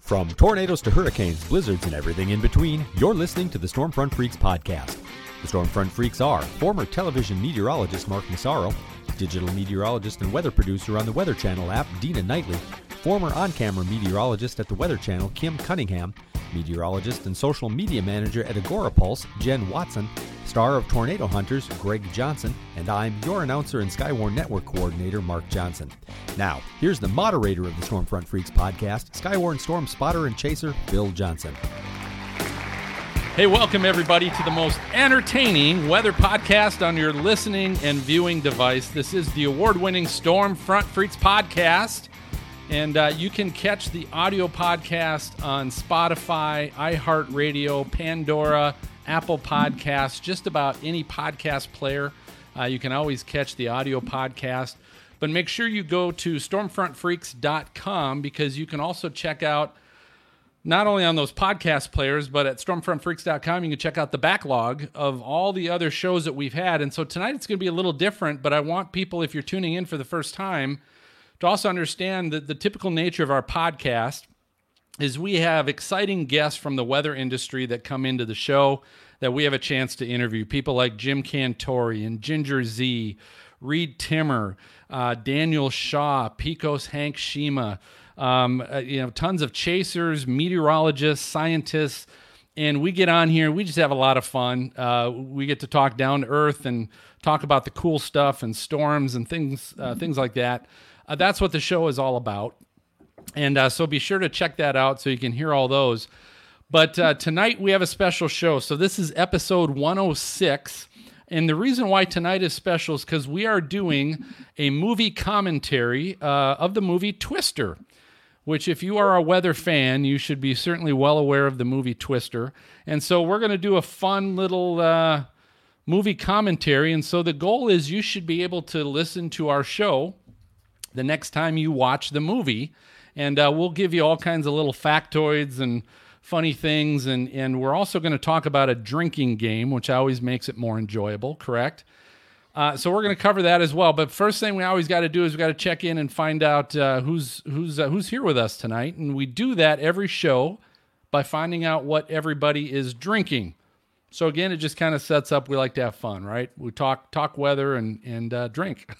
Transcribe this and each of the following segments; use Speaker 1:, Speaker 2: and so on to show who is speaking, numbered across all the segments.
Speaker 1: From tornadoes to hurricanes, blizzards, and everything in between, you're listening to the Stormfront Freaks podcast. The Stormfront Freaks are former television meteorologist Mark Massaro, digital meteorologist and weather producer on the Weather Channel app Dina Knightley, former on camera meteorologist at the Weather Channel Kim Cunningham, meteorologist and social media manager at Agora Pulse Jen Watson, star of Tornado Hunters Greg Johnson, and I'm your announcer and Skywarn Network coordinator Mark Johnson. Now, here's the moderator of the Stormfront Freaks podcast, Skywarn Storm Spotter and Chaser Bill Johnson.
Speaker 2: Hey, welcome everybody to the most entertaining weather podcast on your listening and viewing device. This is the award winning Storm Front Freaks podcast. And uh, you can catch the audio podcast on Spotify, iHeartRadio, Pandora, Apple Podcasts, just about any podcast player. Uh, you can always catch the audio podcast. But make sure you go to stormfrontfreaks.com because you can also check out not only on those podcast players, but at stormfrontfreaks.com, you can check out the backlog of all the other shows that we've had. And so tonight it's going to be a little different, but I want people, if you're tuning in for the first time, to also understand that the typical nature of our podcast is we have exciting guests from the weather industry that come into the show that we have a chance to interview. People like Jim Cantori and Ginger Z, Reed Timmer, uh, Daniel Shaw, Picos Hank Shima, um, uh, you know, tons of chasers, meteorologists, scientists, and we get on here. We just have a lot of fun. Uh, we get to talk down to earth and talk about the cool stuff and storms and things, uh, things like that. Uh, that's what the show is all about. And uh, so be sure to check that out so you can hear all those. But uh, tonight we have a special show. So this is episode 106. And the reason why tonight is special is because we are doing a movie commentary uh, of the movie Twister, which, if you are a weather fan, you should be certainly well aware of the movie Twister. And so we're going to do a fun little. Uh, Movie commentary. And so the goal is you should be able to listen to our show the next time you watch the movie. And uh, we'll give you all kinds of little factoids and funny things. And, and we're also going to talk about a drinking game, which always makes it more enjoyable, correct? Uh, so we're going to cover that as well. But first thing we always got to do is we got to check in and find out uh, who's who's uh, who's here with us tonight, and we do that every show by finding out what everybody is drinking. So again, it just kind of sets up. We like to have fun, right? We talk talk weather and and uh, drink.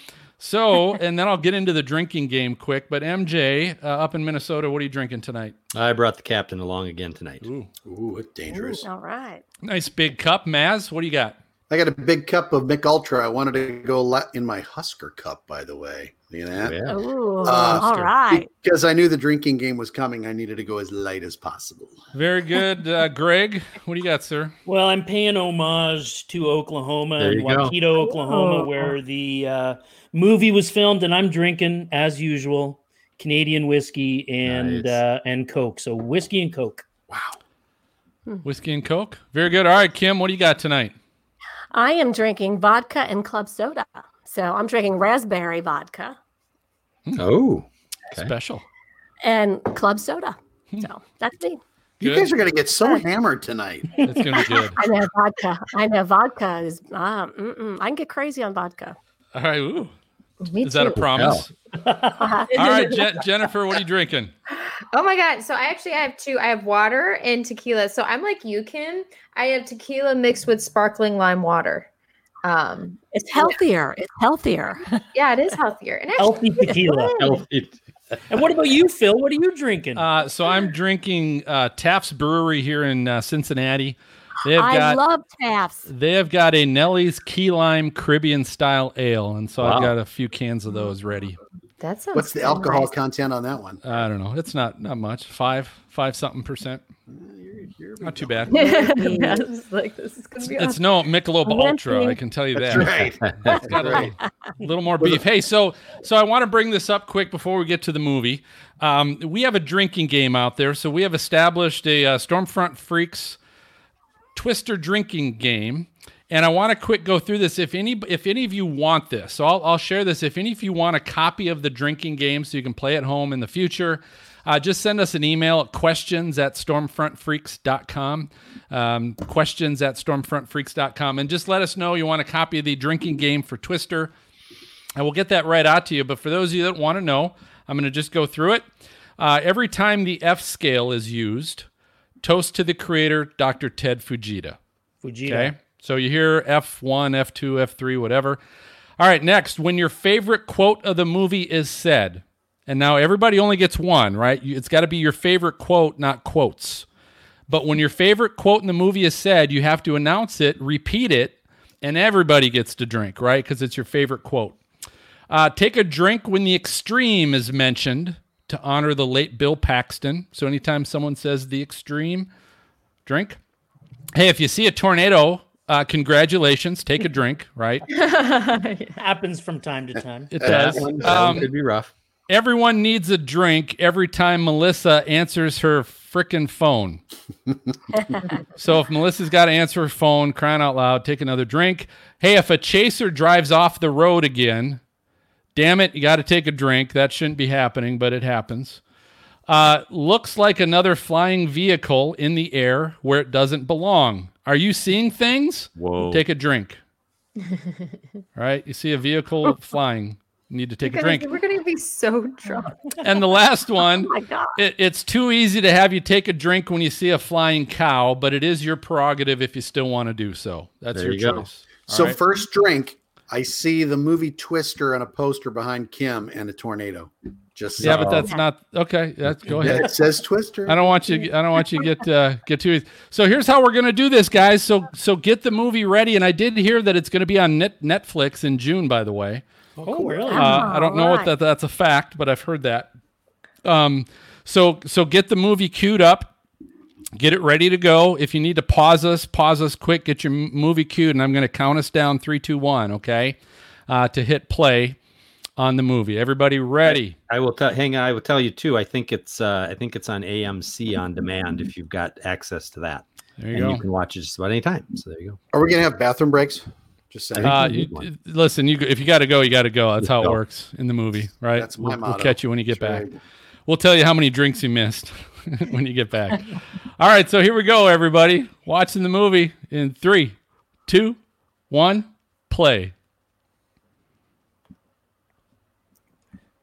Speaker 2: so and then I'll get into the drinking game quick. But MJ, uh, up in Minnesota, what are you drinking tonight?
Speaker 3: I brought the captain along again tonight.
Speaker 4: Ooh, it's dangerous.
Speaker 5: All right.
Speaker 2: Nice big cup, Maz. What do you got?
Speaker 4: I got a big cup of Mick Ultra. I wanted to go la- in my Husker cup, by the way. You know that?
Speaker 3: Yeah.
Speaker 5: Ooh,
Speaker 4: Uh,
Speaker 5: all right.
Speaker 4: Because I knew the drinking game was coming. I needed to go as light as possible.
Speaker 2: Very good, uh, Greg. What do you got, sir?
Speaker 6: Well, I'm paying homage to Oklahoma
Speaker 3: There
Speaker 6: and
Speaker 3: you go.
Speaker 6: Waikito, Oklahoma,
Speaker 5: Oh.
Speaker 6: where the uh, movie was filmed, and I'm drinking as usual Canadian whiskey and
Speaker 3: Nice.
Speaker 6: uh, and Coke. So whiskey and Coke.
Speaker 2: Whiskey and Coke. Very good. All right, Kim. What do you got tonight?
Speaker 5: I am drinking vodka and club soda. So I'm drinking raspberry vodka
Speaker 3: Oh, Okay.
Speaker 2: Special.
Speaker 5: and club soda. So that's me.
Speaker 4: You
Speaker 2: Good.
Speaker 4: guys are going to get so hammered tonight.
Speaker 2: It's gonna be good.
Speaker 5: I know vodka. I know vodka is. Uh, mm-mm. I can get crazy on vodka.
Speaker 2: All right. Ooh.
Speaker 5: Me
Speaker 2: Is that a
Speaker 5: too.
Speaker 2: promise?
Speaker 5: Uh-huh.
Speaker 2: All right, Je- Jennifer. What are you drinking?
Speaker 7: Oh my god! So I actually have two. I have water and tequila. So I'm like you, Kim. I have tequila mixed with sparkling lime water. Um,
Speaker 5: It's healthier. It's healthier.
Speaker 7: yeah, it is healthier. And actually,
Speaker 6: Healthy tequila.
Speaker 3: Health- it-
Speaker 6: and what about you, Phil? What are you drinking?
Speaker 2: Uh, so I'm drinking uh, Taft's Brewery here in uh, Cincinnati. They have
Speaker 5: I
Speaker 2: got
Speaker 5: love Taft's.
Speaker 2: they have got a Nelly's Key Lime Caribbean Style Ale, and so I've
Speaker 3: Wow.
Speaker 2: got a few cans of those ready.
Speaker 7: that sounds.
Speaker 4: What's the
Speaker 7: so
Speaker 4: alcohol
Speaker 7: nice.
Speaker 4: content on that one?
Speaker 2: I don't know. It's not not much. Five five something percent. Not too bad.
Speaker 7: Yeah, I was like this is gonna be.
Speaker 2: It's no Michelob
Speaker 5: uh, One
Speaker 2: Ultra.
Speaker 5: thing-
Speaker 2: I can tell you that.
Speaker 4: That's right. That's
Speaker 2: Got a
Speaker 4: right.
Speaker 2: little, little more beef. Hey, so so I want to bring this up quick before we get to the movie. Um, we have a drinking game out there, so we have established a uh, Stormfront Freaks Twister drinking game, and I want to quick go through this. If any if any of you want this, so I'll, I'll share this. If any of you want a copy of the drinking game, so you can play at home in the future. Uh, just send us an email at questions at stormfrontfreaks.com. Um, questions at stormfrontfreaks.com. And just let us know you want a copy of the drinking game for Twister. I will get that right out to you. But for those of you that want to know, I'm going to just go through it. Uh, every time the F scale is used, toast to the creator, Dr. Ted Fujita.
Speaker 6: Fujita.
Speaker 2: Okay. So you hear F1, F2, F3, whatever. All right. Next, when your favorite quote of the movie is said, and now everybody only gets one, right? You- It's got to be your favorite quote, not quotes. But when your favorite quote in the movie is said, you have to announce it, repeat it, and everybody gets to drink, right? Because it's your favorite quote. Uh, take a drink when the extreme is mentioned to honor the late Bill Paxton. So anytime someone says the extreme, drink. Hey, if you see a tornado, uh, congratulations. Take a drink, right?
Speaker 6: Happens from time to time.
Speaker 2: It
Speaker 3: That
Speaker 2: does.
Speaker 3: one, that one
Speaker 2: Um,
Speaker 3: could be rough.
Speaker 2: everyone needs a drink every time Melissa answers her frickin' phone. so if Melissa's got to answer her phone, crying out loud, take another drink. Hey, if a chaser drives off the road again, damn it, you got to take a drink. That shouldn't be happening, but it happens. Uh, looks like another flying vehicle in the air where it doesn't belong. Are you seeing things?
Speaker 1: Whoa.
Speaker 2: Take a drink. All right, you see a vehicle flying, need to take a
Speaker 7: Guys,
Speaker 2: drink.
Speaker 7: We're gonna be so drunk.
Speaker 2: And the last one,
Speaker 5: Oh my God.
Speaker 2: it, it's too easy to have you take a drink when you see a flying cow, but it is your prerogative if you still want to do so. That's
Speaker 3: There
Speaker 2: your
Speaker 3: you go.
Speaker 2: choice. All
Speaker 4: So
Speaker 2: right.
Speaker 4: first drink, I see the movie Twister on a poster behind Kim and a tornado. Just
Speaker 2: yeah,
Speaker 4: so-
Speaker 2: but that's not okay. That's go ahead.
Speaker 4: it says Twister.
Speaker 2: I don't want you. I don't want you to get uh, get too. So here's how we're gonna do this, guys. So so get the movie ready. And I did hear that it's gonna be on net, Netflix in June. By the way,
Speaker 6: Oh, really?
Speaker 2: uh, I don't know if
Speaker 5: Alright.
Speaker 2: that that's a fact, but I've heard that. Um, so so get the movie queued up, get it ready to go. If you need to pause us, pause us quick. Get your m- movie queued, and I'm going to count us down three, two, one. Okay, uh, to hit play on the movie. Everybody ready?
Speaker 3: I will tell. Hang on, I will tell you too. I think it's. Uh, I think it's on AMC on demand if you've got access to that,
Speaker 2: There
Speaker 3: and
Speaker 2: you
Speaker 3: you can watch it just about any time. So there you go.
Speaker 4: Are we gonna have bathroom breaks? Just saying.
Speaker 2: go. Uh,
Speaker 3: you
Speaker 2: you,
Speaker 3: need one.
Speaker 2: listen, you if you got to go, you got to go. That's how it
Speaker 3: Go.
Speaker 2: works in the movie, right?
Speaker 4: That's my
Speaker 2: we'll, we'll
Speaker 4: motto.
Speaker 2: catch you when you get
Speaker 4: That's
Speaker 2: back.
Speaker 4: right.
Speaker 2: We'll tell you how many drinks you missed when you get back. All right, so here we go, everybody. Watching the movie in three, two, one, play.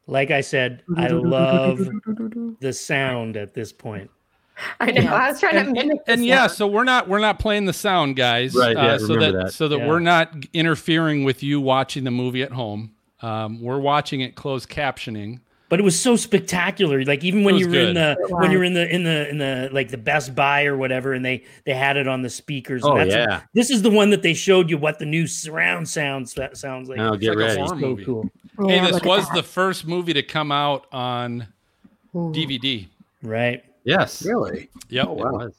Speaker 6: Like I said, I love the sound at this point.
Speaker 7: I know.
Speaker 5: Yeah.
Speaker 7: I was trying to
Speaker 2: And,
Speaker 7: mimic
Speaker 2: and
Speaker 7: this
Speaker 2: yeah,
Speaker 7: one.
Speaker 2: so we're not we're not playing the sound, guys. uh,
Speaker 3: Right, yeah,
Speaker 2: so that,
Speaker 3: remember that.
Speaker 2: so that
Speaker 6: Yeah.
Speaker 2: we're not interfering with you watching the movie at home. Um, we're watching it closed captioning.
Speaker 6: But it was so spectacular. Like even when
Speaker 2: It was
Speaker 6: you were in the
Speaker 2: good.
Speaker 5: It
Speaker 6: when you were
Speaker 5: was.
Speaker 6: in the in the in the like the Best Buy or whatever, and they they had it on the speakers.
Speaker 3: Oh,
Speaker 6: and
Speaker 3: yeah.
Speaker 6: this is the one that they showed you what the new surround sounds that sounds like.
Speaker 3: Now Oh, get
Speaker 2: like a
Speaker 3: ready.
Speaker 2: horror
Speaker 6: so
Speaker 2: movie.
Speaker 6: cool,
Speaker 5: Yeah,
Speaker 2: hey, this
Speaker 5: look at
Speaker 2: was
Speaker 5: that.
Speaker 2: the first movie to come out on DVD.
Speaker 6: right?
Speaker 3: Yes.
Speaker 4: Really?
Speaker 2: Yep.
Speaker 3: It was.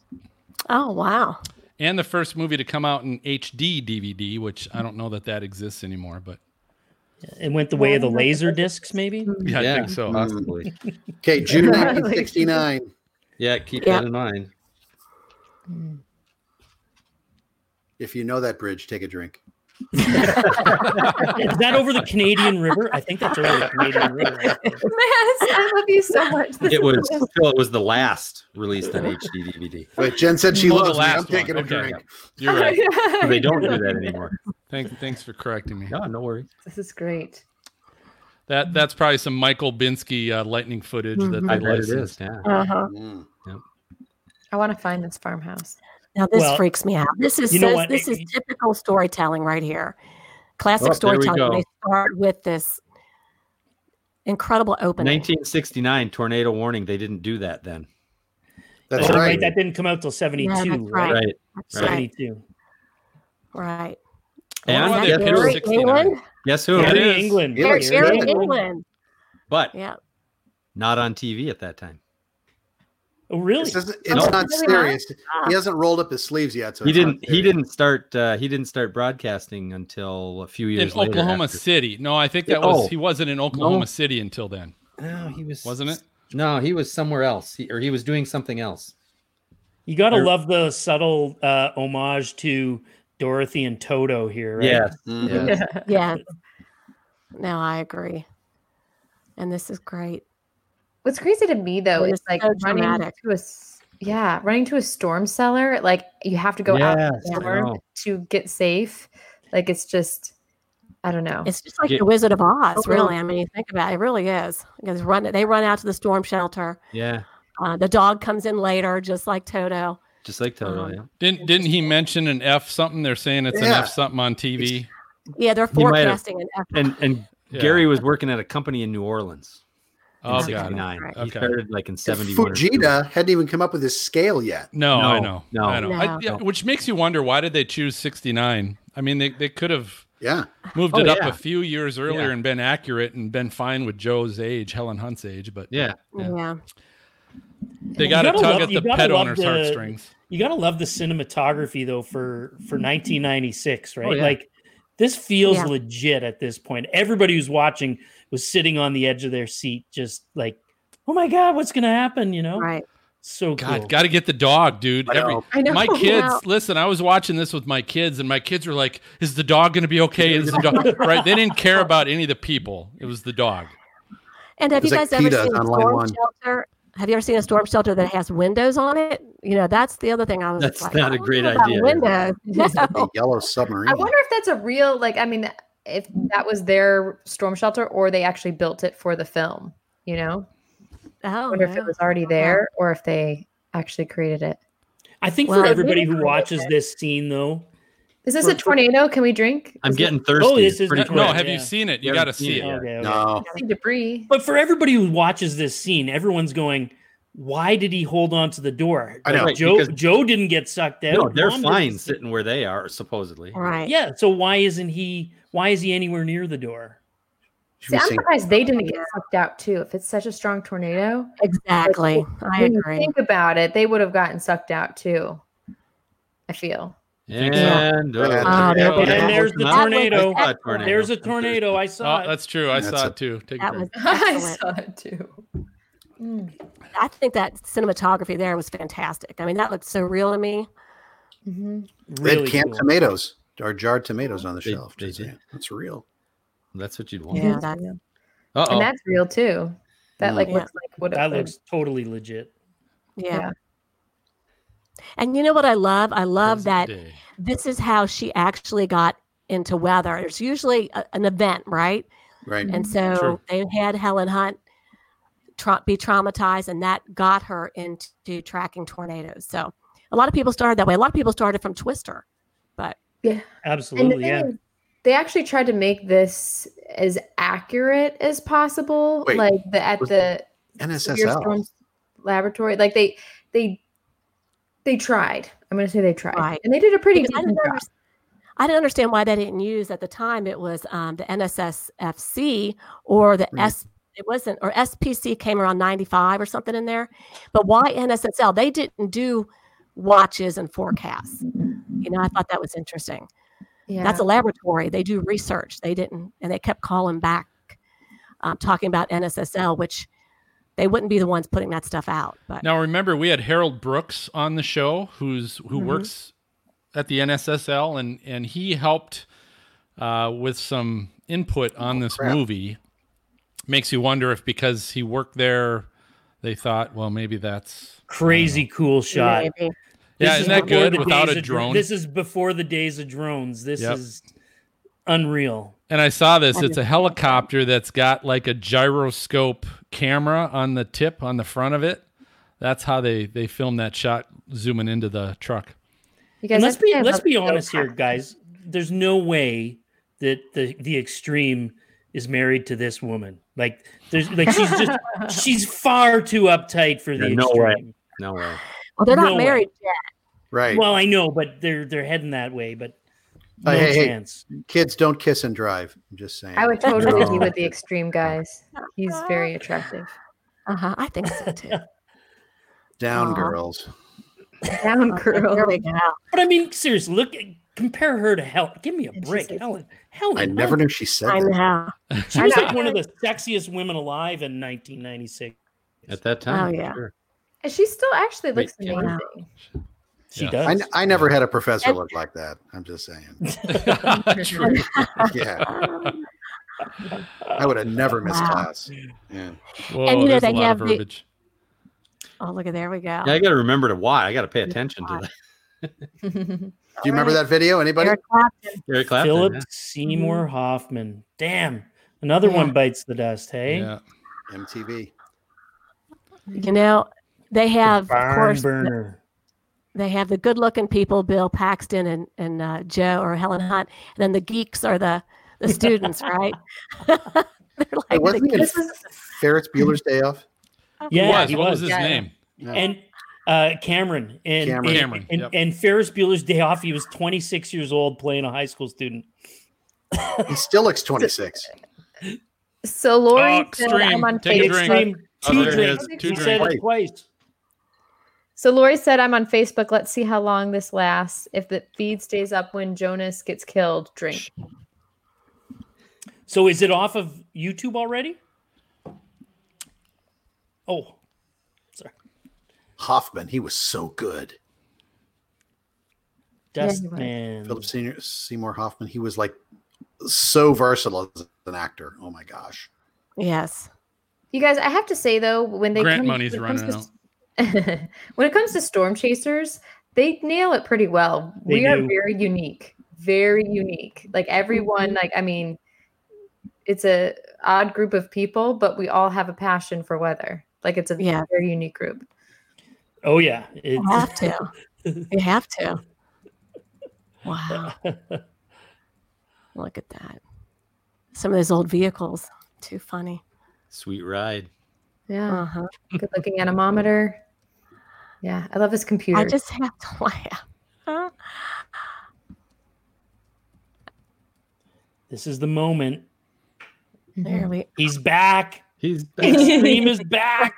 Speaker 5: Oh wow.
Speaker 2: and the first movie to come out in HD DVD, which I don't know that that exists anymore, but
Speaker 6: It went the way of the laser discs, maybe.
Speaker 2: yeah, I
Speaker 3: Yeah.
Speaker 2: think so.
Speaker 3: Possibly.
Speaker 4: Okay, June 1969.
Speaker 3: Yeah. Keep that in mind.
Speaker 4: If you know that bridge, take a drink.
Speaker 6: Is that over the Canadian River? I think that's over the Canadian River.
Speaker 7: Mass, I love you so much. This
Speaker 3: It
Speaker 7: is
Speaker 3: was.
Speaker 7: the best.
Speaker 3: Phil, it was the last released on HD DVD.
Speaker 4: But Jen said she
Speaker 2: Oh, the
Speaker 4: loves me.
Speaker 2: last
Speaker 4: I'm taking
Speaker 2: one.
Speaker 4: a
Speaker 2: Okay.
Speaker 4: drink.
Speaker 2: You're right.
Speaker 3: They don't do that anymore.
Speaker 2: Thank, thanks for correcting me.
Speaker 3: No, no worries.
Speaker 7: This is great.
Speaker 2: That that's probably some Michael Binsky uh, lightning footage that
Speaker 5: Mhm.
Speaker 2: they
Speaker 3: Mm-hmm. I bet it
Speaker 2: licensed.
Speaker 3: is. Yeah.
Speaker 5: Uh huh.
Speaker 4: Mm.
Speaker 7: I want to find this farmhouse.
Speaker 5: Now this
Speaker 6: Well,
Speaker 5: freaks me out. This is
Speaker 6: you know
Speaker 5: so-
Speaker 6: what?
Speaker 5: this is typical storytelling right here. Classic
Speaker 3: Oh, there we
Speaker 5: storytelling.
Speaker 3: go.
Speaker 5: They start with this incredible opening.
Speaker 3: 1969 tornado warning. They didn't do that then.
Speaker 4: That's
Speaker 6: oh, right.
Speaker 4: right.
Speaker 6: That didn't come out till seventy
Speaker 5: Yeah,
Speaker 6: two,
Speaker 5: that's right.
Speaker 6: right?
Speaker 3: Right.
Speaker 5: That's right.
Speaker 6: Seventy two.
Speaker 5: right.
Speaker 2: I
Speaker 3: And
Speaker 2: wonder why
Speaker 5: Is
Speaker 3: guess
Speaker 5: that
Speaker 2: they
Speaker 3: who?
Speaker 2: picked
Speaker 5: Gary
Speaker 2: 69.
Speaker 5: England?
Speaker 3: Guess who?
Speaker 2: Yeah.
Speaker 3: It
Speaker 2: is.
Speaker 6: England.
Speaker 4: It
Speaker 5: Gary,
Speaker 4: was
Speaker 5: Gary
Speaker 4: England.
Speaker 5: England.
Speaker 3: But
Speaker 5: Yeah.
Speaker 3: not on TV at that time.
Speaker 6: Oh, really?
Speaker 4: This isn't, it's
Speaker 3: No.
Speaker 4: not
Speaker 7: Really not?
Speaker 4: serious. He hasn't rolled up his sleeves yet. So
Speaker 3: He
Speaker 4: it's not
Speaker 3: didn't. He
Speaker 4: serious.
Speaker 3: didn't start. Uh, he didn't start broadcasting until a few
Speaker 2: in
Speaker 3: years later.
Speaker 2: Oklahoma
Speaker 3: after-
Speaker 2: City. No, I think
Speaker 3: Yeah,
Speaker 2: that was
Speaker 3: oh.
Speaker 2: he wasn't in Oklahoma
Speaker 3: No.
Speaker 2: City until then,
Speaker 3: No, he was.
Speaker 2: wasn't it?
Speaker 3: No, he was somewhere else, he, or he was doing something else.
Speaker 6: You gotta
Speaker 3: They're-
Speaker 6: love the subtle uh, homage to Dorothy and Toto here. Right?
Speaker 3: Yeah.
Speaker 4: Mhm.
Speaker 3: yeah.
Speaker 5: Yeah. No, I agree. And this is great.
Speaker 7: What's crazy to me though
Speaker 5: It
Speaker 7: is
Speaker 5: is
Speaker 7: like
Speaker 5: so
Speaker 7: running
Speaker 5: dramatic.
Speaker 7: to a s- yeah, running to a storm cellar. Like you have to go out in
Speaker 3: Yes,
Speaker 7: the
Speaker 3: I
Speaker 7: storm
Speaker 3: know.
Speaker 7: to get safe. Like it's just I don't know.
Speaker 5: It's just like
Speaker 3: Get-
Speaker 5: the Wizard of Oz,
Speaker 7: Oh, really?
Speaker 5: really. I mean, you think about it, it really is. Because run, they run out to the storm shelter.
Speaker 3: Yeah,
Speaker 5: Uh, the dog comes in later, just like Toto.
Speaker 3: just like Toto. Yeah.
Speaker 2: Didn't didn't he mention an F something? They're saying it's an
Speaker 4: Yeah.
Speaker 2: F something on TV.
Speaker 5: Yeah, they're
Speaker 3: He might have-
Speaker 5: forecasting an F.
Speaker 3: And and
Speaker 2: Yeah.
Speaker 3: Gary was working at a company in New Orleans in
Speaker 2: Oh god.
Speaker 3: '69.
Speaker 5: Right.
Speaker 3: He
Speaker 2: Okay.
Speaker 3: started like in
Speaker 4: And
Speaker 3: '71.
Speaker 4: Fujita hadn't even come up with his scale yet.
Speaker 2: No, I know.
Speaker 3: No,
Speaker 2: No,
Speaker 3: no.
Speaker 2: I know. I,
Speaker 5: No.
Speaker 2: yeah, which makes you wonder why did they choose 69? I mean, they, they could have
Speaker 4: Yeah.
Speaker 2: moved
Speaker 3: Oh,
Speaker 2: it up
Speaker 3: yeah.
Speaker 2: a few years earlier
Speaker 3: Yeah.
Speaker 2: and been accurate and been fine with Joe's age, Helen Hunt's age, but
Speaker 3: Yeah,
Speaker 5: Yeah.
Speaker 2: they
Speaker 6: You
Speaker 2: got to tug
Speaker 6: gotta love-
Speaker 2: at
Speaker 6: you
Speaker 2: the
Speaker 6: gotta
Speaker 2: pet
Speaker 6: love
Speaker 2: owner's
Speaker 6: the-
Speaker 2: heartstrings.
Speaker 6: You gotta love the cinematography though for for 1996, right?
Speaker 3: yeah.
Speaker 6: Like this feels
Speaker 5: Yeah.
Speaker 6: legit at this point. Everybody who's watching was sitting on the edge of their seat, just like, oh my god, what's gonna happen? You know,
Speaker 5: Right.
Speaker 6: so
Speaker 2: God,
Speaker 6: cool.
Speaker 2: got to get the dog, dude.
Speaker 4: I
Speaker 2: Every,
Speaker 4: know.
Speaker 7: I know.
Speaker 2: my kids,
Speaker 5: Wow.
Speaker 2: listen, I was watching this with my kids, and my kids were like, "Is the dog going to be okay?" Is the dog right? They didn't care about any of the people. It was the dog.
Speaker 5: And have
Speaker 4: It's
Speaker 5: you
Speaker 4: like
Speaker 5: guys ever
Speaker 4: PETA
Speaker 5: seen a
Speaker 4: on line
Speaker 5: storm
Speaker 4: one.
Speaker 5: shelter? Have you ever seen a storm shelter that has windows on it? You know, that's the other thing I was
Speaker 3: That's
Speaker 5: like,
Speaker 3: not
Speaker 5: I
Speaker 3: a
Speaker 5: don't
Speaker 3: great
Speaker 5: know about
Speaker 3: idea.
Speaker 5: Windows.
Speaker 4: The
Speaker 5: No.
Speaker 4: yellow submarine.
Speaker 7: Oh. I wonder if that's a real like. I mean, if that was their storm shelter or they actually built it for the film. You know, I
Speaker 5: Oh,
Speaker 7: wonder if it
Speaker 5: no.
Speaker 7: was already there or if they actually created it.
Speaker 6: I think
Speaker 5: Well,
Speaker 6: for
Speaker 5: they
Speaker 6: everybody
Speaker 7: didn't
Speaker 6: who
Speaker 7: create
Speaker 6: watches
Speaker 7: it.
Speaker 6: this scene though,
Speaker 7: Is this a tornado? Can we drink?
Speaker 3: I'm
Speaker 7: Is
Speaker 3: getting thirsty.
Speaker 6: this
Speaker 3: It's
Speaker 6: is
Speaker 3: pretty
Speaker 6: not-
Speaker 2: No,
Speaker 3: quick.
Speaker 2: have you
Speaker 6: Yeah.
Speaker 2: seen it?
Speaker 3: You
Speaker 2: You
Speaker 3: haven't
Speaker 2: got to
Speaker 3: seen
Speaker 2: see
Speaker 3: it
Speaker 2: it.
Speaker 3: yet.
Speaker 6: Oh, okay, okay.
Speaker 4: no.
Speaker 7: there- I see debris.
Speaker 6: But for everybody who watches this scene, everyone's going, "Why did he hold on to the door?"
Speaker 4: I know,
Speaker 6: Like, Joe
Speaker 3: because-
Speaker 6: Joe didn't get sucked out.
Speaker 3: No, they're
Speaker 6: Mom didn't
Speaker 3: fine
Speaker 6: get-
Speaker 3: sitting where they are supposedly.
Speaker 5: Right.
Speaker 6: Yeah, so why isn't he? Why is he anywhere near the door?
Speaker 4: Should
Speaker 7: See,
Speaker 4: we
Speaker 7: I'm
Speaker 4: sing-
Speaker 7: surprised they didn't get sucked out too. If it's such a strong tornado,
Speaker 5: Exactly. I
Speaker 7: when you
Speaker 5: agree.
Speaker 7: think about it, they would have gotten sucked out too. I feel.
Speaker 3: And oh,
Speaker 4: Ah,
Speaker 5: there
Speaker 2: we go.
Speaker 6: And there's the
Speaker 3: Not-
Speaker 6: tornado.
Speaker 3: I saw a tornado.
Speaker 6: There's a tornado. I saw
Speaker 2: Oh,
Speaker 6: it.
Speaker 2: that's true. I
Speaker 4: That's
Speaker 2: saw
Speaker 4: a-
Speaker 2: it too. Take a
Speaker 5: That was
Speaker 2: drink.
Speaker 7: I
Speaker 5: excellent.
Speaker 7: saw it too. Mm.
Speaker 5: I think that cinematography there was fantastic. I mean, that looked so real to me.
Speaker 7: Mhm.
Speaker 4: They had
Speaker 6: Really
Speaker 4: canned
Speaker 6: cool.
Speaker 4: tomatoes or jarred tomatoes on the
Speaker 3: They-
Speaker 4: shelf.
Speaker 3: they
Speaker 4: Just
Speaker 3: did.
Speaker 4: saying. That's real.
Speaker 3: That's what you'd want.
Speaker 5: Yeah, that's
Speaker 3: Uh
Speaker 7: And
Speaker 3: oh.
Speaker 7: that's real too. That like
Speaker 5: Mm.
Speaker 7: looks like what it
Speaker 6: That
Speaker 7: would-
Speaker 6: looks totally legit.
Speaker 5: yeah.
Speaker 7: Yeah.
Speaker 5: And you know what I love? I love that
Speaker 2: Day.
Speaker 5: this is how she actually got into weather. It's usually a, an event, right?
Speaker 4: Right.
Speaker 5: And
Speaker 7: Mm-hmm.
Speaker 5: so
Speaker 2: True.
Speaker 5: they had Helen Hunt tra- be traumatized, and that got her into tracking tornadoes. So a lot of people started that way. A lot of people started from Twister.
Speaker 7: And the
Speaker 6: Absolutely,
Speaker 7: thing
Speaker 6: yeah.
Speaker 7: is, they actually tried to make this as accurate as possible,
Speaker 4: Wait,
Speaker 7: like the at
Speaker 4: was
Speaker 7: the severe
Speaker 4: NSSL.
Speaker 7: storms laboratory. Like they they they tried. I'm going to say they tried,
Speaker 5: Right.
Speaker 7: and they did a pretty
Speaker 5: Because I
Speaker 7: decent
Speaker 5: didn't,
Speaker 7: job.
Speaker 5: underst- I didn't understand why they didn't use at the time. It was um, the NSSFC or the
Speaker 4: Right.
Speaker 5: S. It wasn't or SPC came around '95 or something in there. But why NSSL? They didn't do watches and forecasts.
Speaker 7: Mm-hmm.
Speaker 5: You know, I thought that was interesting.
Speaker 7: Yeah,
Speaker 5: That's a laboratory. They do research. They didn't, and they kept calling back, um, talking about NSSL, which they wouldn't be the ones putting that stuff out. But
Speaker 2: Now remember, we had Harold Brooks on the show, who's who
Speaker 5: Mhm.
Speaker 2: works at the NSSL, and and he helped uh, with some input on this
Speaker 4: crap.
Speaker 2: movie. Makes you wonder if because he worked there, they thought, well, maybe that's
Speaker 6: Crazy cool shot.
Speaker 5: Maybe.
Speaker 2: yeah,
Speaker 6: This
Speaker 2: isn't that
Speaker 6: before
Speaker 2: good
Speaker 6: the
Speaker 2: without
Speaker 6: days
Speaker 2: a
Speaker 6: of dr-
Speaker 2: drone?
Speaker 6: This is before the days of drones. This
Speaker 2: Yep.
Speaker 6: is unreal.
Speaker 2: And I saw this. It's a
Speaker 5: Understand.
Speaker 2: helicopter that's got like a gyroscope camera on the tip on the front of it. That's how they they filmed that shot zooming into the truck.
Speaker 6: And
Speaker 7: you guys.
Speaker 6: let's
Speaker 7: I think
Speaker 6: be
Speaker 7: I
Speaker 6: let's
Speaker 7: love
Speaker 6: be
Speaker 7: it so
Speaker 6: honest here,
Speaker 7: much.
Speaker 6: guys. There's no way that the the extreme is married to this woman. Like there's like she's just she's far too uptight for the
Speaker 3: Yeah, no way.
Speaker 6: extreme.
Speaker 3: No way.
Speaker 5: Well, they're not
Speaker 6: No way.
Speaker 5: married yet.
Speaker 4: Right.
Speaker 6: Well, I know, but they're they're heading that way, but no
Speaker 4: Uh, Hey, hey, hey.
Speaker 6: chance.
Speaker 4: Kids don't kiss and drive. I'm just saying.
Speaker 7: I would totally
Speaker 4: No.
Speaker 7: be with the extreme guys. He's very attractive.
Speaker 5: Uh-huh. I think so too.
Speaker 4: Down
Speaker 5: Aw.
Speaker 4: girls.
Speaker 7: Down
Speaker 5: Okay,
Speaker 7: girl.
Speaker 5: There we go.
Speaker 6: But I mean, seriously, look compare her to Helen. Give me a
Speaker 7: And she
Speaker 6: break.
Speaker 7: says-
Speaker 6: Helen Helen.
Speaker 4: I never knew she said
Speaker 5: I
Speaker 4: that.
Speaker 5: know.
Speaker 6: Hunt. She was
Speaker 7: I know.
Speaker 6: like one of the sexiest women alive in 1996.
Speaker 3: At that time.
Speaker 5: Oh, yeah.
Speaker 3: sure.
Speaker 7: And she still actually
Speaker 3: Wait,
Speaker 7: looks
Speaker 3: yeah.
Speaker 7: amazing.
Speaker 6: She
Speaker 2: Yeah.
Speaker 4: I,
Speaker 6: does.
Speaker 4: I never had a professor look like that. I'm just saying.
Speaker 2: True.
Speaker 4: Yeah.
Speaker 5: Um,
Speaker 4: I would have never missed
Speaker 5: Wow.
Speaker 4: class. Yeah.
Speaker 2: Whoa,
Speaker 5: And, you know,
Speaker 2: there's a
Speaker 5: they
Speaker 2: lot of
Speaker 5: have the-
Speaker 2: verbiage.
Speaker 5: oh, look at there we go.
Speaker 3: Yeah, I got to remember to why. I got to pay attention to that.
Speaker 4: you remember that video? Anybody?
Speaker 5: Eric Clapton.
Speaker 3: Eric Clapton.
Speaker 6: Philip
Speaker 3: yeah.
Speaker 6: Seymour Hoffman. Damn. Another
Speaker 7: Mm-hmm. Yeah.
Speaker 6: one bites the dust, hey?
Speaker 2: Yeah.
Speaker 4: MTV.
Speaker 5: You know, they
Speaker 6: The
Speaker 5: have, of
Speaker 6: barn
Speaker 5: course,
Speaker 6: burner.
Speaker 5: they have the good looking people, Bill Paxton and, and uh, Joe or Helen Hunt. And then the geeks are the, the students, right? They're
Speaker 4: Hey,
Speaker 5: like, the
Speaker 4: wasn't it
Speaker 5: geeks.
Speaker 4: Ferris Bueller's Day Off?
Speaker 6: Yeah,
Speaker 2: was.
Speaker 6: he
Speaker 2: What was,
Speaker 6: was.
Speaker 2: his
Speaker 7: Yeah.
Speaker 2: name?
Speaker 4: Yeah.
Speaker 6: And uh, Cameron and
Speaker 4: Cameron.
Speaker 6: and,
Speaker 2: Cameron,
Speaker 6: and,
Speaker 2: yep.
Speaker 6: and Ferris Bueller's Day Off. He was 26 years old playing a high school student.
Speaker 4: he still looks 26.
Speaker 7: So Lori
Speaker 2: Oh,
Speaker 7: said
Speaker 2: extreme.
Speaker 7: I'm on
Speaker 2: Take a
Speaker 7: Facebook.
Speaker 2: drink.
Speaker 6: Extreme
Speaker 2: Oh,
Speaker 6: two
Speaker 2: there it
Speaker 6: drinks.
Speaker 2: is.
Speaker 6: He
Speaker 2: Two
Speaker 6: said
Speaker 2: drinks.
Speaker 6: it twice.
Speaker 7: So Lori said I'm on Facebook. Let's see how long this lasts. If the feed stays up when Jonas gets killed, drink.
Speaker 6: So is it off of YouTube already? Oh,
Speaker 4: Hoffman, he was so good.
Speaker 7: Yeah, he was.
Speaker 6: Dustman.
Speaker 4: Philip Senior, Seymour Hoffman, he was like so versatile as an actor. Oh my gosh.
Speaker 5: Yes.
Speaker 7: You guys, I have to say though, when they
Speaker 2: Grant
Speaker 7: come-
Speaker 2: money's
Speaker 7: when it comes
Speaker 2: running
Speaker 7: to- when it comes to storm chasers, they nail it pretty well.
Speaker 6: They
Speaker 7: we are
Speaker 6: do.
Speaker 7: very unique, very unique. Like everyone, like I mean, it's a odd group of people, but we all have a passion for weather. Like it's a
Speaker 5: Yeah.
Speaker 7: very unique group.
Speaker 6: Oh yeah.
Speaker 5: You have
Speaker 7: Uh-huh.
Speaker 5: to. You have to. Wow.
Speaker 6: It-
Speaker 5: Look at that. Some of those old vehicles. Too funny.
Speaker 3: Sweet ride.
Speaker 7: Yeah,
Speaker 5: Uh
Speaker 2: Uh-huh.
Speaker 5: huh.
Speaker 7: Um, good looking anemometer. Yeah, I love his computer.
Speaker 5: I just have to laugh.
Speaker 2: Mm-hmm.
Speaker 5: Huh?
Speaker 6: this is the moment.
Speaker 5: There we
Speaker 6: He's back.
Speaker 3: He's back.
Speaker 6: Extreme is back.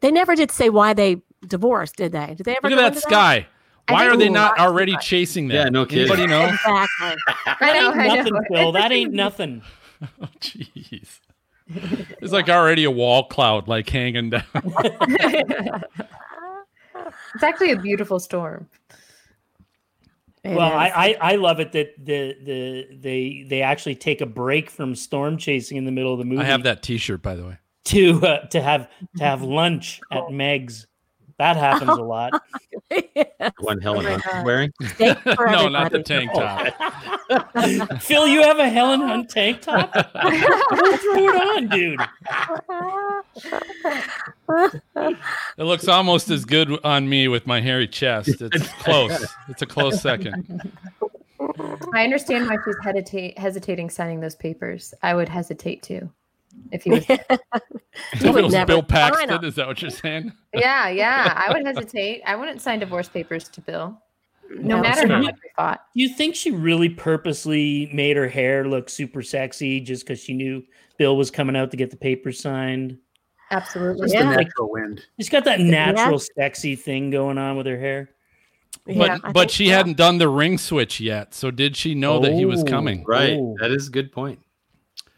Speaker 5: They never did say why they divorced, did they? Did they ever
Speaker 2: Look
Speaker 5: go
Speaker 2: at
Speaker 5: into
Speaker 2: that sky.
Speaker 7: I
Speaker 2: Why
Speaker 7: think
Speaker 2: are they
Speaker 7: we'll
Speaker 2: not
Speaker 7: watch
Speaker 2: already
Speaker 7: that.
Speaker 2: chasing that?
Speaker 3: Yeah, no kidding.
Speaker 2: Anybody know?
Speaker 5: Exactly.
Speaker 7: I know, I know.
Speaker 6: nothing, Phil. That ain't nothing.
Speaker 2: Oh, jeez. It's like already a wall cloud like hanging down.
Speaker 7: it's actually a beautiful storm.
Speaker 5: It
Speaker 6: Well, I,
Speaker 5: is.
Speaker 6: I I love it that the the they they actually take a break from storm chasing in the middle of the movie.
Speaker 2: I have that T-shirt, by the way.
Speaker 6: to uh, to have to have lunch
Speaker 5: Oh.
Speaker 6: at Meg's. That happens a lot.
Speaker 3: One Helen
Speaker 7: my
Speaker 3: Hunt is
Speaker 7: God.
Speaker 3: wearing.
Speaker 5: Steak for
Speaker 2: no, not the
Speaker 5: everybody.
Speaker 2: tank top.
Speaker 6: Phil, you have a Helen Hunt tank top. Who threw it on, dude?
Speaker 2: It looks almost as good on me with my hairy chest. It's close. It's a close second.
Speaker 7: I understand why she's hesitate, hesitating signing those papers. I would hesitate too. If he was,
Speaker 5: You
Speaker 2: If it
Speaker 5: would
Speaker 2: was
Speaker 5: never
Speaker 2: Bill
Speaker 5: sign
Speaker 2: Paxton,
Speaker 5: up.
Speaker 2: is that what you're saying?
Speaker 7: yeah, yeah, I would hesitate. I wouldn't sign divorce papers to Bill, no
Speaker 5: No,
Speaker 7: matter
Speaker 6: it's
Speaker 7: how
Speaker 6: not.
Speaker 7: much we fought.
Speaker 6: Do you think she really purposely made her hair look super sexy just because she knew Bill was coming out to get the papers signed?
Speaker 7: Absolutely,
Speaker 4: Just
Speaker 5: Yeah.
Speaker 4: the natural wind.
Speaker 6: She's got that natural sexy thing going on with her hair.
Speaker 2: But
Speaker 5: Yeah, I
Speaker 2: but
Speaker 5: think
Speaker 2: she
Speaker 5: so.
Speaker 2: hadn't done the ring switch yet, so did she know that he was
Speaker 6: Oh.
Speaker 2: coming?
Speaker 3: Right.
Speaker 6: Oh.
Speaker 3: That is a good point.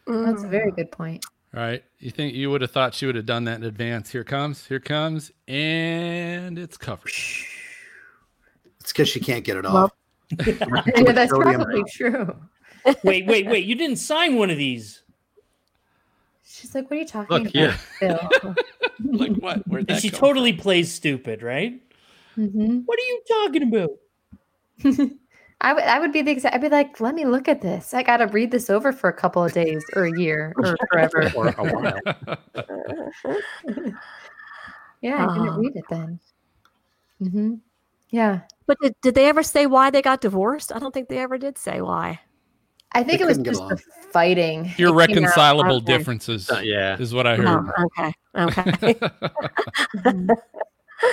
Speaker 7: that's a
Speaker 5: Mm.
Speaker 7: very good point.
Speaker 2: Right? You think you would have thought she would have done that in advance? Here comes, here comes, and it's covered.
Speaker 4: It's because she can't get it off.
Speaker 5: Well,
Speaker 7: Yeah, that's
Speaker 4: Sodium.
Speaker 7: probably true.
Speaker 6: Wait, wait, wait! You didn't sign one of these.
Speaker 7: She's like, "What are you talking
Speaker 3: Look
Speaker 7: about,
Speaker 3: here.
Speaker 7: Bill?"
Speaker 2: Like what? Where'd
Speaker 6: And
Speaker 2: that
Speaker 6: she
Speaker 2: come
Speaker 6: totally plays stupid, right?
Speaker 7: Mhm.
Speaker 6: What are you talking about?
Speaker 7: I would, I would be the exact. I'd be like, "Let me look at this. I got to read this over for a couple of days, or a year, or forever."
Speaker 4: or a while.
Speaker 7: Yeah, I
Speaker 5: Uh-huh.
Speaker 7: didn't read it then. hmm Yeah,
Speaker 5: But did, did they ever say why they got divorced? I don't think they ever did say why.
Speaker 7: I think
Speaker 4: They
Speaker 7: it was
Speaker 4: couldn't get
Speaker 7: just the fighting.
Speaker 2: Irreconcilable
Speaker 5: Okay.
Speaker 2: differences
Speaker 3: Uh, yeah.
Speaker 2: is what I heard.
Speaker 5: Oh, okay. Okay.
Speaker 7: Mhm. I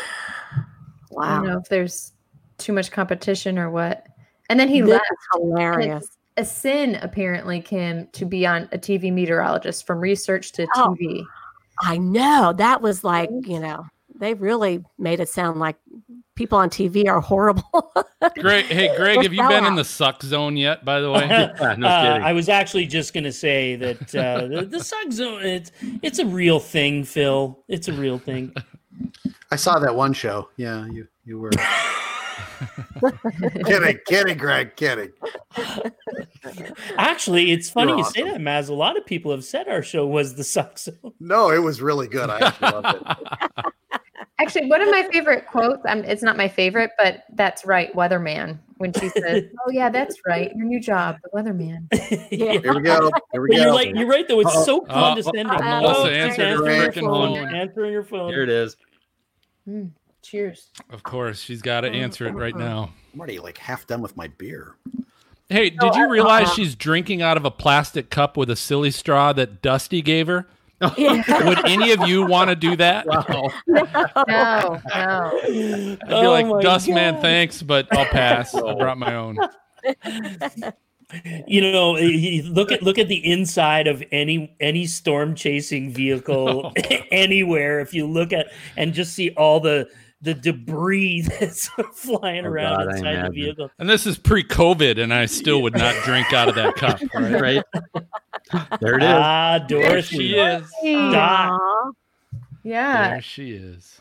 Speaker 5: wow.
Speaker 7: don't know if there's too much competition or what. And then he
Speaker 5: This
Speaker 7: left
Speaker 5: is hilarious.
Speaker 7: a sin, apparently, Kim, to be on a TV meteorologist from research to
Speaker 5: Oh.
Speaker 7: TV.
Speaker 5: I know. That was like, you know, they really made it sound like people on TV are horrible.
Speaker 2: Greg, hey Greg,
Speaker 5: We're
Speaker 2: have you been in
Speaker 5: sellouts.
Speaker 2: the suck zone yet? By the way,
Speaker 3: Yeah, no
Speaker 6: Uh,
Speaker 3: kidding.
Speaker 6: I was actually just going to say that uh, the, the suck zone, it's, it's a real thing, Phil. It's a real thing.
Speaker 4: I saw that one show. Yeah, you you were kidding, kidding, Greg, kidding.
Speaker 6: Actually, it's funny
Speaker 4: You're
Speaker 6: you say that,
Speaker 4: awesome.
Speaker 6: Maz. A lot of people have said our show was the suck zone.
Speaker 4: No, it was really good. I actually loved it.
Speaker 7: I Actually, one of my favorite quotes, um, it's not my favorite, but that's right, weatherman, when she says, Oh, yeah, that's right, your new job, the weatherman.
Speaker 5: Yeah.
Speaker 4: Here we go. Here we
Speaker 6: But
Speaker 4: go.
Speaker 6: you're like you're right though. It's so
Speaker 2: Uh, uh,
Speaker 6: condescending.
Speaker 5: uh,
Speaker 6: Oh,
Speaker 5: Melissa
Speaker 6: she's
Speaker 5: answered
Speaker 2: her
Speaker 4: freaking
Speaker 6: answering phone.
Speaker 5: phone.
Speaker 6: Answering your phone.
Speaker 3: Here it is.
Speaker 7: Cheers.
Speaker 2: Of course, she's got to answer it right now.
Speaker 4: I'm already like half done with my beer.
Speaker 2: Hey,
Speaker 5: No,
Speaker 2: did
Speaker 5: I-
Speaker 2: you realize
Speaker 5: uh-uh.
Speaker 2: she's drinking out of a plastic cup with a silly straw that Dusty gave her?
Speaker 5: Yeah.
Speaker 2: Would any of you want to do that?
Speaker 3: Wow.
Speaker 5: Oh.
Speaker 7: No, no.
Speaker 2: I'd be
Speaker 6: Oh
Speaker 2: like, Dust man, thanks, but I'll pass. I brought my own.
Speaker 6: You know, you- you look at look at the inside of any any storm chasing
Speaker 3: Oh,
Speaker 6: vehicle anywhere. If you look at and just see all the the debris that's flying
Speaker 3: Oh,
Speaker 6: around
Speaker 3: God, I
Speaker 6: inside the
Speaker 3: imagine.
Speaker 6: vehicle.
Speaker 2: And this is pre COVID, and I still would not drink out of that cup. Right?
Speaker 3: Right. there it is.
Speaker 6: Ah,
Speaker 2: There
Speaker 6: Dorothy.
Speaker 2: she is.
Speaker 6: Doc.
Speaker 5: Aw.
Speaker 7: Yeah.
Speaker 2: There she is.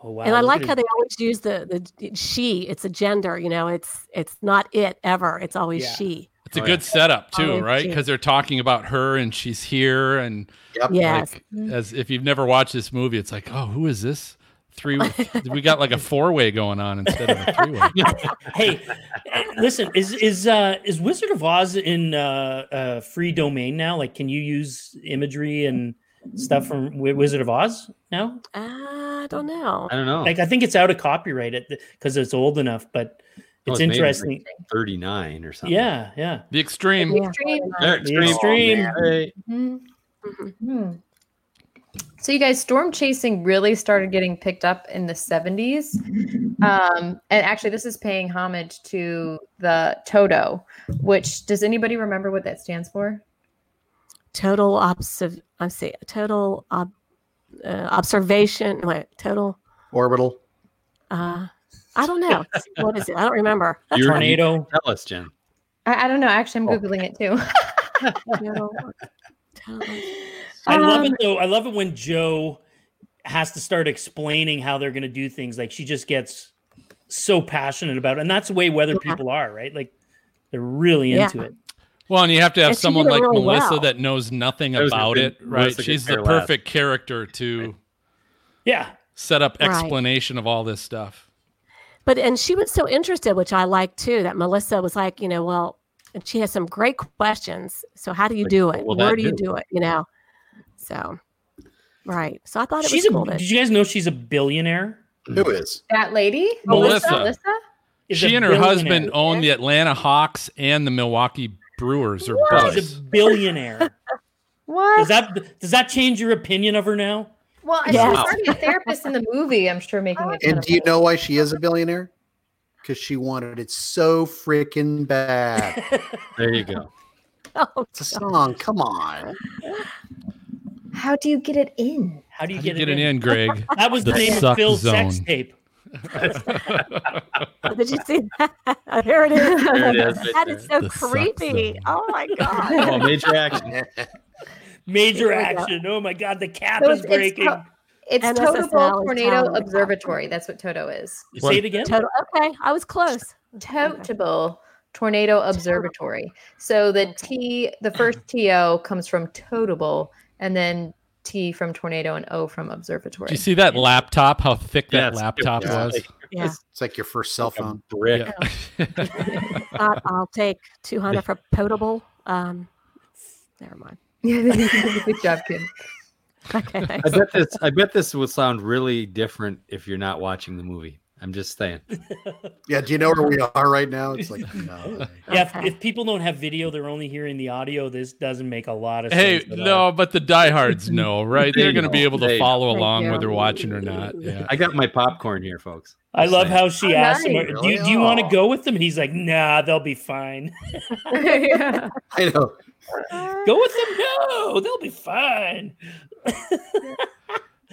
Speaker 6: Oh, wow,
Speaker 5: and I
Speaker 6: look
Speaker 5: like
Speaker 6: at
Speaker 5: how
Speaker 6: her.
Speaker 5: they always use the the she. It's a gender, you know. It's it's not it ever. It's always
Speaker 6: Yeah.
Speaker 5: she.
Speaker 2: It's a
Speaker 3: Oh,
Speaker 2: good setup too,
Speaker 5: Oh,
Speaker 2: right?
Speaker 5: gee.
Speaker 2: Because they're talking about her and she's here, and
Speaker 4: Yep.
Speaker 5: Yes.
Speaker 2: like, as if you've never watched this movie, it's like, oh, who is this? Three, we got like a four way going on instead of a three way.
Speaker 6: Hey, listen, is is uh is Wizard of Oz in uh, uh free domain now? Like can you use imagery and stuff from Wi- Wizard of Oz now?
Speaker 5: Uh, I don't know.
Speaker 3: I don't know.
Speaker 6: Like I think it's out of copyright because it's old enough, but
Speaker 3: Oh. Oh, it's
Speaker 6: it's
Speaker 3: made in, like,
Speaker 6: interesting.
Speaker 3: 39 or something.
Speaker 6: Yeah, yeah.
Speaker 2: The extreme.
Speaker 5: Yeah.
Speaker 7: Extreme.
Speaker 3: There,
Speaker 6: The
Speaker 3: extreme.
Speaker 6: extreme.
Speaker 3: Hey.
Speaker 7: Mhm.
Speaker 5: Mhm.
Speaker 7: Hmm. So you guys, storm chasing really started getting picked up in the 70s. Um, and actually, this is paying homage to the Toto, which does anybody remember what that stands for?
Speaker 5: Total observ. I'm saying total ob- uh, observation. Wait, total.
Speaker 4: Orbital.
Speaker 5: Uh, I don't know. what is it? I don't remember.
Speaker 3: You're-
Speaker 6: Tornado.
Speaker 3: Tell us, Jen.
Speaker 7: I, I don't know. Actually, I'm
Speaker 4: Oh.
Speaker 7: googling it too.
Speaker 5: Total, total-
Speaker 6: I love
Speaker 7: Um,
Speaker 6: it though. I love it when Joe has to start explaining how they're gonna do things. Like she just gets so passionate about it. And that's the way weather
Speaker 5: Yeah.
Speaker 6: people are, right? Like they're really
Speaker 5: Yeah.
Speaker 6: into it.
Speaker 2: Well, and you have to have
Speaker 5: And she did
Speaker 2: someone
Speaker 5: it
Speaker 2: like
Speaker 5: really
Speaker 2: Melissa
Speaker 5: well.
Speaker 2: that knows nothing
Speaker 3: That was a
Speaker 2: about
Speaker 3: good-
Speaker 2: it, right?
Speaker 3: Melissa could
Speaker 2: She's the
Speaker 3: care less.
Speaker 2: perfect character to
Speaker 6: Yeah.
Speaker 2: set up
Speaker 5: Right.
Speaker 2: explanation of all this stuff.
Speaker 5: But and she was so interested, which I like too. That Melissa was like, you know, well, and she has some great questions. So how do you
Speaker 3: Like,
Speaker 5: do
Speaker 3: what
Speaker 5: it?
Speaker 3: will
Speaker 5: Where
Speaker 3: that
Speaker 5: do you
Speaker 3: do?
Speaker 5: do it? You know. So, right. So I thought it
Speaker 6: She's
Speaker 5: was
Speaker 6: a
Speaker 5: cool. that-
Speaker 6: did you guys know she's a billionaire?
Speaker 4: Who is?
Speaker 7: That lady,
Speaker 2: Melissa.
Speaker 7: Melissa?
Speaker 6: is
Speaker 2: she
Speaker 6: a
Speaker 2: and her husband
Speaker 6: billionaire.
Speaker 2: own the Atlanta Hawks and the Milwaukee Brewers or
Speaker 7: What?
Speaker 2: both.
Speaker 6: She's a billionaire.
Speaker 7: What?
Speaker 6: does that does that change your opinion of her now?
Speaker 7: well, and
Speaker 5: Yes.
Speaker 7: she's already a therapist in the movie. I'm sure making it.
Speaker 4: And do you know why she is a billionaire? Because she wanted it so freaking bad.
Speaker 3: There you go.
Speaker 5: Oh,
Speaker 4: It's a song. Come on.
Speaker 7: How do you get it in?
Speaker 6: How do you
Speaker 2: How do
Speaker 6: get,
Speaker 2: you get
Speaker 6: it
Speaker 2: it
Speaker 6: in?
Speaker 2: in, Greg?
Speaker 6: That was the,
Speaker 2: The
Speaker 6: name of
Speaker 2: suck
Speaker 6: Phil's sex
Speaker 2: zone.
Speaker 6: tape.
Speaker 5: did you see that? Oh, there it is.
Speaker 3: There it is. Right
Speaker 5: That
Speaker 3: there.
Speaker 5: is so
Speaker 2: The suck
Speaker 5: creepy.
Speaker 2: zone.
Speaker 5: Oh my god.
Speaker 3: Oh, major action.
Speaker 6: Major
Speaker 5: Here we go.
Speaker 6: action. Oh my god, the cap
Speaker 7: So
Speaker 6: is
Speaker 7: it's- it's
Speaker 6: breaking.
Speaker 7: co- It's
Speaker 5: NSSL
Speaker 7: Toto
Speaker 5: is
Speaker 7: Bowl Tornado
Speaker 5: Tornado.
Speaker 7: Observatory. That's what Toto is.
Speaker 6: Say it again.
Speaker 5: Total. Okay, I was close.
Speaker 7: Totable Tornado Observatory. So the T, the first TO comes from Totable, and then T from tornado and O from observatory.
Speaker 2: Did you see that laptop? How thick that
Speaker 3: Yes.
Speaker 2: laptop
Speaker 4: Yeah.
Speaker 2: was?
Speaker 5: Yeah,
Speaker 4: It's like your first cell phone.
Speaker 3: Brick.
Speaker 5: I, I'll take two hundred for potable. Um, never mind.
Speaker 7: Good job, kid.
Speaker 5: Okay, thanks.
Speaker 3: I bet this. I bet this will sound really different if you're not watching the movie. I'm just saying.
Speaker 4: Yeah. Do you know where we are right now? It's like, no.
Speaker 6: Yeah, if,
Speaker 5: Okay.
Speaker 6: if people don't have video, they're only hearing the audio. This doesn't make a lot of
Speaker 2: Hey,
Speaker 6: sense. at all.
Speaker 2: no, but the diehards know, right?
Speaker 3: uh, They
Speaker 2: They're going to
Speaker 3: know.
Speaker 2: be able to
Speaker 3: They
Speaker 2: follow
Speaker 5: know.
Speaker 2: along
Speaker 5: Thank
Speaker 2: whether
Speaker 5: you.
Speaker 2: watching or not. Yeah.
Speaker 3: I got my popcorn here, folks.
Speaker 6: I love how
Speaker 4: Oh,
Speaker 6: she asked him,
Speaker 4: nice.
Speaker 6: "Do you, do you want to
Speaker 4: Oh.
Speaker 6: go with them?" And he's like, "Nah, they'll be fine.
Speaker 7: yeah.
Speaker 4: I know.
Speaker 6: go with them? No, they'll be fine."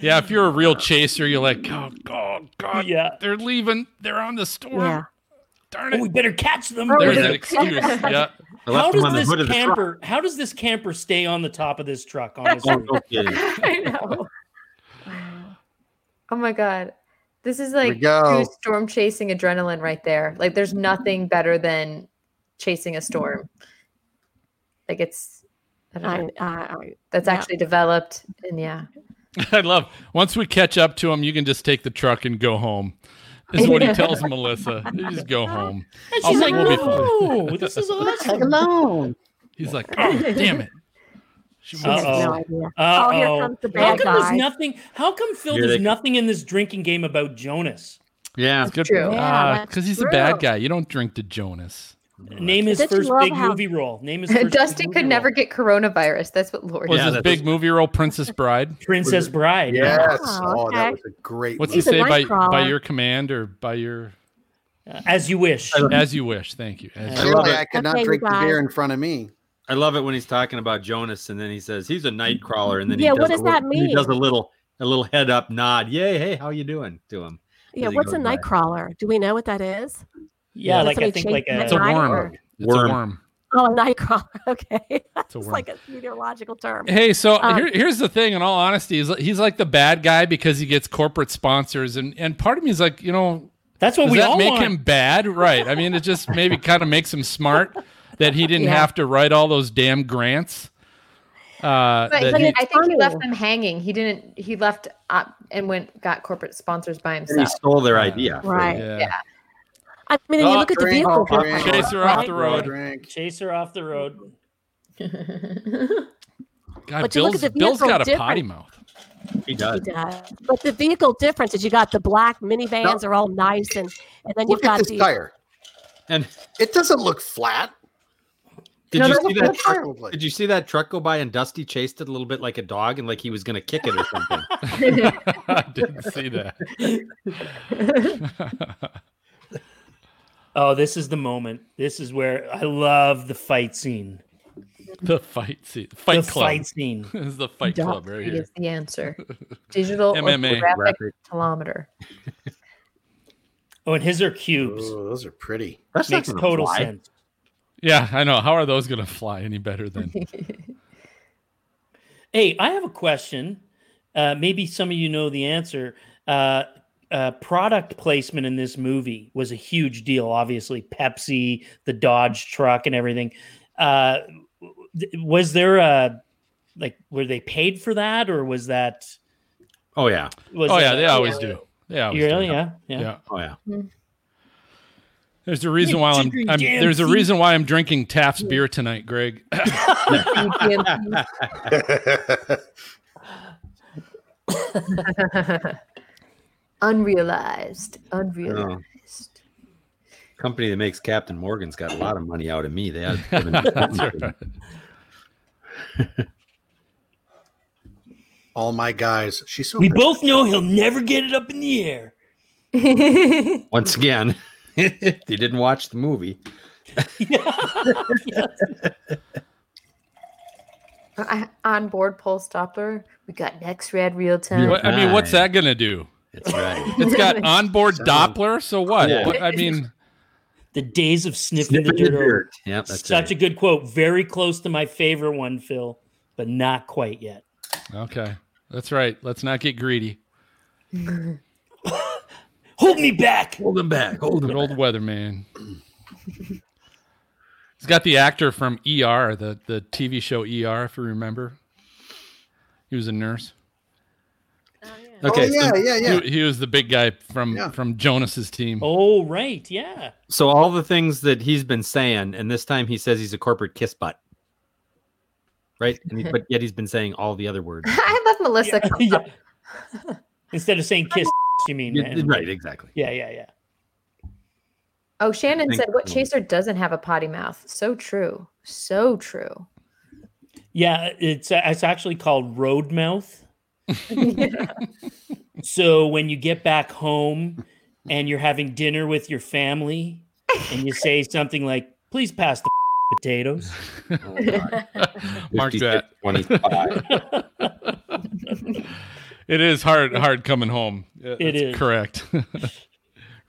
Speaker 2: Yeah, if you're a real chaser, you're like, oh, God, God,
Speaker 6: Yeah.
Speaker 2: they're leaving. They're on the storm.
Speaker 5: Yeah.
Speaker 2: Darn
Speaker 6: Oh, we
Speaker 2: it.
Speaker 6: better catch them.
Speaker 5: Oh,
Speaker 2: There's
Speaker 5: yeah.
Speaker 2: an excuse. Yeah.
Speaker 3: I
Speaker 6: how
Speaker 3: left them
Speaker 6: does
Speaker 3: on the hood
Speaker 6: this
Speaker 3: of the truck.
Speaker 6: camper? How does this camper stay on the top of this truck? Honestly,
Speaker 3: Oh, no kidding.
Speaker 7: I know. Oh my god. This is
Speaker 4: we
Speaker 7: like
Speaker 4: go.
Speaker 7: true storm chasing adrenaline right there. Like there's nothing better than chasing a storm. Like it's I don't know.
Speaker 5: I, I, I,
Speaker 7: That's
Speaker 5: yeah.
Speaker 7: actually developed and yeah.
Speaker 2: I love once we catch up to him, you can just take the truck and go home. Is what he tells Melissa. You just go home.
Speaker 6: And
Speaker 2: Oh,
Speaker 6: she's like,
Speaker 2: we'll be fine.
Speaker 6: no, this is
Speaker 8: Leave
Speaker 6: awesome.
Speaker 8: it alone.
Speaker 2: He's like, oh damn it. She
Speaker 5: She has
Speaker 2: wants
Speaker 6: Uh-oh.
Speaker 5: no idea.
Speaker 6: Uh-oh.
Speaker 5: Oh, here comes the
Speaker 6: How
Speaker 5: bad
Speaker 6: come there's
Speaker 5: guy.
Speaker 6: nothing? How come Phil?
Speaker 3: Here
Speaker 6: There's
Speaker 3: they-
Speaker 6: nothing in this drinking game about Jonas.
Speaker 3: Yeah.
Speaker 2: good
Speaker 7: True.
Speaker 5: Yeah,
Speaker 2: because
Speaker 5: that's
Speaker 2: he's a
Speaker 5: true.
Speaker 2: bad guy. You don't drink to Jonas.
Speaker 6: Name his
Speaker 5: Don't you
Speaker 6: first
Speaker 5: love
Speaker 6: big
Speaker 5: how-
Speaker 6: movie role. Name his first
Speaker 7: Dustin
Speaker 6: big
Speaker 7: could
Speaker 6: movie
Speaker 7: never
Speaker 6: role.
Speaker 7: get coronavirus. That's what Lori.
Speaker 2: Was
Speaker 3: Yeah,
Speaker 2: his
Speaker 3: that's-
Speaker 2: big movie role Princess Bride?
Speaker 6: Princess Bride.
Speaker 4: Yes.
Speaker 5: Oh,
Speaker 4: Oh, that
Speaker 5: okay.
Speaker 4: was a great.
Speaker 2: What's he
Speaker 5: He's
Speaker 4: movie.
Speaker 5: a
Speaker 2: say by
Speaker 5: nightcrawler.
Speaker 2: by your command or by your
Speaker 6: Uh, As you wish.
Speaker 2: as you wish? Thank you. As you-
Speaker 3: I love
Speaker 4: Surely
Speaker 3: it.
Speaker 4: I could not
Speaker 5: Okay, you
Speaker 4: drink the
Speaker 5: guys.
Speaker 4: beer in front of me.
Speaker 3: I love it when he's talking about Jonas and then he says he's a night crawler and then he
Speaker 5: Yeah,
Speaker 3: does
Speaker 5: what
Speaker 3: a
Speaker 5: does that
Speaker 3: little- He does
Speaker 5: mean?
Speaker 3: a little a little head up nod. Yay, hey, how you doing? To him.
Speaker 5: Yeah,
Speaker 3: Really
Speaker 5: what's a
Speaker 3: good guy.
Speaker 5: nightcrawler? Do we know what that is?
Speaker 6: Yeah,
Speaker 5: That's
Speaker 6: like I
Speaker 5: somebody
Speaker 6: think
Speaker 5: chasing
Speaker 6: like uh,
Speaker 5: that
Speaker 2: it's a
Speaker 6: a,
Speaker 5: guy,
Speaker 2: worm.
Speaker 5: or-
Speaker 2: It's
Speaker 3: Worm.
Speaker 2: a worm.
Speaker 5: Oh, a nightcrawler. Okay,
Speaker 2: It's a
Speaker 5: it's
Speaker 2: worm.
Speaker 5: like a meteorological term.
Speaker 2: Hey, so
Speaker 5: Um,
Speaker 2: here, here's the thing. In all honesty, is he's like the bad guy because he gets corporate sponsors, and and part of me is like, you know,
Speaker 6: that's what
Speaker 2: does
Speaker 6: we
Speaker 2: that
Speaker 6: all
Speaker 2: make
Speaker 6: want.
Speaker 2: him bad? Right. I mean, it just maybe kind of makes him smart that he didn't
Speaker 5: Yeah.
Speaker 2: have to write all those damn grants. Uh,
Speaker 7: But,
Speaker 2: that
Speaker 7: but
Speaker 2: he-
Speaker 7: I think he
Speaker 5: funny.
Speaker 7: left them hanging. He didn't. He left uh, and went got corporate sponsors by
Speaker 3: And he
Speaker 7: himself.
Speaker 3: stole their idea. for-
Speaker 5: Right.
Speaker 2: yeah.
Speaker 7: Yeah.
Speaker 5: I mean, and you
Speaker 2: Oh,
Speaker 5: look at the
Speaker 4: drink,
Speaker 5: vehicle.
Speaker 4: drink.
Speaker 5: complex,
Speaker 2: Chase her off the
Speaker 5: right?
Speaker 2: road.
Speaker 4: Drink.
Speaker 6: Chase her off the road.
Speaker 2: God,
Speaker 5: But you look
Speaker 2: Bill's,
Speaker 5: at the
Speaker 2: Bill's
Speaker 5: vehicle
Speaker 2: got a
Speaker 5: difference.
Speaker 2: potty mouth.
Speaker 3: He does.
Speaker 5: He does. But the vehicle difference is you got the black minivans are all nice, and and then you've
Speaker 4: Look at
Speaker 5: got
Speaker 4: this
Speaker 5: the
Speaker 4: tire.
Speaker 3: And
Speaker 4: It doesn't look flat.
Speaker 3: did
Speaker 7: No,
Speaker 3: you
Speaker 7: that
Speaker 3: see
Speaker 7: was
Speaker 3: that
Speaker 7: so
Speaker 3: truck?
Speaker 4: Look like-
Speaker 3: Did you see that truck go by and Dusty chased it a little bit like a dog and like he was gonna kick it or something?
Speaker 2: I didn't see that.
Speaker 6: Oh, this is the moment. This is where I love the fight scene.
Speaker 2: the fight scene. Fight
Speaker 6: the
Speaker 2: club.
Speaker 6: fight scene.
Speaker 2: this is the fight club right here.
Speaker 7: is the answer. Digital
Speaker 2: MMA.
Speaker 7: or graphic
Speaker 3: Graphic.
Speaker 7: telemeter.
Speaker 6: Oh, and his are cubes.
Speaker 4: Oh, those are pretty.
Speaker 3: That's not
Speaker 6: Makes
Speaker 3: gonna
Speaker 6: total
Speaker 3: fly.
Speaker 6: sense.
Speaker 2: Yeah, I know. How are those going to fly any better than?
Speaker 6: Hey, I have a question. Uh, maybe some of you know the answer. Uh, uh, product placement in this movie was a huge deal. Obviously, Pepsi, the Dodge truck, and everything. Uh, th- was there a like? Were they paid for that, or was that?
Speaker 3: Oh yeah.
Speaker 6: Was
Speaker 2: oh
Speaker 6: that-
Speaker 2: yeah, they always do. They always do.
Speaker 6: Really? Yeah, yeah.
Speaker 2: yeah.
Speaker 3: Oh yeah.
Speaker 2: There's a reason why I'm,
Speaker 6: Drink
Speaker 2: I'm
Speaker 6: damn
Speaker 2: there's a
Speaker 6: tea.
Speaker 2: reason why I'm drinking Taft's beer tonight, Greg.
Speaker 7: unrealized. Unrealized.
Speaker 3: Company that makes Captain Morgan's got a lot of money out of me. They had
Speaker 2: That's right.
Speaker 4: All my guys. She's so.
Speaker 6: We
Speaker 4: pretty.
Speaker 6: both know he'll never get it up in the air.
Speaker 3: once again. they didn't watch the movie.
Speaker 7: I- On board pulse Doppler. We got next rad real time.
Speaker 2: What- I mean, what's that gonna do?
Speaker 3: That's right.
Speaker 2: It's got onboard Doppler, so what?
Speaker 3: Yeah.
Speaker 2: What- I mean,
Speaker 6: The days of sniffing
Speaker 3: Sniffing
Speaker 6: the dirt. are-
Speaker 3: Yep, that's
Speaker 6: Such
Speaker 3: it.
Speaker 6: a good quote. Very close to my favorite one, Phil, but not quite yet.
Speaker 2: okay, that's right. Let's not get greedy.
Speaker 6: Hold me back.
Speaker 3: Hold him back. Hold
Speaker 2: Good
Speaker 3: him.
Speaker 2: old weatherman. He's got the actor from ER, the the TV show ER, if you remember. He was a nurse.
Speaker 3: Okay.
Speaker 5: uh,
Speaker 4: oh,
Speaker 3: so-
Speaker 4: yeah, yeah, yeah.
Speaker 2: He, he was the big guy from
Speaker 4: Yeah.
Speaker 2: from Jonas's team.
Speaker 6: Oh, right. Yeah.
Speaker 3: So all the things that he's been saying, and this time he says he's a corporate kiss butt, right? And he- but yet he's been saying all the other words.
Speaker 7: I love Melissa.
Speaker 6: Yeah. Instead of saying kiss, you mean.
Speaker 3: Yeah,
Speaker 6: man.
Speaker 3: right, exactly.
Speaker 6: Yeah, yeah, yeah.
Speaker 7: Oh, Shannon
Speaker 3: Thank
Speaker 7: said, "What
Speaker 3: you.
Speaker 7: chaser doesn't have a potty mouth?" So true. So true.
Speaker 6: Yeah, it's uh, it's actually called road mouth. so when you get back home and you're having dinner with your family and you say something like, please pass the potatoes.
Speaker 3: Oh,
Speaker 2: Mark that.
Speaker 3: 25.
Speaker 2: It is hard hard coming home. Yeah,
Speaker 6: It
Speaker 2: that's
Speaker 6: is.
Speaker 2: correct.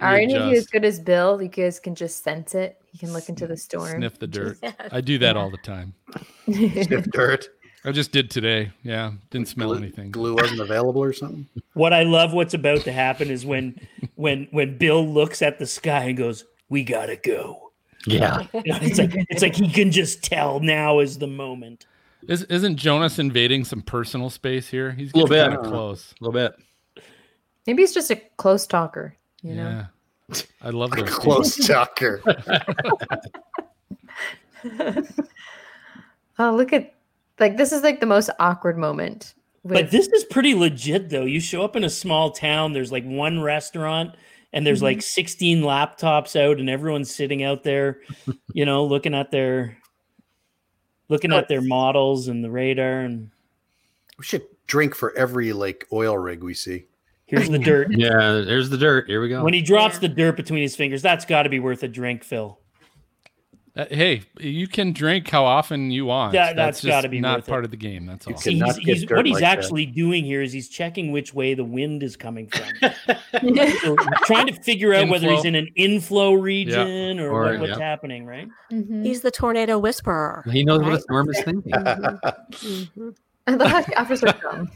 Speaker 7: Are any of you as
Speaker 2: Readjust.
Speaker 7: good as Bill? You guys can just sense it. You can look into the storm.
Speaker 2: Sniff the dirt. I do that all the time.
Speaker 4: Sniff dirt.
Speaker 2: I just did today. Yeah, didn't smell anything.
Speaker 4: Glue wasn't available or something.
Speaker 6: What I love what's about to happen is when when when Bill looks at the sky and goes, We gotta go.
Speaker 3: Yeah.
Speaker 6: You know, it's like it's like he can just tell now is the moment.
Speaker 2: Is, isn't Jonas invading some personal space here? He's
Speaker 3: Little
Speaker 2: getting kind
Speaker 3: bit.
Speaker 2: of close.
Speaker 3: A little bit.
Speaker 7: Maybe he's just a close talker, you know?
Speaker 2: Yeah. I love those. people.
Speaker 4: Close talker.
Speaker 7: Oh, look at like this is like the most awkward moment. With,
Speaker 6: But this is pretty legit though. You show up in a small town, there's like one restaurant and
Speaker 3: Mm-hmm.
Speaker 6: there's like 16 laptops out and everyone's sitting out there, you know, looking at their looking at their models and the radar and
Speaker 4: We should drink for every like oil rig we see.
Speaker 6: here's the dirt.
Speaker 3: Yeah, there's the dirt. Here we go.
Speaker 6: When he drops the dirt between his fingers, that's got to be worth a drink, Phil.
Speaker 2: Uh, hey, you can drink how often you want.
Speaker 6: That-
Speaker 2: that's
Speaker 6: that's gotta
Speaker 2: just
Speaker 6: be
Speaker 2: not
Speaker 6: worth it.
Speaker 2: part of the game. That's all.
Speaker 4: It's-
Speaker 6: See,
Speaker 4: Did not
Speaker 6: he's,
Speaker 4: get
Speaker 6: he's,
Speaker 4: dirt
Speaker 6: what he's
Speaker 4: like that.
Speaker 6: actually doing here is he's checking which way the wind is coming from, So trying to figure out whether he's
Speaker 2: Inflow.
Speaker 6: in an inflow region or,
Speaker 3: Or-
Speaker 6: what- what's
Speaker 3: yeah.
Speaker 6: happening, right?
Speaker 7: Mhm.
Speaker 5: He's the tornado whisperer.
Speaker 3: he knows what
Speaker 5: Right.
Speaker 3: a storm is thinking.
Speaker 7: Mhm.
Speaker 5: Mhm.
Speaker 7: I love how he offers her gum.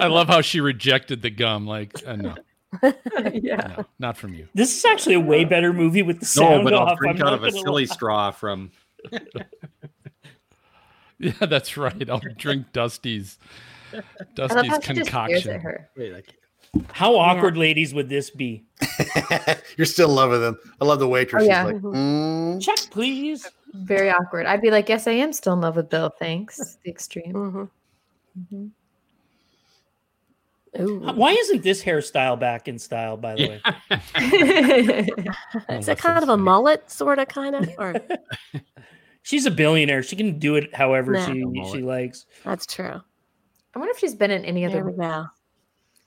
Speaker 2: I love how she rejected the gum. Like, uh, no,
Speaker 7: yeah.
Speaker 2: no, not from you.
Speaker 6: This is actually a way better movie with the
Speaker 3: No,
Speaker 6: sound
Speaker 3: but
Speaker 6: off.
Speaker 3: I'll drink out
Speaker 6: I'm not
Speaker 3: of a
Speaker 6: gonna
Speaker 3: silly
Speaker 6: lie.
Speaker 3: straw from.
Speaker 2: Yeah, that's right. I'll drink Dusty's
Speaker 7: I love
Speaker 2: Dusty's
Speaker 7: how she just stares at
Speaker 2: concoction.
Speaker 7: her.
Speaker 3: Wait, I can't.
Speaker 6: How awkward, ladies, would this be?
Speaker 4: You're still in love with him. I love the waitress.
Speaker 7: Oh,
Speaker 4: She's
Speaker 7: yeah.
Speaker 4: like, "Mm."
Speaker 6: Check, please.
Speaker 7: Very awkward. I'd be like, yes, I am still in love with Bill. Thanks. The extreme.
Speaker 5: Mhm.
Speaker 7: Mhm.
Speaker 5: Ooh.
Speaker 6: Why isn't this hairstyle back in style? By the way,
Speaker 5: Is it kind of a mullet, sort of, kind of? Or
Speaker 6: she's a billionaire. She can do it however
Speaker 5: Nah.
Speaker 6: she
Speaker 3: Mullet.
Speaker 6: she likes.
Speaker 5: that's true.
Speaker 7: I wonder if she's been in any
Speaker 5: There
Speaker 7: other.
Speaker 5: we go.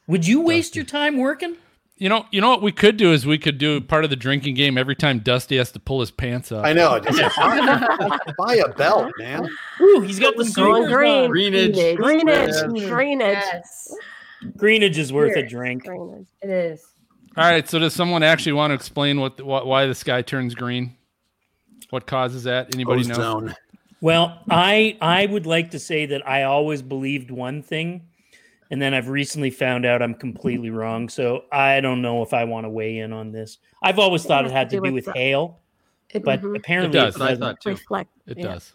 Speaker 6: Would you waste your time working?
Speaker 2: You know, you know what we could do is we could do part of the drinking game every time Dusty has to pull his pants up.
Speaker 4: I know. Just buy, buy a belt, man.
Speaker 6: Ooh, he's got the
Speaker 5: Going
Speaker 6: super
Speaker 5: green.
Speaker 3: Greenage.
Speaker 5: Greenage.
Speaker 3: Greenage.
Speaker 5: Greenage.
Speaker 7: Yes,
Speaker 6: Greenage is worth a
Speaker 7: Here.
Speaker 6: drink.
Speaker 5: Greenage.
Speaker 7: it is.
Speaker 2: All right. So, does someone actually want to explain what, what why the sky turns green? What causes that? Anybody know?
Speaker 4: Ozone.
Speaker 6: Well, I I would like to say that I always believed one thing, and then I've recently found out I'm completely wrong. So I don't know if I want to weigh in on this. I've always thought it had to do with hail,
Speaker 7: It,
Speaker 6: but
Speaker 5: Mhm.
Speaker 6: apparently
Speaker 2: It
Speaker 6: it
Speaker 2: does.
Speaker 3: That's what I
Speaker 6: doesn't.
Speaker 3: thought too.
Speaker 5: Reflect.
Speaker 2: It
Speaker 5: yeah.
Speaker 2: does.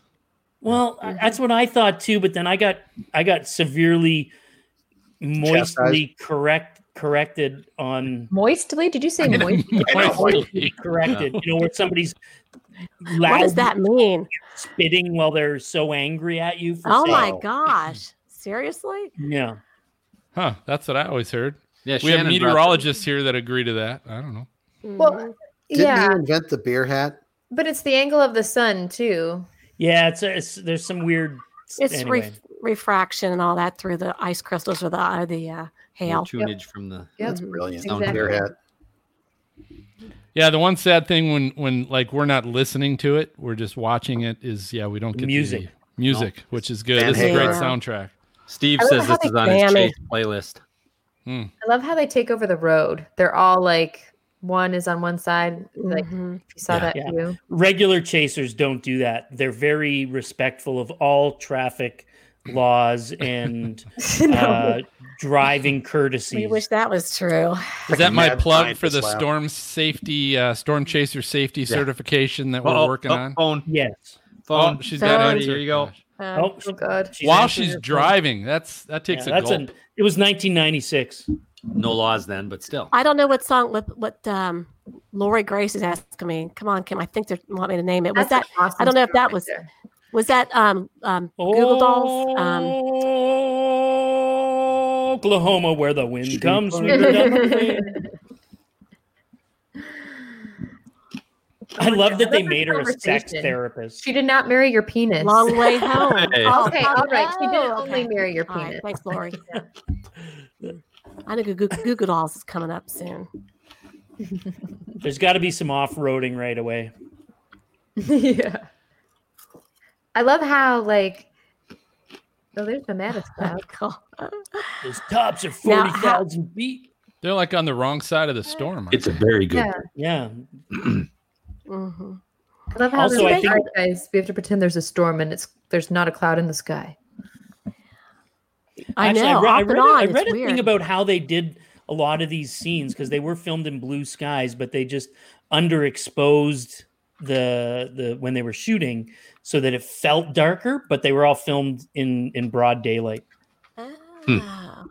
Speaker 6: Well,
Speaker 5: Mm-hmm.
Speaker 6: I- that's what I thought too. But then I got I got severely moistly correct corrected on
Speaker 7: moistly. Did you say moistly?
Speaker 6: corrected. You know where somebody's
Speaker 5: What does
Speaker 6: loud
Speaker 5: that mean?
Speaker 6: spitting while they're so angry at you. For
Speaker 5: Oh
Speaker 6: saying-
Speaker 5: my
Speaker 4: sale.
Speaker 5: gosh. Seriously?
Speaker 6: Yeah.
Speaker 2: Huh? That's what I always heard.
Speaker 3: Yeah,
Speaker 2: we have
Speaker 3: Shannon brought-
Speaker 2: meteorologists here that agree to that. I don't know.
Speaker 7: Well,
Speaker 5: Mhm.
Speaker 4: Didn't
Speaker 7: yeah,
Speaker 4: you invent the beer hat?
Speaker 7: but it's the angle of the sun too.
Speaker 6: Yeah, it's, it's there's some weird.
Speaker 5: it's
Speaker 6: anyway.
Speaker 5: ref- refraction and all that through the ice crystals or the uh, the uh, hail.
Speaker 3: tunage from the.
Speaker 7: Yep.
Speaker 4: That's brilliant.
Speaker 7: Exactly.
Speaker 4: Beer hat.
Speaker 2: Yeah, the one sad thing when when like we're not listening to it, we're just watching it is yeah, we don't get
Speaker 6: Music.
Speaker 2: the music, which is good.
Speaker 4: Van
Speaker 2: This is a great
Speaker 5: Halen.
Speaker 2: soundtrack.
Speaker 3: Steve
Speaker 7: I love
Speaker 3: says
Speaker 7: how
Speaker 3: this is
Speaker 7: they
Speaker 3: on his
Speaker 5: ban it.
Speaker 3: Chase playlist.
Speaker 7: I love how they take over the road. They're all like one is on one side. Like if
Speaker 5: Mhm.
Speaker 7: you saw
Speaker 2: Yeah.
Speaker 7: that
Speaker 6: Yeah.
Speaker 7: view.
Speaker 6: Regular chasers don't do that. They're very respectful of all traffic laws and
Speaker 7: No.
Speaker 6: uh, driving
Speaker 5: We
Speaker 6: courtesies.
Speaker 5: wish that was true.
Speaker 2: Is that my
Speaker 4: mad
Speaker 2: plug
Speaker 4: scientist
Speaker 2: for the
Speaker 4: laugh.
Speaker 2: storm safety uh, storm chaser safety certification that we're
Speaker 3: Uh-oh,
Speaker 2: working
Speaker 3: oh,
Speaker 2: on?
Speaker 3: Phone,
Speaker 6: yes.
Speaker 3: phone.
Speaker 2: Oh, she's
Speaker 5: Phone.
Speaker 2: got
Speaker 5: Phone.
Speaker 2: it.
Speaker 3: Here you go.
Speaker 5: Uh,
Speaker 6: Oh,
Speaker 7: Oh god.
Speaker 6: she's
Speaker 2: While
Speaker 6: answering
Speaker 2: she's
Speaker 6: her phone.
Speaker 2: driving, that's that
Speaker 6: Yeah,
Speaker 2: takes a
Speaker 6: that's
Speaker 2: gulp.
Speaker 6: an, it was 1996.
Speaker 3: No laws then, but still.
Speaker 5: I don't know what song what, what um Lori Grace is asking me. Come on, Kim. I think they want me to name it. Was that
Speaker 7: That's an awesome
Speaker 5: I don't know if
Speaker 7: song
Speaker 5: that
Speaker 7: right
Speaker 5: was-
Speaker 7: there.
Speaker 5: was that um um Google Dolls? Um
Speaker 6: Oklahoma, where the wind
Speaker 4: Sheep
Speaker 6: comes.
Speaker 4: on
Speaker 6: through
Speaker 7: the
Speaker 6: the wind. I love that they
Speaker 7: Remember
Speaker 6: made
Speaker 7: the
Speaker 6: her a sex
Speaker 7: conversation.
Speaker 6: therapist.
Speaker 7: She did not marry your penis.
Speaker 5: Long Way Home.
Speaker 3: Hey.
Speaker 7: Oh. Okay, all right. She did
Speaker 5: oh,
Speaker 7: only
Speaker 5: okay.
Speaker 7: marry your
Speaker 5: All right,
Speaker 7: penis.
Speaker 5: thanks, Lori. I know Goo Goo Goo Dolls is coming up soon.
Speaker 6: There's got to be some off-roading right away.
Speaker 7: yeah. I love how like oh there's the Mattis cloud.
Speaker 5: Cool.
Speaker 6: Those tops are
Speaker 5: Now,
Speaker 6: forty
Speaker 5: how-
Speaker 6: thousand feet.
Speaker 2: They're like on the wrong side of the storm. aren't
Speaker 3: a very good.
Speaker 7: Yeah.
Speaker 6: Yeah,
Speaker 5: hmm
Speaker 7: I love how
Speaker 6: Also,
Speaker 7: they're
Speaker 6: I
Speaker 7: like,
Speaker 6: think-
Speaker 7: "All right, guys, we have to pretend there's a storm and it's there's not a cloud in the sky.
Speaker 5: I
Speaker 6: Actually,
Speaker 5: know.
Speaker 6: I, re- I
Speaker 5: off
Speaker 6: read,
Speaker 5: and
Speaker 6: a-
Speaker 5: on,
Speaker 6: I
Speaker 5: it's
Speaker 6: read a
Speaker 5: weird.
Speaker 6: thing about how they did a lot of these scenes because they were filmed in blue skies, but they just underexposed the the when they were shooting so that it felt darker, but they were all filmed in in broad daylight.
Speaker 3: Oh,
Speaker 6: Hmm.
Speaker 5: Ah,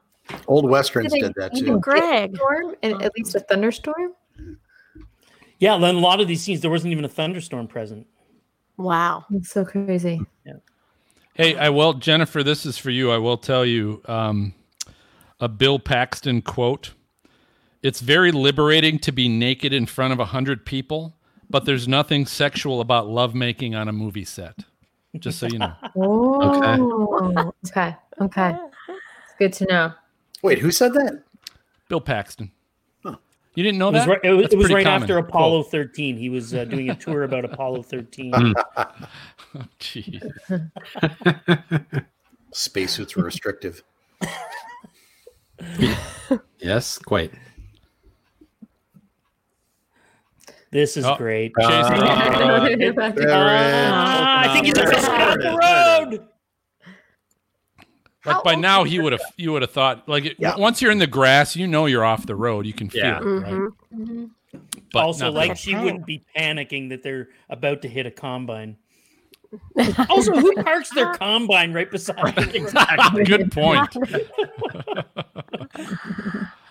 Speaker 4: Old westerns did that
Speaker 7: You
Speaker 4: too.
Speaker 7: can get
Speaker 5: Oh, Greg.
Speaker 7: a storm and at least a thunderstorm.
Speaker 6: Yeah, then a lot of these scenes there wasn't even a thunderstorm present.
Speaker 5: Wow.
Speaker 7: It's so crazy.
Speaker 2: Hey, I will, Jennifer, this is for you. I will tell you um, a Bill Paxton quote. It's very liberating to be naked in front of a hundred people, but there's nothing sexual about lovemaking on a movie set. Just so you know.
Speaker 7: Oh, okay, okay. It's good to know.
Speaker 4: Wait, who said that?
Speaker 2: Bill Paxton. You didn't know
Speaker 6: It was
Speaker 2: that?
Speaker 6: right, it was,
Speaker 2: That's
Speaker 6: it was
Speaker 2: pretty
Speaker 6: right
Speaker 2: common.
Speaker 6: after
Speaker 2: Cool. Hmm.
Speaker 6: Apollo 13. He was uh, doing a tour about Apollo 13.
Speaker 2: Jeez.
Speaker 4: Spacesuits were restrictive.
Speaker 3: Yes, quite.
Speaker 6: This is
Speaker 2: Oh.
Speaker 6: great.
Speaker 2: Chase, uh,
Speaker 6: Ah, I think he's a
Speaker 4: Alright.
Speaker 6: fisherman on the road.
Speaker 2: like by now he would have you would have thought like it-
Speaker 4: Yeah.
Speaker 2: once you're in the grass, you know you're off the road. You can feel
Speaker 3: Yeah.
Speaker 2: it,
Speaker 5: Mhm.
Speaker 2: right? But
Speaker 6: also,
Speaker 2: not-
Speaker 6: like she wouldn't be panicking that they're about to hit a combine. also, who parks their combine right beside? the-
Speaker 2: good point.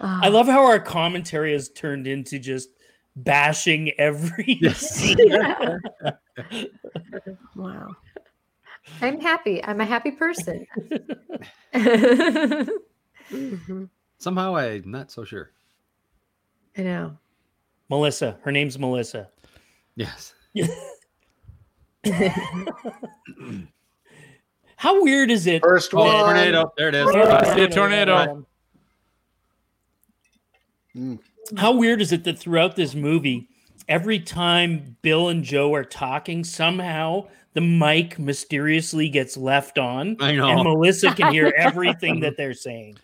Speaker 6: I love how our commentary has turned into just bashing every scene.
Speaker 7: Mm-hmm.
Speaker 5: Oh, Wow.
Speaker 7: I'm happy. I'm a happy person.
Speaker 5: Mhm.
Speaker 3: Somehow I'm not so sure.
Speaker 7: I know.
Speaker 6: Melissa, her name's Melissa.
Speaker 3: Yes.
Speaker 6: How weird is it?
Speaker 4: First
Speaker 3: Oh,
Speaker 4: one.
Speaker 3: tornado. There it is. Uh,
Speaker 2: I see a tornado.
Speaker 6: How weird is it that throughout this movie, every time Bill and Joe are talking, somehow the mic mysteriously gets left on,
Speaker 3: I know.
Speaker 6: and Melissa can hear everything that they're saying.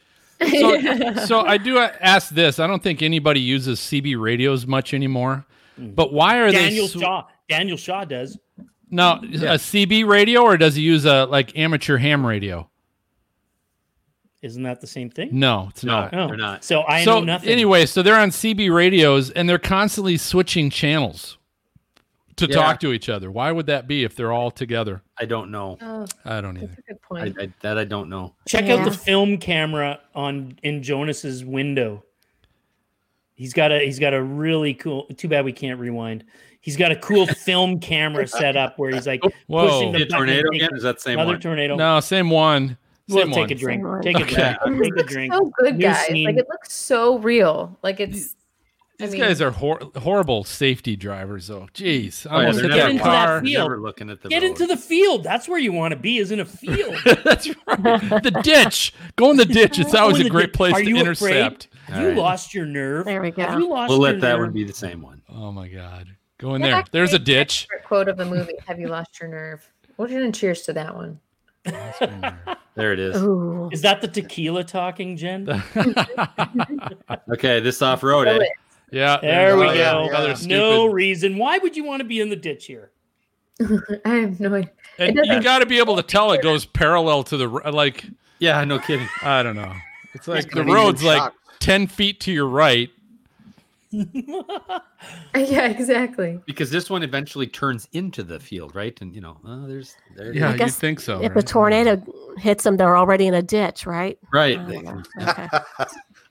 Speaker 2: So, so I do uh, ask this. I don't think anybody uses CB radios much anymore. But why are
Speaker 6: Mm. Daniel
Speaker 2: they sw-
Speaker 6: Shaw. Daniel Shaw does.
Speaker 2: now a CB radio or does he use a like amateur ham radio?
Speaker 6: Isn't that the same thing? Oh,
Speaker 2: No, it's
Speaker 3: No,
Speaker 2: not.
Speaker 3: they're not.
Speaker 6: So I
Speaker 2: so
Speaker 6: know nothing.
Speaker 2: anyway, so they're on CB radios and they're constantly switching channels to
Speaker 3: Yeah.
Speaker 2: talk to each other. Why would that be if they're all together?
Speaker 3: I don't know.
Speaker 7: Oh,
Speaker 2: I don't
Speaker 7: that's
Speaker 2: either.
Speaker 7: a good
Speaker 3: I,
Speaker 7: point.
Speaker 3: I, that I don't know.
Speaker 6: check out the
Speaker 7: Yeah.
Speaker 6: film camera on in Jonas's window. He's got a he's got a really cool. Too bad we can't rewind. He's got a cool film camera set up where he's like
Speaker 2: Oh, Whoa.
Speaker 6: pushing the
Speaker 3: See a
Speaker 6: button
Speaker 3: tornado
Speaker 6: and
Speaker 3: again? Is that the same
Speaker 6: another
Speaker 3: one?
Speaker 6: tornado.
Speaker 2: No, same one. Same
Speaker 6: Well,
Speaker 2: one.
Speaker 6: take a drink.
Speaker 5: Same one.
Speaker 6: Take a
Speaker 2: Okay.
Speaker 6: drink. Take a
Speaker 7: It looks
Speaker 6: drink.
Speaker 7: so good,
Speaker 6: New
Speaker 7: guys.
Speaker 6: scene.
Speaker 7: Like it looks so real. Like it's.
Speaker 2: These guys are hor- horrible safety drivers, though. Jeez,
Speaker 3: Oh, yeah,
Speaker 2: almost hit
Speaker 3: they're
Speaker 6: never
Speaker 2: that
Speaker 6: into that
Speaker 2: car.
Speaker 6: field.
Speaker 3: Never looking at the
Speaker 6: Get
Speaker 3: road.
Speaker 6: into the field. That's where you want to be. Is in a field.
Speaker 2: That's right. The ditch. Go in the ditch. It's
Speaker 6: Go
Speaker 2: always
Speaker 6: in
Speaker 2: a
Speaker 6: the
Speaker 2: great
Speaker 6: ditch.
Speaker 2: place
Speaker 6: Are
Speaker 2: to
Speaker 6: you afraid?
Speaker 2: intercept.
Speaker 3: All
Speaker 6: you
Speaker 3: right.
Speaker 6: lost your nerve.
Speaker 5: There we go.
Speaker 6: You lost
Speaker 3: We'll
Speaker 6: your
Speaker 3: let that
Speaker 6: nerve.
Speaker 3: one be the same one.
Speaker 2: Oh my God. Go in there. There's a
Speaker 7: actually
Speaker 2: ditch.
Speaker 7: favorite quote of the movie. Have you lost your nerve? We're gonna cheers to that one.
Speaker 2: Oh,
Speaker 3: There it is.
Speaker 5: Ooh.
Speaker 6: Is that the tequila talking, Jen?
Speaker 3: Okay, this off road. Eh?
Speaker 2: Oh, Yeah.
Speaker 6: There
Speaker 2: there's
Speaker 6: we
Speaker 2: another-
Speaker 6: go.
Speaker 2: Another stupid.
Speaker 6: No reason. Why would you want to be in the ditch here?
Speaker 7: I have no idea.
Speaker 6: Uh,
Speaker 2: and
Speaker 7: it doesn't-
Speaker 2: you got to be able to tell it goes parallel to the r- like.
Speaker 3: Yeah, no kidding.
Speaker 2: I don't know. It's like the
Speaker 4: gonna be
Speaker 2: road's like
Speaker 4: shocked.
Speaker 2: ten feet to your right.
Speaker 7: Yeah, exactly.
Speaker 3: Because this one eventually turns into the field, right? And you know, oh, there's there. it
Speaker 2: Yeah,
Speaker 3: is.
Speaker 2: you'd
Speaker 5: guess
Speaker 2: think so.
Speaker 5: If a
Speaker 2: right?
Speaker 5: tornado hits them, they're already in a ditch, right?
Speaker 3: right.
Speaker 5: I
Speaker 3: They-
Speaker 5: don't know. Okay.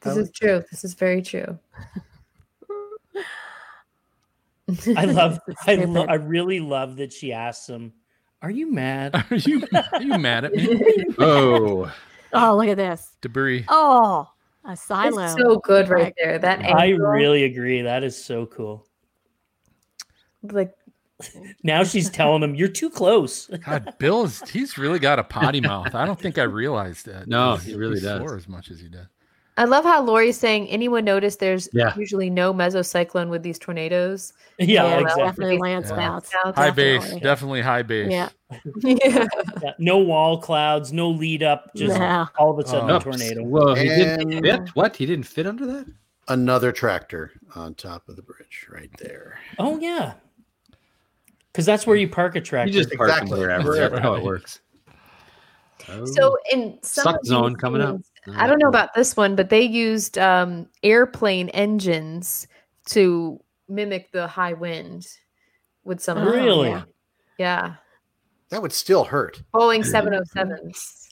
Speaker 7: This
Speaker 4: I
Speaker 7: is true. This is very true.
Speaker 6: I love. I, lo-
Speaker 5: Stupid.
Speaker 6: I really love that she asks him, "Are you mad?"
Speaker 2: Are you are you mad at me?
Speaker 3: Oh,
Speaker 5: Oh, look at this.
Speaker 2: Debris.
Speaker 5: Oh, a silo.
Speaker 7: It's so good right
Speaker 5: Like-
Speaker 7: there. That
Speaker 6: I
Speaker 7: angle,
Speaker 6: really agree. That is so cool.
Speaker 7: like
Speaker 6: Now she's telling him, "You're too close."
Speaker 2: God, Bill is he's really got a potty mouth. I don't think I realized that.
Speaker 3: No,
Speaker 2: He's-
Speaker 3: he really does.
Speaker 2: swore as much as he does.
Speaker 7: I love how Lori's saying. Anyone notice there's
Speaker 3: Yeah.
Speaker 7: usually no mesocyclone with these tornadoes?
Speaker 6: yeah,
Speaker 5: Yeah,
Speaker 6: exactly.
Speaker 5: definitely landslides.
Speaker 2: High
Speaker 5: Definitely.
Speaker 2: base, definitely high base.
Speaker 5: Yeah.
Speaker 7: Yeah.
Speaker 6: Yeah, No wall clouds, no lead up. Just
Speaker 5: Yeah.
Speaker 6: all of a sudden,
Speaker 2: Oh.
Speaker 6: a tornado.
Speaker 3: Whoa, he didn't
Speaker 4: And-
Speaker 3: fit. What? He didn't fit under that?
Speaker 4: Another tractor on top of the bridge right there.
Speaker 6: Oh yeah, because that's where you park a tractor.
Speaker 3: He just
Speaker 4: Exactly.
Speaker 3: parked him wherever.
Speaker 2: That's
Speaker 3: That's how
Speaker 2: right.
Speaker 3: it works. Oh.
Speaker 7: So in some
Speaker 3: Suck
Speaker 7: of these
Speaker 3: zone coming up.
Speaker 7: scenes- I don't know about this one, but they used um, airplane engines to mimic the high wind. with some of them.
Speaker 6: Really?
Speaker 5: yeah.
Speaker 7: Yeah.
Speaker 4: That would still hurt.
Speaker 7: Boeing 707s.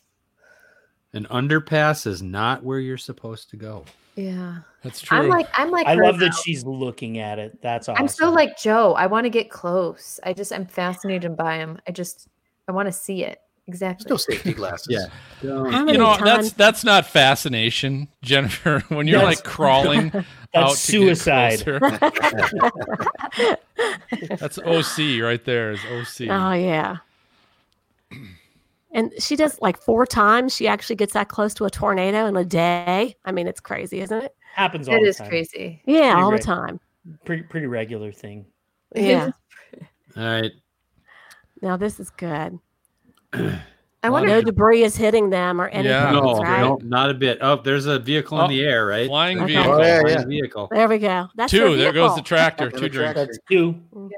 Speaker 3: An underpass is not where you're supposed to go.
Speaker 7: Yeah.
Speaker 2: That's true.
Speaker 7: I'm like, I'm like,
Speaker 6: I
Speaker 7: her
Speaker 6: love that
Speaker 7: now.
Speaker 6: she's looking at it. That's awesome.
Speaker 7: I'm so like Joe. I want to get close. I just, I'm fascinated by him. I just, I want to see it. Exactly.
Speaker 4: There's no safety glasses.
Speaker 3: Yeah. Don't.
Speaker 5: How
Speaker 2: you
Speaker 5: many
Speaker 2: know, that's
Speaker 5: times?
Speaker 2: that's not fascination, Jennifer. When you're
Speaker 6: That's-
Speaker 2: like crawling out
Speaker 6: that's suicide.
Speaker 2: To get closer. that's OC right there. Is OC?
Speaker 5: Oh yeah. And she does like four times. She actually gets that close to a tornado in a day. I mean, it's crazy, isn't it?
Speaker 6: happens all
Speaker 7: It
Speaker 6: the
Speaker 7: is
Speaker 6: time.
Speaker 7: crazy.
Speaker 5: Yeah, all
Speaker 6: right.
Speaker 5: the time.
Speaker 6: Pretty, pretty regular thing.
Speaker 5: Yeah.
Speaker 3: All right.
Speaker 5: Now this is good.
Speaker 7: I
Speaker 2: Well,
Speaker 7: wonder.
Speaker 5: No debris is hitting them or anything.
Speaker 2: Yeah.
Speaker 3: No,
Speaker 5: else, right?
Speaker 3: no, not a bit. Oh, there's a vehicle
Speaker 2: Oh,
Speaker 3: in the air, right?
Speaker 2: Flying
Speaker 5: Okay.
Speaker 2: vehicle.
Speaker 4: Oh, yeah, yeah.
Speaker 3: Flying vehicle.
Speaker 5: There we go. That's their
Speaker 2: Two. There goes the
Speaker 5: vehicle.
Speaker 2: tractor.
Speaker 4: And
Speaker 2: Two
Speaker 4: the
Speaker 2: drinks.
Speaker 4: tractor-
Speaker 6: Two.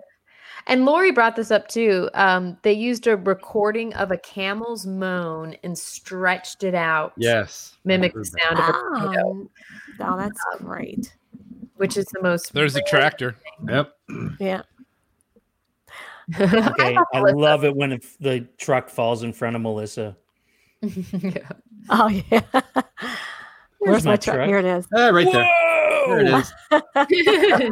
Speaker 7: And Lori brought this up too. Um, they used a recording of a camel's moan and stretched it out.
Speaker 3: Yes.
Speaker 7: Mimic the sound of a tornado,
Speaker 5: Oh, oh, that's great.
Speaker 7: which is the most.
Speaker 2: There's the tractor.
Speaker 3: Yep.
Speaker 5: Yeah.
Speaker 6: Okay. I love it when if the truck falls in front of Melissa.
Speaker 7: yeah.
Speaker 5: Oh yeah. Where's
Speaker 6: my
Speaker 5: my, truck?
Speaker 6: truck?
Speaker 5: Here it is.
Speaker 3: Ah, right there. There it is.
Speaker 7: and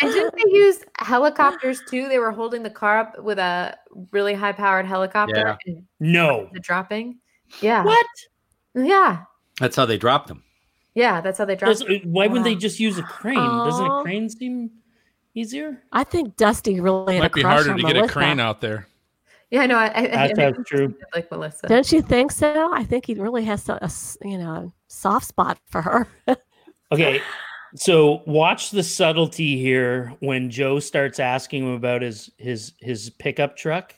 Speaker 4: and
Speaker 7: didn't they use helicopters too? They were holding the car up with a really high powered helicopter
Speaker 3: Yeah.
Speaker 7: and
Speaker 6: No.
Speaker 7: the dropping. Yeah.
Speaker 6: What?
Speaker 7: Yeah.
Speaker 3: That's how they dropped them.
Speaker 7: Yeah. That's how they dropped.
Speaker 6: Does- why wouldn't they
Speaker 5: Wow.
Speaker 6: just use a crane? Doesn't a
Speaker 5: Aw.
Speaker 6: crane seem easier?
Speaker 5: I think Dusty really had
Speaker 2: Might
Speaker 5: a
Speaker 2: be
Speaker 5: crush
Speaker 2: harder
Speaker 5: on
Speaker 2: to get a
Speaker 5: Melissa.
Speaker 2: crane out there.
Speaker 7: Yeah. No. I, I, I
Speaker 6: That's, that's true.
Speaker 7: like Melissa.
Speaker 5: Don't you think so? I think he really has a, a s- you know soft spot for her.
Speaker 6: Okay. So watch the subtlety here when Joe starts asking him about his his his pickup truck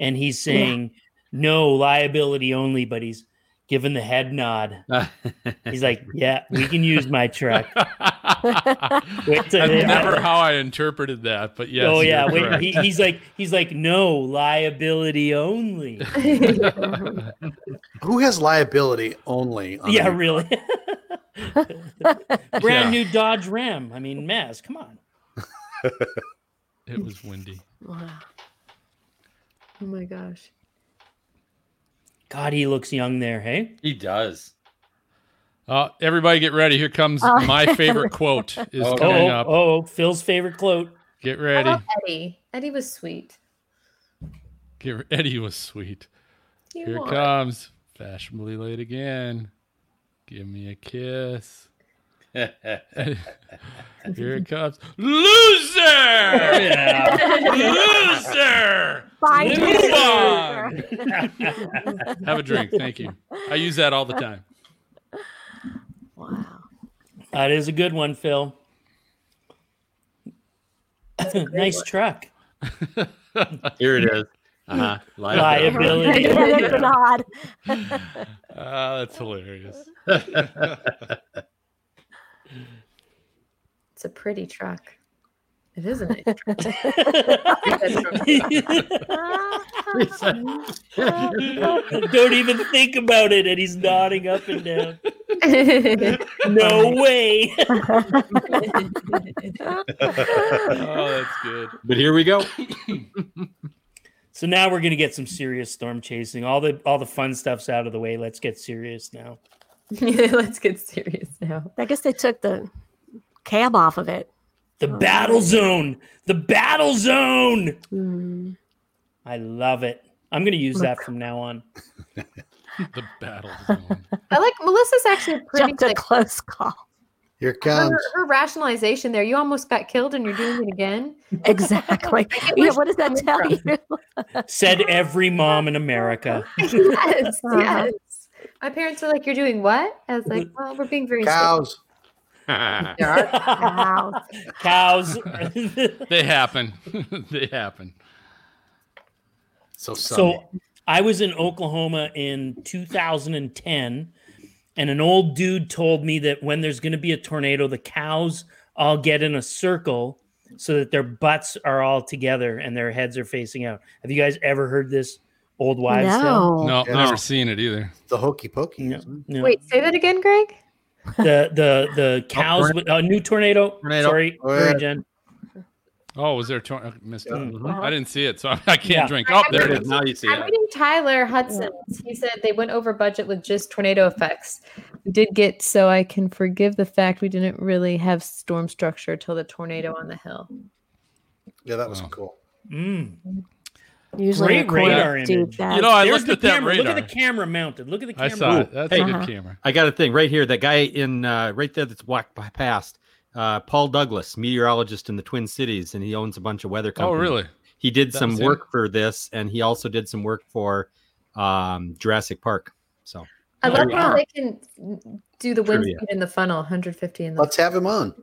Speaker 6: and he's
Speaker 5: Yeah.
Speaker 6: saying no liability only but he's giving the head nod. He's like, "Yeah, we can use my truck." Wait
Speaker 2: That's
Speaker 6: till-
Speaker 2: never how I interpreted that, but yes.
Speaker 6: oh yeah,
Speaker 2: you're
Speaker 6: wait,
Speaker 2: correct.
Speaker 6: he, he's like he's like, "No liability only."
Speaker 4: Who has liability only? On
Speaker 6: yeah,
Speaker 4: the-
Speaker 6: really. Brand new Dodge Ram. I mean, Maz, come on.
Speaker 2: It was windy.
Speaker 5: Wow.
Speaker 7: oh my gosh.
Speaker 6: God, he looks young there, hey?
Speaker 3: he does.
Speaker 2: Uh, everybody get ready. Here comes
Speaker 5: Oh.
Speaker 2: my favorite quote is
Speaker 3: Oh.
Speaker 2: coming
Speaker 6: oh,
Speaker 2: up.
Speaker 6: oh, Phil's favorite quote.
Speaker 2: Get
Speaker 7: I
Speaker 2: ready.
Speaker 7: love Oh, Eddie. Eddie was sweet.
Speaker 2: Get re- Eddie was sweet.
Speaker 7: You
Speaker 2: Here
Speaker 7: are.
Speaker 2: it comes. Fashionably late again. Give me a kiss. Here it comes. Loser!
Speaker 6: Yeah.
Speaker 2: Loser!
Speaker 5: Bye.
Speaker 6: Move
Speaker 5: Junior.
Speaker 2: on. Have a drink. Thank you. I use that all the time.
Speaker 5: Wow.
Speaker 6: that is a good one, Phil. nice truck.
Speaker 3: Here it is. Uh-huh. Liability.
Speaker 6: Liability.
Speaker 5: Yeah, that's an odd.
Speaker 2: Ah, that's hilarious.
Speaker 7: It's a pretty truck. It is a nice truck.
Speaker 6: Don't even think about it. And he's nodding up and down. No way.
Speaker 2: Oh, that's good.
Speaker 3: but here we go.
Speaker 6: so now we're gonna get some serious storm chasing. All the all the fun stuff's out of the way. Let's get serious now.
Speaker 7: Let's get serious now.
Speaker 5: I guess they took the cab off of it.
Speaker 6: The battle zone. The battle zone.
Speaker 5: Mm.
Speaker 6: I love it. I'm gonna use that from now on.
Speaker 2: The battle zone.
Speaker 7: I like Melissa's actually pretty.
Speaker 5: Just a
Speaker 7: Like,
Speaker 5: close call.
Speaker 4: Here
Speaker 7: her,
Speaker 4: comes.
Speaker 7: her rationalization there. You almost got killed, and you're doing it again.
Speaker 5: Exactly. Yeah, what does that tell
Speaker 7: coming from.
Speaker 5: you?
Speaker 6: Said every mom in America.
Speaker 7: yes,
Speaker 5: Uh-huh.
Speaker 7: yes. My parents were like, "You're doing what?" I was
Speaker 6: Mm.
Speaker 7: like, "Well, we're being very strict."
Speaker 4: Cows.
Speaker 7: There are-
Speaker 5: Wow.
Speaker 6: Cows.
Speaker 2: They happen. they happen.
Speaker 4: So sunny.
Speaker 6: so I was in Oklahoma in 2010, and an old dude told me that when there's going to be a tornado, the cows all get in a circle so that their butts are all together and their heads are facing out. Have you guys ever heard this old wives' tale?
Speaker 5: No.
Speaker 2: No,
Speaker 4: Yeah.
Speaker 2: never seen it either.
Speaker 4: the hokey pokey.
Speaker 6: No,
Speaker 4: isn't
Speaker 6: no.
Speaker 7: Wait, say that again, Greg.
Speaker 6: the the the cows
Speaker 3: tornado.
Speaker 6: with a new tornado.
Speaker 3: Tornado.
Speaker 6: Sorry,
Speaker 4: Oh, yeah.
Speaker 6: sorry, Jen.
Speaker 2: Oh, was there? Tor- I missed it.
Speaker 6: Mhm.
Speaker 2: Mm-hmm. I didn't see it, so I can't
Speaker 6: Yeah.
Speaker 2: drink. Oh, there it
Speaker 3: There
Speaker 2: is.
Speaker 3: it is. Now you see
Speaker 7: I'm
Speaker 3: it.
Speaker 7: reading Tyler Hudson's. He said they went over budget with just tornado effects. We did get so I can forgive the fact we didn't really have storm structure till the tornado on the hill.
Speaker 4: Yeah, that was
Speaker 2: Wow.
Speaker 4: cool.
Speaker 6: Mm.
Speaker 5: Usually
Speaker 6: Great
Speaker 5: the corner
Speaker 6: radar
Speaker 5: do
Speaker 6: image.
Speaker 5: that.
Speaker 2: You know, I looked
Speaker 6: There's the
Speaker 2: at that
Speaker 6: camera.
Speaker 2: radar.
Speaker 6: Look at the camera mounted. Look at the
Speaker 2: I
Speaker 6: camera.
Speaker 2: saw it. That's a
Speaker 5: Hey.
Speaker 2: good
Speaker 5: Uh-huh.
Speaker 2: camera.
Speaker 3: I got a thing right here. That guy in uh, right there that's walked by past, uh, Paul Douglas, meteorologist in the Twin Cities, and he owns a bunch of weather
Speaker 2: Oh,
Speaker 3: companies.
Speaker 2: really?
Speaker 3: He did
Speaker 2: That
Speaker 3: some
Speaker 2: was him?
Speaker 3: work for this, and he also did some work for um, Jurassic Park. So
Speaker 7: I
Speaker 6: Oh,
Speaker 7: love
Speaker 6: yeah.
Speaker 7: how they can do the wind
Speaker 3: Trivia.
Speaker 7: speed in the funnel, 150 in the
Speaker 4: Let's have him on.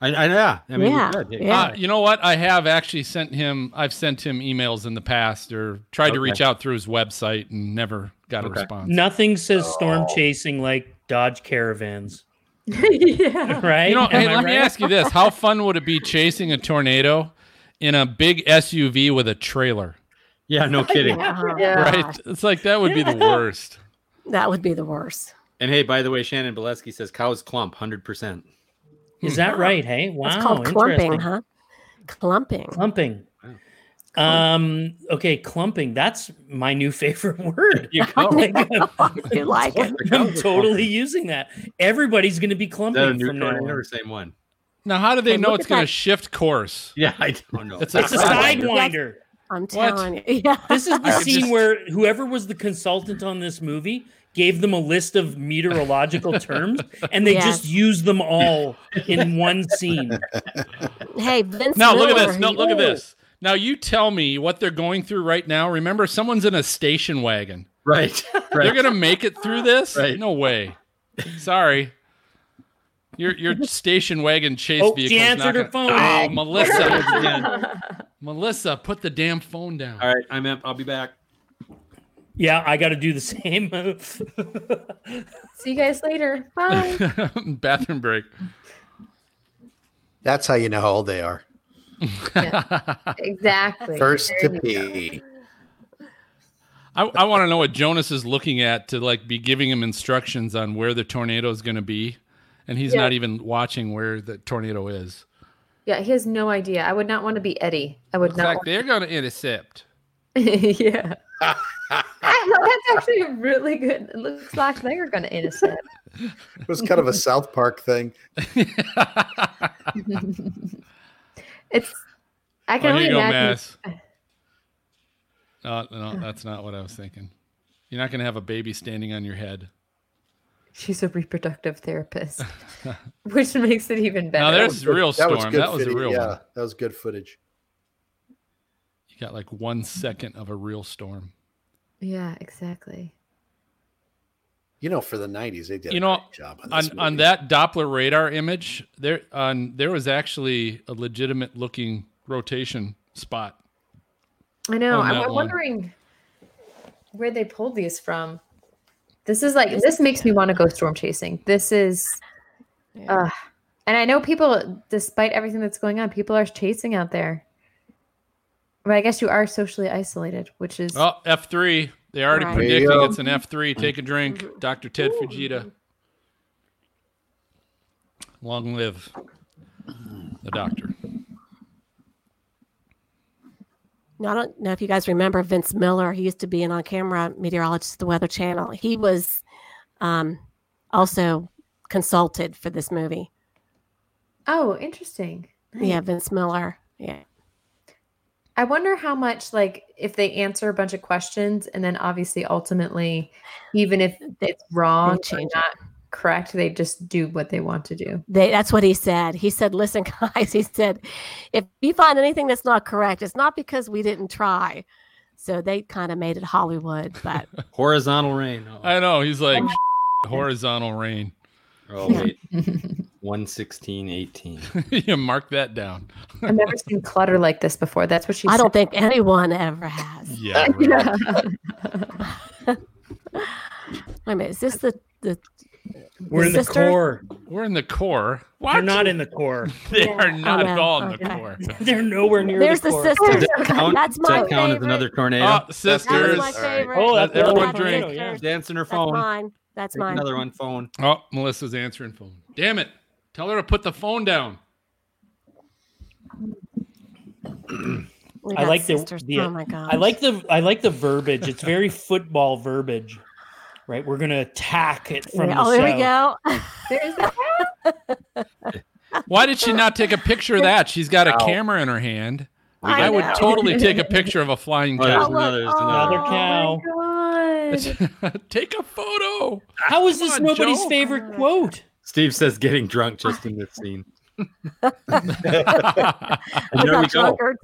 Speaker 3: I, I yeah, I mean, we
Speaker 5: Yeah,
Speaker 3: could.
Speaker 5: yeah.
Speaker 2: Uh, you know what? I have actually sent him. I've sent him emails in the past, or tried
Speaker 3: Okay.
Speaker 2: to reach out through his website and never got a
Speaker 3: Okay.
Speaker 2: response.
Speaker 6: Nothing says storm
Speaker 4: Oh.
Speaker 6: chasing like Dodge caravans,
Speaker 7: yeah.
Speaker 6: right?
Speaker 2: You know,
Speaker 6: Am
Speaker 2: hey,
Speaker 6: I
Speaker 2: let me
Speaker 6: right?
Speaker 2: ask you this: How fun would it be chasing a tornado in a big SUV with a trailer?
Speaker 3: yeah, no kidding.
Speaker 5: Yeah.
Speaker 7: Yeah.
Speaker 2: Right? It's like that would be the worst.
Speaker 5: That would be the worst.
Speaker 3: And hey, by the way, Shannon Bileski says cows clump hundred percent.
Speaker 6: Is that right? Hey, wow.
Speaker 5: It's called
Speaker 6: interesting.
Speaker 5: clumping, huh? Clumping.
Speaker 6: Clumping. Um. Okay, clumping. That's my new favorite word.
Speaker 5: you like it?
Speaker 6: I'm totally using that. Everybody's going to be
Speaker 3: Is that a
Speaker 6: clumping
Speaker 3: new
Speaker 6: from now on.
Speaker 3: tornado or same one?
Speaker 2: Now, how do they
Speaker 5: Hey,
Speaker 2: know
Speaker 5: look
Speaker 2: it's
Speaker 5: at
Speaker 2: going to
Speaker 5: that.
Speaker 2: shift course?
Speaker 3: Yeah, I don't know.
Speaker 2: It's a
Speaker 6: It's a sidewinder.
Speaker 5: I'm telling you. Yeah.
Speaker 6: This is the
Speaker 2: I could
Speaker 6: scene
Speaker 2: just-
Speaker 6: where whoever was the consultant on this movie gave them a list of meteorological terms, and they just
Speaker 5: Yes.
Speaker 6: used them all in one scene.
Speaker 5: Hey, Vince.
Speaker 2: Now, look at
Speaker 5: Miller,
Speaker 2: this. No,
Speaker 5: he-
Speaker 2: look at this. Now, you tell me what they're going through right now. Remember, someone's in a station wagon.
Speaker 3: right, right.
Speaker 2: They're going to make it through this?
Speaker 3: Right.
Speaker 2: No way. Sorry. Your your station wagon chase
Speaker 6: Oh, she
Speaker 2: vehicle. is not
Speaker 6: answered her
Speaker 2: gonna-
Speaker 6: phone.
Speaker 2: Oh, Melissa.
Speaker 3: Yeah.
Speaker 2: Melissa, put the damn phone down.
Speaker 3: All right, I'm. I'll be back.
Speaker 6: Yeah, I got to do the same.
Speaker 7: See you guys later. Bye.
Speaker 2: Bathroom break.
Speaker 4: That's how you know how old they are.
Speaker 7: exactly.
Speaker 4: First to
Speaker 7: There you
Speaker 4: pee.
Speaker 2: I, I want to know what Jonas is looking at to like be giving him instructions on where the tornado is going to be, and he's
Speaker 7: Yeah.
Speaker 2: not even watching where the tornado is.
Speaker 7: Yeah, he has no idea. I would not want to be Eddie. I would
Speaker 2: It's
Speaker 7: not.
Speaker 2: like they're going to intercept.
Speaker 7: want- yeah. I know, that's actually a really good. It looks like they're going to innocent.
Speaker 4: It was kind of a South Park thing.
Speaker 7: It's. I
Speaker 2: Oh,
Speaker 7: can
Speaker 2: here
Speaker 7: only
Speaker 2: you go,
Speaker 7: imagine.
Speaker 2: Mass. Uh. No, no, that's not what I was thinking. You're not going to have a baby standing on your head.
Speaker 7: She's a reproductive therapist, which makes it even better.
Speaker 2: Now there's
Speaker 4: Good-
Speaker 2: real storm. That was, a
Speaker 4: footage.
Speaker 2: real
Speaker 4: yeah,
Speaker 2: one.
Speaker 4: that was good footage.
Speaker 2: You got like one second of a real storm.
Speaker 7: yeah, exactly.
Speaker 4: You know, for the '90s, they did
Speaker 2: You
Speaker 4: a
Speaker 2: know,
Speaker 4: great job on,
Speaker 2: on
Speaker 4: this
Speaker 2: on
Speaker 4: movie.
Speaker 2: that Doppler radar image, there on there was actually a legitimate looking rotation spot.
Speaker 7: I know.
Speaker 2: On that
Speaker 7: I'm, I'm
Speaker 2: one.
Speaker 7: wondering where they pulled these from. This is like this makes me want to go storm chasing. This is,
Speaker 5: Yeah.
Speaker 7: uh, and I know people, despite everything that's going on, people are chasing out there. But I guess you are socially isolated, which is
Speaker 2: Oh, F three. They already
Speaker 5: Right.
Speaker 2: predicting
Speaker 4: There you go.
Speaker 2: it's an F three. Take a drink, Doctor Ted Fujita. Long live the doctor.
Speaker 5: Now, I don't know if you guys remember Vince Miller. He used to be an on camera meteorologist at the Weather Channel. He was um, also consulted for this movie.
Speaker 7: oh, interesting.
Speaker 5: Yeah, Vince Miller. Yeah.
Speaker 7: I wonder how much like if they answer a bunch of questions and then obviously ultimately, even if it's wrong or
Speaker 5: change it.
Speaker 7: not correct, they just do what they want to do.
Speaker 5: They, that's what he said. He said, "Listen, guys," he said, "if you find anything that's not correct, it's not because we didn't try." So they kind of made it Hollywood, but
Speaker 3: Horizontal rain. Oh,
Speaker 2: I know he's like
Speaker 5: Oh,
Speaker 2: horizontal rain.
Speaker 3: oh
Speaker 5: Yeah.
Speaker 3: wait, one sixteen eighteen.
Speaker 2: you mark that down.
Speaker 7: I've never seen clutter like this before. That's what she.
Speaker 5: I
Speaker 7: said.
Speaker 5: don't think anyone ever has.
Speaker 2: Yeah. right.
Speaker 7: Yeah.
Speaker 5: Wait a minute, is this the the?
Speaker 6: We're in the
Speaker 5: sister?
Speaker 6: core.
Speaker 2: We're in the core. What?
Speaker 6: We're not in the core.
Speaker 2: They are not at
Speaker 5: no.
Speaker 2: all in the
Speaker 5: Oh, Okay.
Speaker 2: core. Oh,
Speaker 6: They're nowhere near
Speaker 5: There's
Speaker 6: the
Speaker 5: the
Speaker 6: core.
Speaker 5: sisters.
Speaker 3: Count,
Speaker 5: That's
Speaker 3: does that
Speaker 5: my
Speaker 3: count as
Speaker 5: favorite.
Speaker 3: another tornado.
Speaker 2: Oh,
Speaker 5: That
Speaker 2: sisters.
Speaker 5: was my
Speaker 4: All right.
Speaker 5: favorite.
Speaker 6: Oh, that's
Speaker 5: That's
Speaker 2: everyone
Speaker 5: my
Speaker 2: drink.
Speaker 5: favorite.
Speaker 6: Yeah.
Speaker 5: That's
Speaker 3: Dancing her phone.
Speaker 5: mine. That's
Speaker 3: Take
Speaker 5: mine.
Speaker 3: Another one phone.
Speaker 2: Oh, Melissa's answering phone. Damn it. Tell her to put the phone down.
Speaker 5: We
Speaker 6: I
Speaker 5: got
Speaker 6: like the-
Speaker 5: sisters.
Speaker 6: the-
Speaker 5: oh my god.
Speaker 6: I like the I like the verbiage. It's very football verbiage, right? We're gonna attack it from
Speaker 5: Yeah,
Speaker 6: the
Speaker 5: oh, here we
Speaker 6: south.
Speaker 5: go.
Speaker 7: There's the
Speaker 2: Why did she not take a picture of that? She's got a
Speaker 3: Wow.
Speaker 2: camera in her hand.
Speaker 5: I
Speaker 2: I would
Speaker 5: know.
Speaker 2: totally take a picture of a flying
Speaker 3: Oh, there's
Speaker 2: cow.
Speaker 5: look,
Speaker 3: another. There's
Speaker 5: oh.
Speaker 3: another.
Speaker 6: Another cow.
Speaker 7: my God.
Speaker 2: take a photo.
Speaker 6: How is
Speaker 2: Come
Speaker 6: this
Speaker 2: on,
Speaker 6: nobody's
Speaker 2: Joe.
Speaker 6: favorite quote?
Speaker 3: Steve says getting drunk just in this scene.
Speaker 5: I
Speaker 3: And there we
Speaker 5: got
Speaker 3: go.
Speaker 5: drunkard.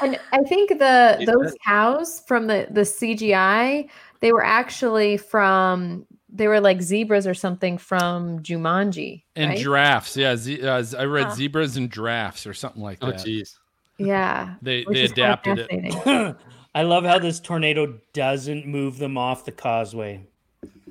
Speaker 7: And I think the
Speaker 3: It
Speaker 7: those
Speaker 3: does.
Speaker 7: cows from the the CGI, they were actually from they were like zebras or something from Jumanji.
Speaker 2: and
Speaker 7: right?
Speaker 2: giraffes. Yeah, ze- uh, z- I read
Speaker 5: Huh.
Speaker 2: zebras and giraffes or something like
Speaker 3: Oh,
Speaker 2: that.
Speaker 3: jeez.
Speaker 7: yeah,
Speaker 2: they
Speaker 7: which
Speaker 2: they
Speaker 7: is kinda
Speaker 2: adapted it.
Speaker 7: fascinating.
Speaker 6: I love how this tornado doesn't move them off the causeway.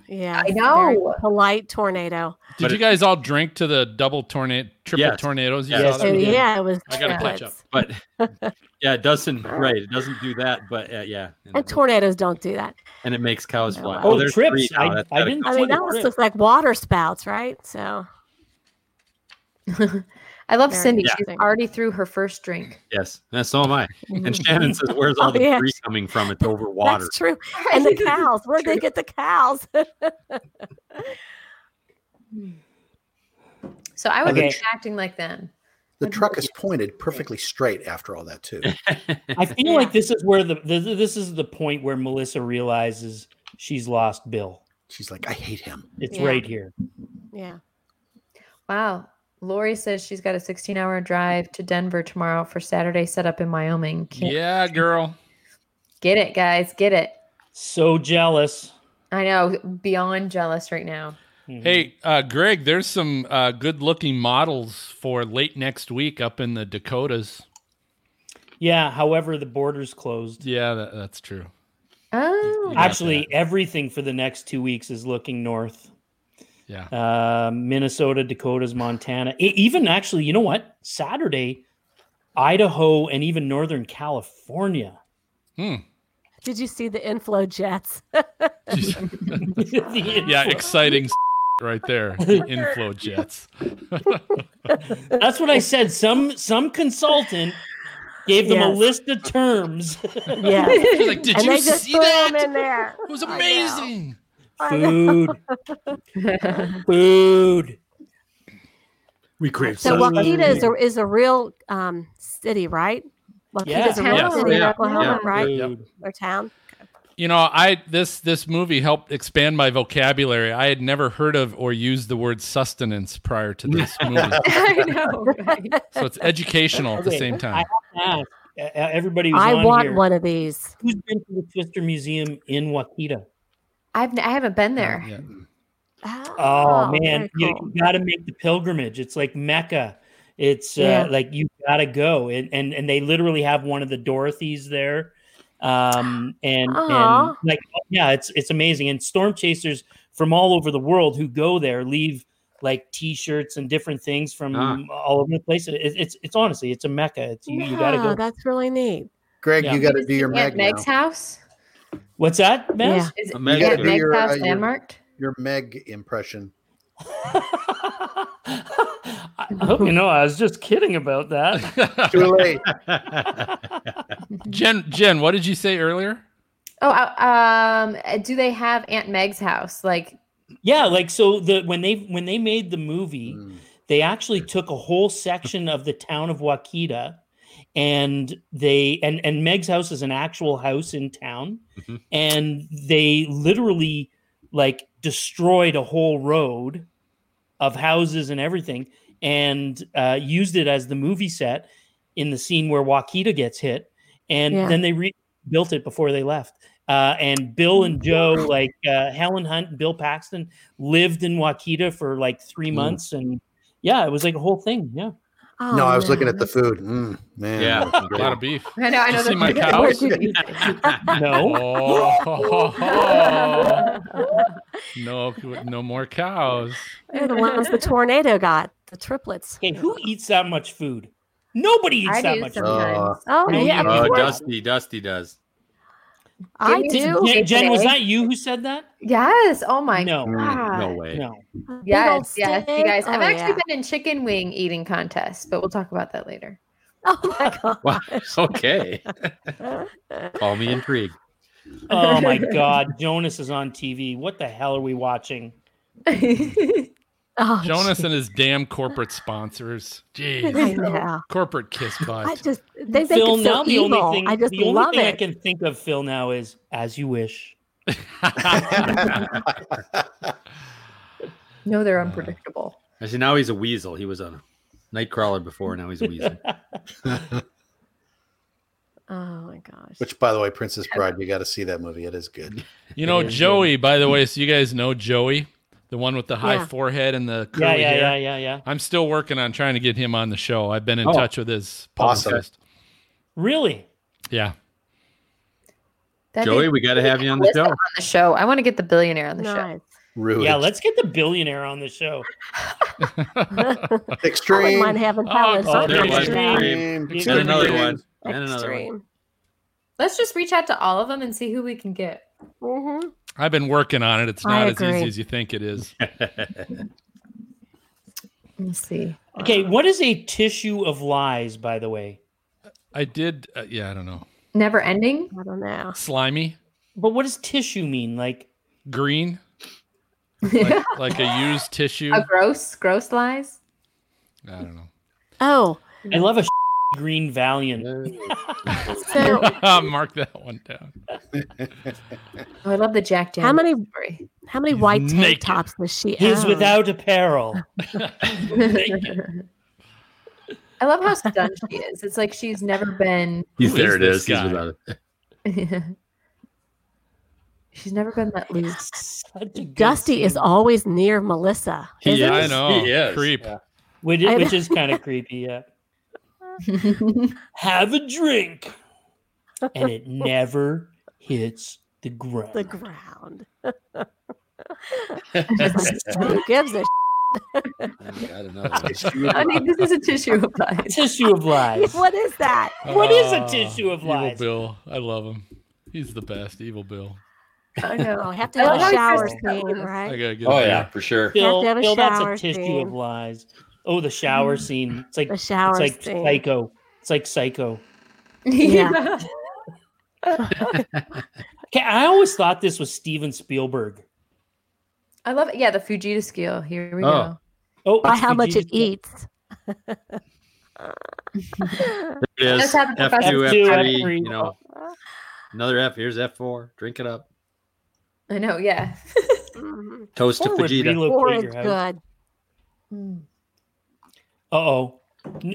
Speaker 5: Yeah.
Speaker 7: I
Speaker 5: it's a very
Speaker 7: know.
Speaker 5: Polite tornado.
Speaker 2: Did
Speaker 3: But
Speaker 2: you
Speaker 3: it-
Speaker 2: guys all drink to the double tornado, triple
Speaker 3: Yes.
Speaker 2: tornadoes? You
Speaker 3: Yes.
Speaker 2: saw
Speaker 5: So
Speaker 2: Oh, that?
Speaker 5: yeah, it was.
Speaker 2: I gotta catch
Speaker 5: triplets.
Speaker 3: But yeah, it doesn't. Right, it doesn't do that. But uh, yeah, and,
Speaker 5: And tornadoes don't do that.
Speaker 3: and it makes cows fly.
Speaker 6: Oh,
Speaker 3: there's
Speaker 6: trips.
Speaker 3: three now.
Speaker 6: I-
Speaker 3: That's
Speaker 6: I
Speaker 3: gotta
Speaker 6: didn't-
Speaker 5: I
Speaker 3: count.
Speaker 5: mean,
Speaker 6: Tornado
Speaker 5: that almost
Speaker 6: trip.
Speaker 5: looks like water spouts, right? So
Speaker 7: I love
Speaker 5: Very
Speaker 7: Cindy. She's
Speaker 5: interesting.
Speaker 7: already through her first drink.
Speaker 3: Yes, and so am I. And Shannon says, "Where's all
Speaker 5: Oh,
Speaker 3: the
Speaker 5: yeah.
Speaker 3: debris coming from? It's over water."
Speaker 5: mm-hmm. that's true. And the cows. Where'd they get the cows?
Speaker 7: So I would
Speaker 6: Okay.
Speaker 7: be acting like them.
Speaker 4: The truck is pointed perfectly straight after all that, too.
Speaker 6: I feel like this is where the this, this is the point where Melissa realizes she's lost Bill.
Speaker 4: She's like, I hate him.
Speaker 6: It's
Speaker 5: Yeah.
Speaker 6: right here.
Speaker 5: yeah.
Speaker 7: Wow. Lori says she's got a 16 hour drive to Denver tomorrow for Saturday setup in Wyoming. Can't
Speaker 2: Yeah, girl.
Speaker 7: Get it, guys. Get it.
Speaker 6: So jealous.
Speaker 7: I know. Beyond jealous right now.
Speaker 6: Mhm.
Speaker 2: Hey, uh, Greg, there's some uh, good looking models for late next week up in the Dakotas.
Speaker 6: Yeah, however the border's closed.
Speaker 2: Yeah, that, that's true.
Speaker 7: Oh,
Speaker 2: Yeah.
Speaker 6: Actually, everything for the next 2 weeks is looking north.
Speaker 2: Yeah.
Speaker 6: Uh, Minnesota, Dakotas, Montana. E- even actually, you know what? Saturday, Idaho and even northern California.
Speaker 2: Hmm.
Speaker 5: Did you see the inflow jets?
Speaker 6: The
Speaker 2: Yeah,
Speaker 6: inflow-
Speaker 2: exciting right there. The inflow jets.
Speaker 6: That's what I said. Some some consultant gave them a
Speaker 5: Yes.
Speaker 6: list of terms.
Speaker 5: Yeah.
Speaker 2: She's like, did
Speaker 5: and
Speaker 2: you
Speaker 5: they just
Speaker 2: see
Speaker 5: threw
Speaker 2: that?
Speaker 5: them in there.
Speaker 2: It was
Speaker 5: I know.
Speaker 2: amazing.
Speaker 5: I know.
Speaker 6: Food, food.
Speaker 3: We crave
Speaker 5: So
Speaker 6: So-
Speaker 5: Waukeeta is a, is a real um, city, right? Waukeeta is a real
Speaker 7: Yeah.
Speaker 5: city in
Speaker 3: Yeah.
Speaker 5: Oklahoma,
Speaker 3: Yeah.
Speaker 5: right?
Speaker 2: Yep.
Speaker 5: Or town.
Speaker 2: You know, I this this movie helped expand my vocabulary. I had never heard of or used the word sustenance prior to this movie.
Speaker 7: I know. right?
Speaker 2: so it's educational at the
Speaker 6: Okay,
Speaker 2: same
Speaker 6: I
Speaker 2: time.
Speaker 6: have to ask uh, uh, everybody who's
Speaker 5: I
Speaker 6: on
Speaker 5: want
Speaker 6: here,
Speaker 5: one of these.
Speaker 6: who's been to the Twister Museum in Waukita.
Speaker 7: I've I haven't been there.
Speaker 2: Yeah.
Speaker 5: Oh,
Speaker 6: Oh, man,
Speaker 5: very
Speaker 6: you,
Speaker 5: cool.
Speaker 6: you got to make the pilgrimage. It's like Mecca. It's uh,
Speaker 5: Yeah.
Speaker 6: like you got to go, and, and and they literally have one of the Dorothy's there, um, and and
Speaker 5: Aw.
Speaker 6: like yeah, it's it's amazing. And storm chasers from all over the world who go there leave like T-shirts and different things from
Speaker 3: Ah.
Speaker 6: all over the place. It, it's it's honestly it's a Mecca. It's you, you got to
Speaker 5: Yeah,
Speaker 6: go.
Speaker 5: That's really neat.
Speaker 4: Greg,
Speaker 6: Yeah.
Speaker 4: you got to do your Meg
Speaker 7: Aunt
Speaker 4: now.
Speaker 7: Meg's house
Speaker 6: What's that, Matt?
Speaker 5: Yeah.
Speaker 7: is
Speaker 3: A
Speaker 7: Aunt
Speaker 3: Meg
Speaker 7: Meg's
Speaker 3: too.
Speaker 4: Your, uh,
Speaker 7: house
Speaker 4: your-
Speaker 7: landmarked.
Speaker 4: Your Meg impression.
Speaker 6: I I hope you know I was just kidding about that.
Speaker 4: Too late.
Speaker 2: Jen, Jen, what did you say earlier?
Speaker 7: Oh, uh, um, uh, do they have Aunt Meg's house? Like,
Speaker 6: yeah, like so the when they when they made the movie,
Speaker 4: Mm.
Speaker 6: they actually took a whole section of the town of Waukita and they and and Meg's house is an actual house in town
Speaker 3: Mhm.
Speaker 6: and they literally like destroyed a whole road of houses and everything and uh, used it as the movie set in the scene where Waukita gets hit and
Speaker 5: Yeah.
Speaker 6: then they rebuilt it before they left uh, and Bill and Joe like uh, Helen Hunt and Bill Paxton lived in Waukita for like 3
Speaker 3: Mm.
Speaker 6: months and yeah, it was like a whole thing. Yeah.
Speaker 5: Oh,
Speaker 4: No, I was looking
Speaker 5: man.
Speaker 4: at the food. Mm, man.
Speaker 3: Yeah.
Speaker 2: A lot of beef.
Speaker 7: I know, I
Speaker 2: You
Speaker 7: know.
Speaker 2: see my
Speaker 7: that's-
Speaker 2: cows?
Speaker 6: No.
Speaker 2: Oh, ho, ho, ho. Oh. no, no more cows.
Speaker 5: They're the ones the tornado got, the triplets.
Speaker 6: okay, who eats that much food? Nobody eats
Speaker 7: I
Speaker 6: that
Speaker 7: do
Speaker 6: much
Speaker 4: some-
Speaker 7: sometimes.
Speaker 5: Oh,
Speaker 6: No,
Speaker 5: yeah.
Speaker 6: you-
Speaker 5: of
Speaker 3: Oh,
Speaker 5: course.
Speaker 3: Dusty, Dusty does.
Speaker 5: I
Speaker 7: Give me some
Speaker 5: do.
Speaker 6: food. Jen,
Speaker 7: Shake
Speaker 6: Jen, was
Speaker 7: it.
Speaker 6: that you who said that?
Speaker 7: yes. Oh my.
Speaker 6: no.
Speaker 4: Mm,
Speaker 7: God.
Speaker 3: No way.
Speaker 6: No.
Speaker 5: A big old
Speaker 7: Yes, yes, you
Speaker 5: stick.
Speaker 7: guys. I've
Speaker 5: Oh,
Speaker 7: actually
Speaker 5: yeah.
Speaker 7: been in chicken wing eating contests, but we'll talk about that later.
Speaker 5: Oh my god.
Speaker 3: Wow. Okay. Call me intrigued.
Speaker 6: Oh my god, Jonas is on TV. What the hell are we watching?
Speaker 5: Oh,
Speaker 2: Jonas
Speaker 5: gee.
Speaker 2: and his damn corporate sponsors.
Speaker 5: I
Speaker 2: Jeez.
Speaker 5: know.
Speaker 2: Corporate kiss butt.
Speaker 5: I just they make
Speaker 6: Phil,
Speaker 5: it so
Speaker 6: now the
Speaker 5: evil.
Speaker 6: only thing
Speaker 5: I just
Speaker 6: the only
Speaker 5: love
Speaker 6: thing I
Speaker 5: it.
Speaker 6: can think of, Phil, now is as you wish.
Speaker 7: no,
Speaker 4: Uh.
Speaker 7: they're unpredictable.
Speaker 3: I see. Now he's a weasel. He was a nightcrawler before. Now he's a weasel.
Speaker 5: Oh my gosh.
Speaker 4: Which, by the way, Princess Bride, you got to see that movie. It is good.
Speaker 2: You know,
Speaker 6: Yeah.
Speaker 2: Joey, by the way, so you guys know Joey, the one with the high
Speaker 5: Yeah.
Speaker 2: forehead and the curly
Speaker 6: yeah, yeah,
Speaker 2: hair.
Speaker 6: yeah, yeah, yeah.
Speaker 2: I'm still working on trying to get him on the show. I've been in
Speaker 3: Oh.
Speaker 2: touch with his
Speaker 4: Awesome.
Speaker 2: publicist.
Speaker 6: Really?
Speaker 2: Yeah.
Speaker 7: That'd be
Speaker 3: Joey, we got to have you on the
Speaker 7: Listen
Speaker 3: show.
Speaker 7: on the show. I want to get the billionaire on the show.
Speaker 5: Nice.
Speaker 4: Rude.
Speaker 6: Yeah, let's get the billionaire on the show.
Speaker 5: I wouldn't
Speaker 4: Extreme.
Speaker 5: mind having
Speaker 2: Oh,
Speaker 5: talent.
Speaker 2: oh,
Speaker 5: on
Speaker 2: there
Speaker 5: the
Speaker 2: was
Speaker 5: extreme.
Speaker 2: Extreme.
Speaker 6: Extreme.
Speaker 3: And another
Speaker 4: Extreme.
Speaker 3: one. And another one.
Speaker 5: Extreme.
Speaker 7: Let's just reach out to all of them and see who we can get.
Speaker 5: hmm
Speaker 7: Mm-hmm.
Speaker 2: I've been working on it. It's
Speaker 5: I
Speaker 2: not as
Speaker 5: agree.
Speaker 2: easy as you think it is.
Speaker 7: Let's see.
Speaker 6: Okay, what is a tissue of lies, by the way?
Speaker 2: I did. Uh, yeah, I don't know.
Speaker 7: Never ending.
Speaker 5: I don't know.
Speaker 2: Slimy,
Speaker 6: But what does tissue mean? Like
Speaker 2: green, like, like a used tissue.
Speaker 7: A
Speaker 2: I
Speaker 7: gross, gross lies.
Speaker 2: don't know.
Speaker 5: Oh,
Speaker 6: I love a green Valiant.
Speaker 5: so
Speaker 2: Mark that one down.
Speaker 7: Oh, I love the Jack Daniels.
Speaker 5: how many
Speaker 7: story.
Speaker 5: how many white tank
Speaker 2: naked.
Speaker 5: tops does she
Speaker 6: His
Speaker 5: own?
Speaker 6: without apparel.
Speaker 7: I love how stunned she is. It's like she's never been.
Speaker 3: He's
Speaker 2: Who
Speaker 3: there.
Speaker 2: is this
Speaker 3: It is. He's
Speaker 2: guy?
Speaker 3: about it.
Speaker 7: she's never been let loose.
Speaker 6: Such a good
Speaker 5: Dusty is
Speaker 6: scene.
Speaker 5: always near Melissa.
Speaker 3: He
Speaker 5: isn't
Speaker 2: I
Speaker 5: he?
Speaker 3: is.
Speaker 2: know.
Speaker 3: He is.
Speaker 2: Creep.
Speaker 3: Yeah.
Speaker 6: which,
Speaker 5: I-
Speaker 6: which is kind of creepy. Yeah, have a drink, and it never hits the ground.
Speaker 5: The ground. Who gives a
Speaker 3: I got another one.
Speaker 4: Extreme.
Speaker 7: I mean, this is a tissue of lies.
Speaker 6: tissue of lies.
Speaker 5: shit? What is that?
Speaker 6: What is a
Speaker 2: Ah,
Speaker 6: tissue of lies?
Speaker 2: Evil Bill. I love him. He's the best. Evil Bill.
Speaker 7: I
Speaker 5: Oh,
Speaker 7: know.
Speaker 5: have to
Speaker 7: I
Speaker 5: have
Speaker 6: like how
Speaker 5: a
Speaker 6: he
Speaker 5: shower
Speaker 6: says
Speaker 5: scene,
Speaker 7: that.
Speaker 2: I
Speaker 5: right?
Speaker 2: gotta get.
Speaker 3: Oh
Speaker 2: him
Speaker 3: yeah,
Speaker 2: here.
Speaker 3: for sure.
Speaker 6: Bill,
Speaker 5: to have a
Speaker 6: Bill, that's
Speaker 5: shower
Speaker 6: a tissue of
Speaker 5: scene.
Speaker 6: lies. Oh, the shower scene. It's like
Speaker 5: The
Speaker 6: it's
Speaker 5: shower
Speaker 6: like
Speaker 5: scene.
Speaker 6: psycho. It's like psycho.
Speaker 7: yeah.
Speaker 6: Okay, I always thought this was Steven Spielberg.
Speaker 7: I love it. Yeah, the Fujita scale. Here we
Speaker 3: Oh.
Speaker 6: Oh,
Speaker 5: By
Speaker 6: it's
Speaker 5: how
Speaker 6: the
Speaker 5: much it
Speaker 6: Jesus-
Speaker 5: eats.
Speaker 3: It is.
Speaker 7: Let's have the
Speaker 3: F two, F
Speaker 6: professor-
Speaker 3: three.
Speaker 6: F three.
Speaker 3: You know, another F. Here's F four. Drink it up.
Speaker 7: go. I know. Yeah.
Speaker 5: Mhm.
Speaker 3: Toast to
Speaker 6: Or would
Speaker 3: Vegeta.
Speaker 5: Or
Speaker 6: relocate
Speaker 5: it's
Speaker 6: your house.
Speaker 5: good.
Speaker 7: Mm.
Speaker 6: Uh oh,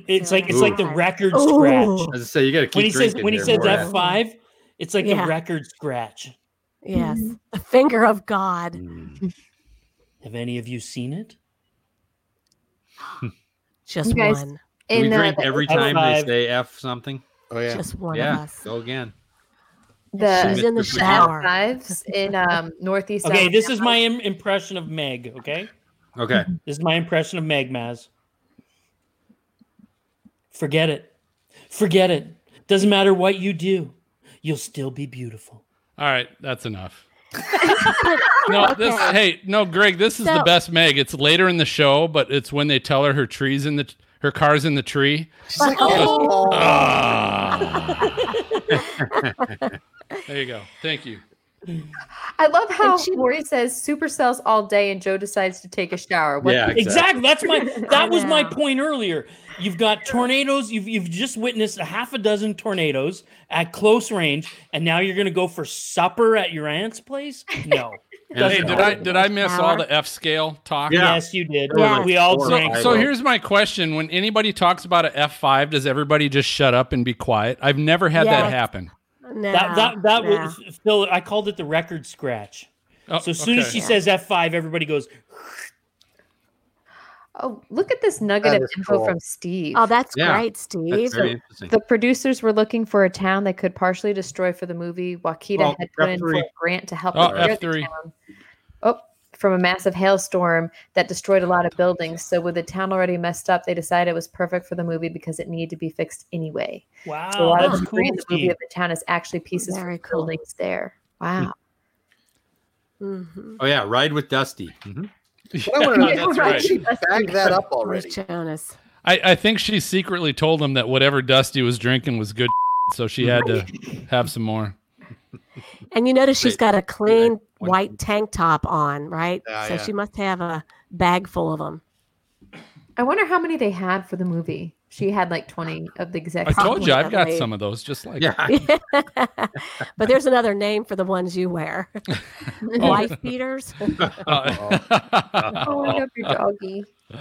Speaker 6: it's like it's like the
Speaker 5: Ooh.
Speaker 6: record
Speaker 5: Ooh.
Speaker 6: scratch.
Speaker 3: As I say, you got to keep
Speaker 6: When he says
Speaker 3: drinking
Speaker 6: when he
Speaker 3: here.
Speaker 6: says
Speaker 3: We're
Speaker 6: F
Speaker 3: at-
Speaker 6: five, it's like
Speaker 5: Yeah.
Speaker 6: the record scratch.
Speaker 5: Yes. The finger of God.
Speaker 3: Mm.
Speaker 6: Have any of you seen it?
Speaker 5: Just
Speaker 7: You guys-
Speaker 5: one.
Speaker 3: Do we
Speaker 7: In uh,
Speaker 3: drink
Speaker 7: the,
Speaker 3: every
Speaker 6: F
Speaker 3: time
Speaker 6: five.
Speaker 3: they say F something.
Speaker 4: Oh yeah.
Speaker 5: Just one of
Speaker 3: Yeah,
Speaker 5: us.
Speaker 3: go again.
Speaker 7: the
Speaker 5: She's in the
Speaker 3: Mr.
Speaker 5: shower.
Speaker 7: fives in um, Northeast.
Speaker 6: Okay, this is
Speaker 7: Alabama.
Speaker 6: my Im- impression of Meg. Okay,
Speaker 3: Okay.
Speaker 6: this is my impression of Meg Maz. Forget it, forget it. Doesn't matter what you do, you'll still be beautiful.
Speaker 2: All right, that's enough. no, this hey, no, Greg, this is the
Speaker 5: So-
Speaker 2: best Meg. It's later in the show, but it's when they tell her her tree's in the her car's in the tree.
Speaker 4: She's like, oh.
Speaker 2: There you go. Thank you.
Speaker 7: I love how
Speaker 5: And she-
Speaker 7: Lori says supercells all day, and Joe decides to take a shower. What
Speaker 3: Yeah.
Speaker 7: the-
Speaker 6: Exactly. That's my that was my
Speaker 5: know.
Speaker 6: point earlier. You've got tornadoes, you've you've just witnessed a half a dozen tornadoes at close range, and now you're gonna go for supper at your aunt's place? No.
Speaker 2: Hey, did I did I miss all
Speaker 5: Hour.
Speaker 2: the F scale talk?
Speaker 3: Yeah.
Speaker 6: Yes, you did.
Speaker 5: Yeah.
Speaker 6: We all
Speaker 3: So-
Speaker 6: drank.
Speaker 2: So,
Speaker 3: I
Speaker 2: so
Speaker 3: will.
Speaker 2: here's my question: When anybody talks about a F five, does everybody just shut up and be quiet? I've never had that
Speaker 5: Yes.
Speaker 2: happen.
Speaker 5: No,
Speaker 6: that that that
Speaker 5: no.
Speaker 6: was Phil. I called it the record scratch.
Speaker 2: Oh,
Speaker 6: So as soon as
Speaker 2: okay.
Speaker 6: she says F five, everybody goes.
Speaker 7: Oh, look at this nugget
Speaker 4: That
Speaker 7: of
Speaker 4: is
Speaker 7: info
Speaker 4: cool.
Speaker 7: from Steve.
Speaker 5: Oh, that's
Speaker 3: Yeah.
Speaker 5: great, Steve.
Speaker 3: That's very interesting.
Speaker 7: the producers were looking for a town they could partially destroy for the movie. Wakita
Speaker 3: Well,
Speaker 7: had put in for a
Speaker 3: F3.
Speaker 7: grant to help
Speaker 2: Oh,
Speaker 7: repair
Speaker 2: F3.
Speaker 7: the town. Oh, from a massive hailstorm that destroyed a lot of buildings. So with the town already messed up, they decided it was perfect for the movie because it needed to be fixed anyway.
Speaker 6: Wow,
Speaker 7: So a lot
Speaker 6: that's
Speaker 7: of the
Speaker 6: cool.
Speaker 7: debris in Oh, the movie
Speaker 6: Steve.
Speaker 7: of the town is actually pieces
Speaker 5: Very
Speaker 7: from
Speaker 5: cool.
Speaker 7: buildings there. Wow.
Speaker 5: Mhm.
Speaker 3: Oh yeah, ride with Dusty. Mhm.
Speaker 4: But I wanna
Speaker 2: Yeah,
Speaker 4: know,
Speaker 2: that's
Speaker 4: how did
Speaker 2: right.
Speaker 4: She bagged that up
Speaker 5: Where's
Speaker 4: already.
Speaker 5: Jonas?
Speaker 2: I, I think she secretly told him that whatever Dusty was drinking was good, so she had to have some more.
Speaker 5: And you notice she's
Speaker 4: Wait,
Speaker 5: got a clean
Speaker 4: What-
Speaker 5: white tank top on, right?
Speaker 4: Ah,
Speaker 5: so
Speaker 4: yeah.
Speaker 5: she must have a bag full of them.
Speaker 7: I wonder how many they had for the movie. She had like 20 of the
Speaker 2: I
Speaker 7: executives.
Speaker 2: told you I've got
Speaker 5: Probably.
Speaker 2: some of those, just like
Speaker 3: Yeah.
Speaker 5: but there's another name for the ones you wear. Wife beaters.
Speaker 2: Uh,
Speaker 7: Oh, I love your doggy.
Speaker 3: I,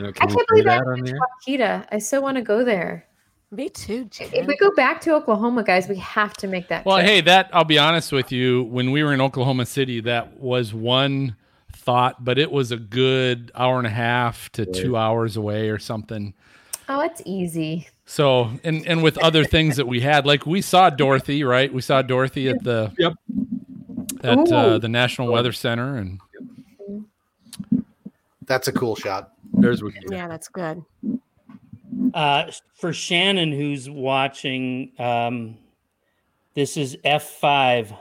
Speaker 3: don't, can
Speaker 7: I
Speaker 3: we
Speaker 7: can't
Speaker 3: play
Speaker 7: believe I
Speaker 3: that on
Speaker 7: haven't
Speaker 3: there?
Speaker 7: Wakita. I so want to go there.
Speaker 5: Me too,
Speaker 7: If
Speaker 5: Jen.
Speaker 7: we go back to Oklahoma, guys, we have to make that.
Speaker 2: well,
Speaker 7: trip.
Speaker 2: hey, that I'll be honest with you. When we were in Oklahoma City, that was one thought, but it was a good hour and a half to two hours away or something.
Speaker 7: Oh, it's easy.
Speaker 2: So, and and with other things that we had, like we saw Dorothy, right? We saw Dorothy at the
Speaker 3: Yep.
Speaker 2: at uh,
Speaker 7: Ooh.
Speaker 2: the National Weather Center, and
Speaker 4: That's a cool shot.
Speaker 3: There's what
Speaker 5: Yeah, that's good.
Speaker 6: Uh, for Shannon, who's watching, um, this is F5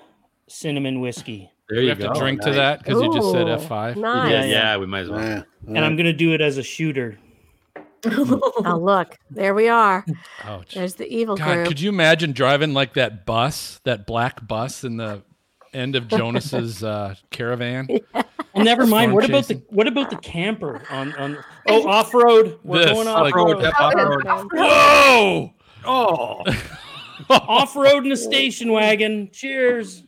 Speaker 6: cinnamon whiskey.
Speaker 3: There
Speaker 2: we
Speaker 3: you
Speaker 2: have
Speaker 3: go.
Speaker 2: to drink to
Speaker 4: nice.
Speaker 2: that because you just said
Speaker 5: Ooh,
Speaker 2: F five.
Speaker 5: Nice.
Speaker 3: Yeah, yeah, we might as well.
Speaker 4: Yeah.
Speaker 6: And I'm going to do it as a shooter.
Speaker 5: Oh, look, there we are.
Speaker 2: Ouch!
Speaker 5: There's the evil
Speaker 2: God,
Speaker 5: group.
Speaker 2: could you imagine driving like that bus, that black bus, in the end of Jonas's uh, caravan?
Speaker 6: Well, never mind.
Speaker 2: Storm
Speaker 6: What about
Speaker 2: chasing.
Speaker 6: the what about the camper on on? Oh, off road. We're
Speaker 2: This,
Speaker 6: going off
Speaker 2: like-
Speaker 6: road.
Speaker 3: Off-road,
Speaker 7: Oh, that's
Speaker 3: off-road.
Speaker 7: nice.
Speaker 2: Whoa!
Speaker 3: Oh,
Speaker 6: off road in a station wagon. Cheers.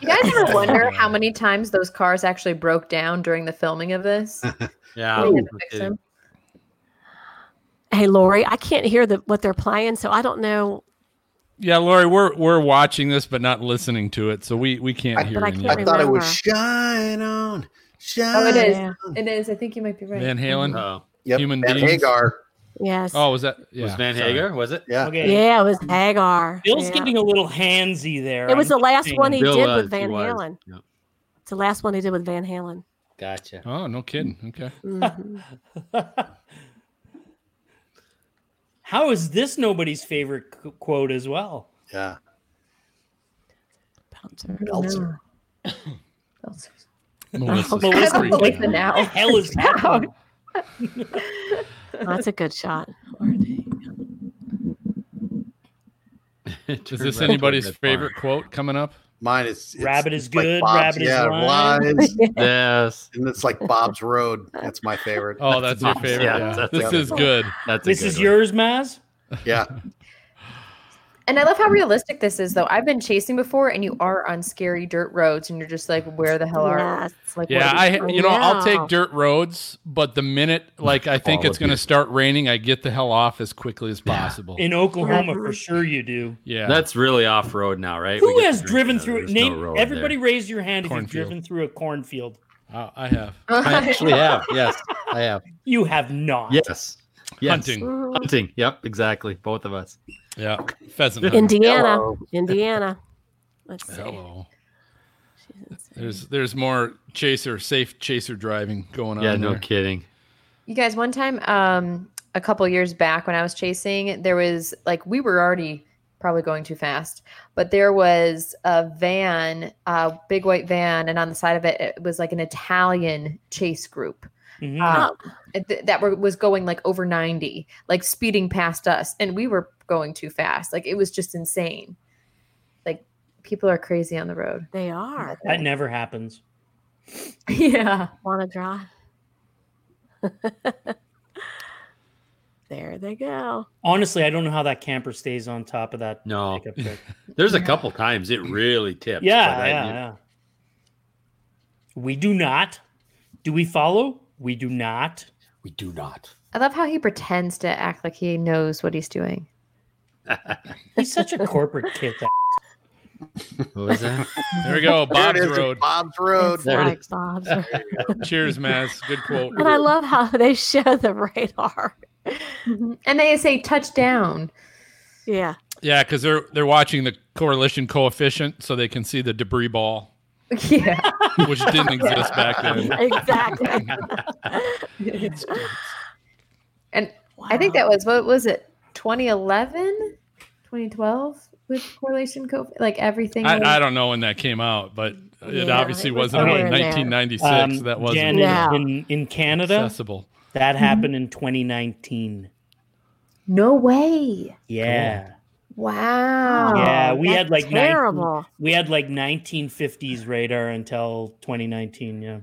Speaker 7: You guys ever wonder how many times those cars actually broke down during the filming of this?
Speaker 3: yeah.
Speaker 7: They had to fix them.
Speaker 5: hey, Lori, I can't hear the, what they're playing, so I don't know.
Speaker 2: Yeah, Lori, we're we're watching this but not listening to it, so we we can't
Speaker 4: I-
Speaker 2: hear
Speaker 5: but I
Speaker 2: anything.
Speaker 5: can't
Speaker 4: I thought it was
Speaker 5: remember.
Speaker 4: shine on, shine.
Speaker 7: Oh, it is.
Speaker 5: Yeah.
Speaker 7: It is. I think you might be right.
Speaker 2: Van Halen.
Speaker 3: Oh,
Speaker 4: Yep.
Speaker 2: Human
Speaker 4: Van
Speaker 2: beings.
Speaker 4: Hagar.
Speaker 5: Yes.
Speaker 2: oh, was that yeah,
Speaker 3: was Van
Speaker 2: sorry.
Speaker 3: Hagar? Was it?
Speaker 4: Yeah.
Speaker 6: Okay.
Speaker 5: yeah, it was Hagar.
Speaker 6: Bill's
Speaker 5: Yeah.
Speaker 6: getting a little handsy there.
Speaker 5: It was the
Speaker 6: I'm
Speaker 5: last
Speaker 6: saying.
Speaker 5: one he
Speaker 3: Bill
Speaker 5: did
Speaker 3: was,
Speaker 5: with
Speaker 3: he
Speaker 5: Van
Speaker 3: was.
Speaker 5: Halen.
Speaker 3: Yep.
Speaker 5: It's the last one he did with Van Halen.
Speaker 3: Gotcha.
Speaker 2: Oh, no kidding. Okay.
Speaker 5: Mhm.
Speaker 6: How is this nobody's favorite qu- quote as well?
Speaker 4: Yeah.
Speaker 5: Belter.
Speaker 4: Belzer.
Speaker 7: Belzer.
Speaker 2: Melissa's
Speaker 6: Melissa's
Speaker 2: freaking
Speaker 6: like
Speaker 2: out.
Speaker 7: the now.
Speaker 6: What the hell is happening?
Speaker 5: Oh, that's a good shot.
Speaker 2: Is this anybody's favorite quote coming up?
Speaker 4: Mine is it's-
Speaker 6: Rabbit is
Speaker 4: it's like
Speaker 6: good,
Speaker 4: Bob's-
Speaker 6: rabbit is
Speaker 4: yeah,
Speaker 6: blind.
Speaker 4: lies,
Speaker 3: Yes,
Speaker 4: and it's like Bob's Road. That's my favorite.
Speaker 2: Oh, that's your
Speaker 3: awesome.
Speaker 2: favorite.
Speaker 3: Yeah,
Speaker 2: Yeah,
Speaker 3: that's
Speaker 2: this
Speaker 3: a
Speaker 2: is good.
Speaker 3: that's a
Speaker 6: This
Speaker 3: good
Speaker 6: is
Speaker 3: one.
Speaker 6: yours, Maz.
Speaker 4: Yeah,
Speaker 7: And I love how realistic this is, though. I've been chasing before, and you are on scary dirt roads, and you're just like, where the hell are?
Speaker 5: Yes.
Speaker 7: we? Like,
Speaker 2: Yeah,
Speaker 7: what are we
Speaker 2: I
Speaker 7: doing?
Speaker 2: you know I'll
Speaker 5: Yeah.
Speaker 2: take dirt roads, but the minute like I think
Speaker 3: All
Speaker 2: it's
Speaker 3: of
Speaker 2: going to
Speaker 3: you.
Speaker 2: start raining, I get the hell off as quickly as possible. Yeah,
Speaker 6: In Oklahoma, for sure you do.
Speaker 3: That's really off road now, right?
Speaker 6: Who
Speaker 3: We get
Speaker 6: has
Speaker 3: to drink
Speaker 6: driven
Speaker 3: now.
Speaker 6: through?
Speaker 3: There's
Speaker 6: Name
Speaker 3: no road
Speaker 6: everybody.
Speaker 3: there.
Speaker 6: Raise your hand if you've
Speaker 2: Cornfield.
Speaker 6: driven through a cornfield.
Speaker 2: I, I have
Speaker 3: I actually have. Yes, I have.
Speaker 6: You have not.
Speaker 3: Yes. yes.
Speaker 2: hunting.
Speaker 5: Mhm.
Speaker 3: Hunting. Yep. Exactly. Both of us.
Speaker 2: Yeah, pheasant. hunting.
Speaker 5: Indiana.
Speaker 4: Hello.
Speaker 5: Indiana. Let's see.
Speaker 2: Hello.
Speaker 5: She didn't say.
Speaker 2: There's there's more chaser safe chaser driving going on.
Speaker 3: Yeah. No
Speaker 2: there.
Speaker 3: kidding.
Speaker 7: You guys, one time, um, a couple years back when I was chasing, there was like we were already probably going too fast, but there was a van, a big white van, and on the side of it, it was like an Italian chase group
Speaker 6: Mhm.
Speaker 7: uh,
Speaker 5: Oh,
Speaker 7: th- that were, was going like over ninety, like speeding past us, and we were going too fast. Like it was just insane. Like people are crazy on the road.
Speaker 5: They are.
Speaker 6: that never happens.
Speaker 7: yeah.
Speaker 5: Want to drive? there they go.
Speaker 6: Honestly, I don't know how that camper stays on top of that.
Speaker 3: No.
Speaker 6: pickup truck.
Speaker 3: There's a couple times it really tipped. but
Speaker 6: Yeah,
Speaker 3: I-
Speaker 6: yeah, yeah. We do not. Do we follow? We do not.
Speaker 3: We do not.
Speaker 7: I love how he pretends to act like he knows what he's doing.
Speaker 6: He's such a corporate kid.
Speaker 3: What was that?
Speaker 2: There we go. Bob's
Speaker 4: There it is,
Speaker 2: road.
Speaker 4: Bob's
Speaker 5: It's
Speaker 4: Road.
Speaker 3: There it
Speaker 5: like
Speaker 3: is.
Speaker 5: Bob's.
Speaker 2: Cheers, Maz. Good quote.
Speaker 5: and I love how they show the radar.
Speaker 7: And they say touchdown.
Speaker 5: Yeah.
Speaker 2: Yeah, because they're they're watching the correlation coefficient, so they can see the debris ball,
Speaker 7: Yeah.
Speaker 2: which didn't exist back then.
Speaker 5: Exactly.
Speaker 7: and I think that was what was it? 2011, 2012 with correlation code like everything.
Speaker 2: I, I
Speaker 7: was-
Speaker 2: don't know when that came out, but it
Speaker 5: Yeah,
Speaker 2: obviously
Speaker 5: it was
Speaker 2: wasn't in
Speaker 6: somewhere
Speaker 5: in there.
Speaker 2: 1996.
Speaker 6: Um,
Speaker 2: that wasn't
Speaker 6: Janet,
Speaker 5: No.
Speaker 6: in, in Canada,
Speaker 2: accessible.
Speaker 5: Mm-hmm.
Speaker 6: That happened in 2019.
Speaker 7: No way.
Speaker 6: Yeah.
Speaker 7: Wow.
Speaker 6: Yeah, we had,
Speaker 5: that's
Speaker 6: like, 19
Speaker 5: terrible.
Speaker 6: We had like 1950s radar until 2019. Yeah.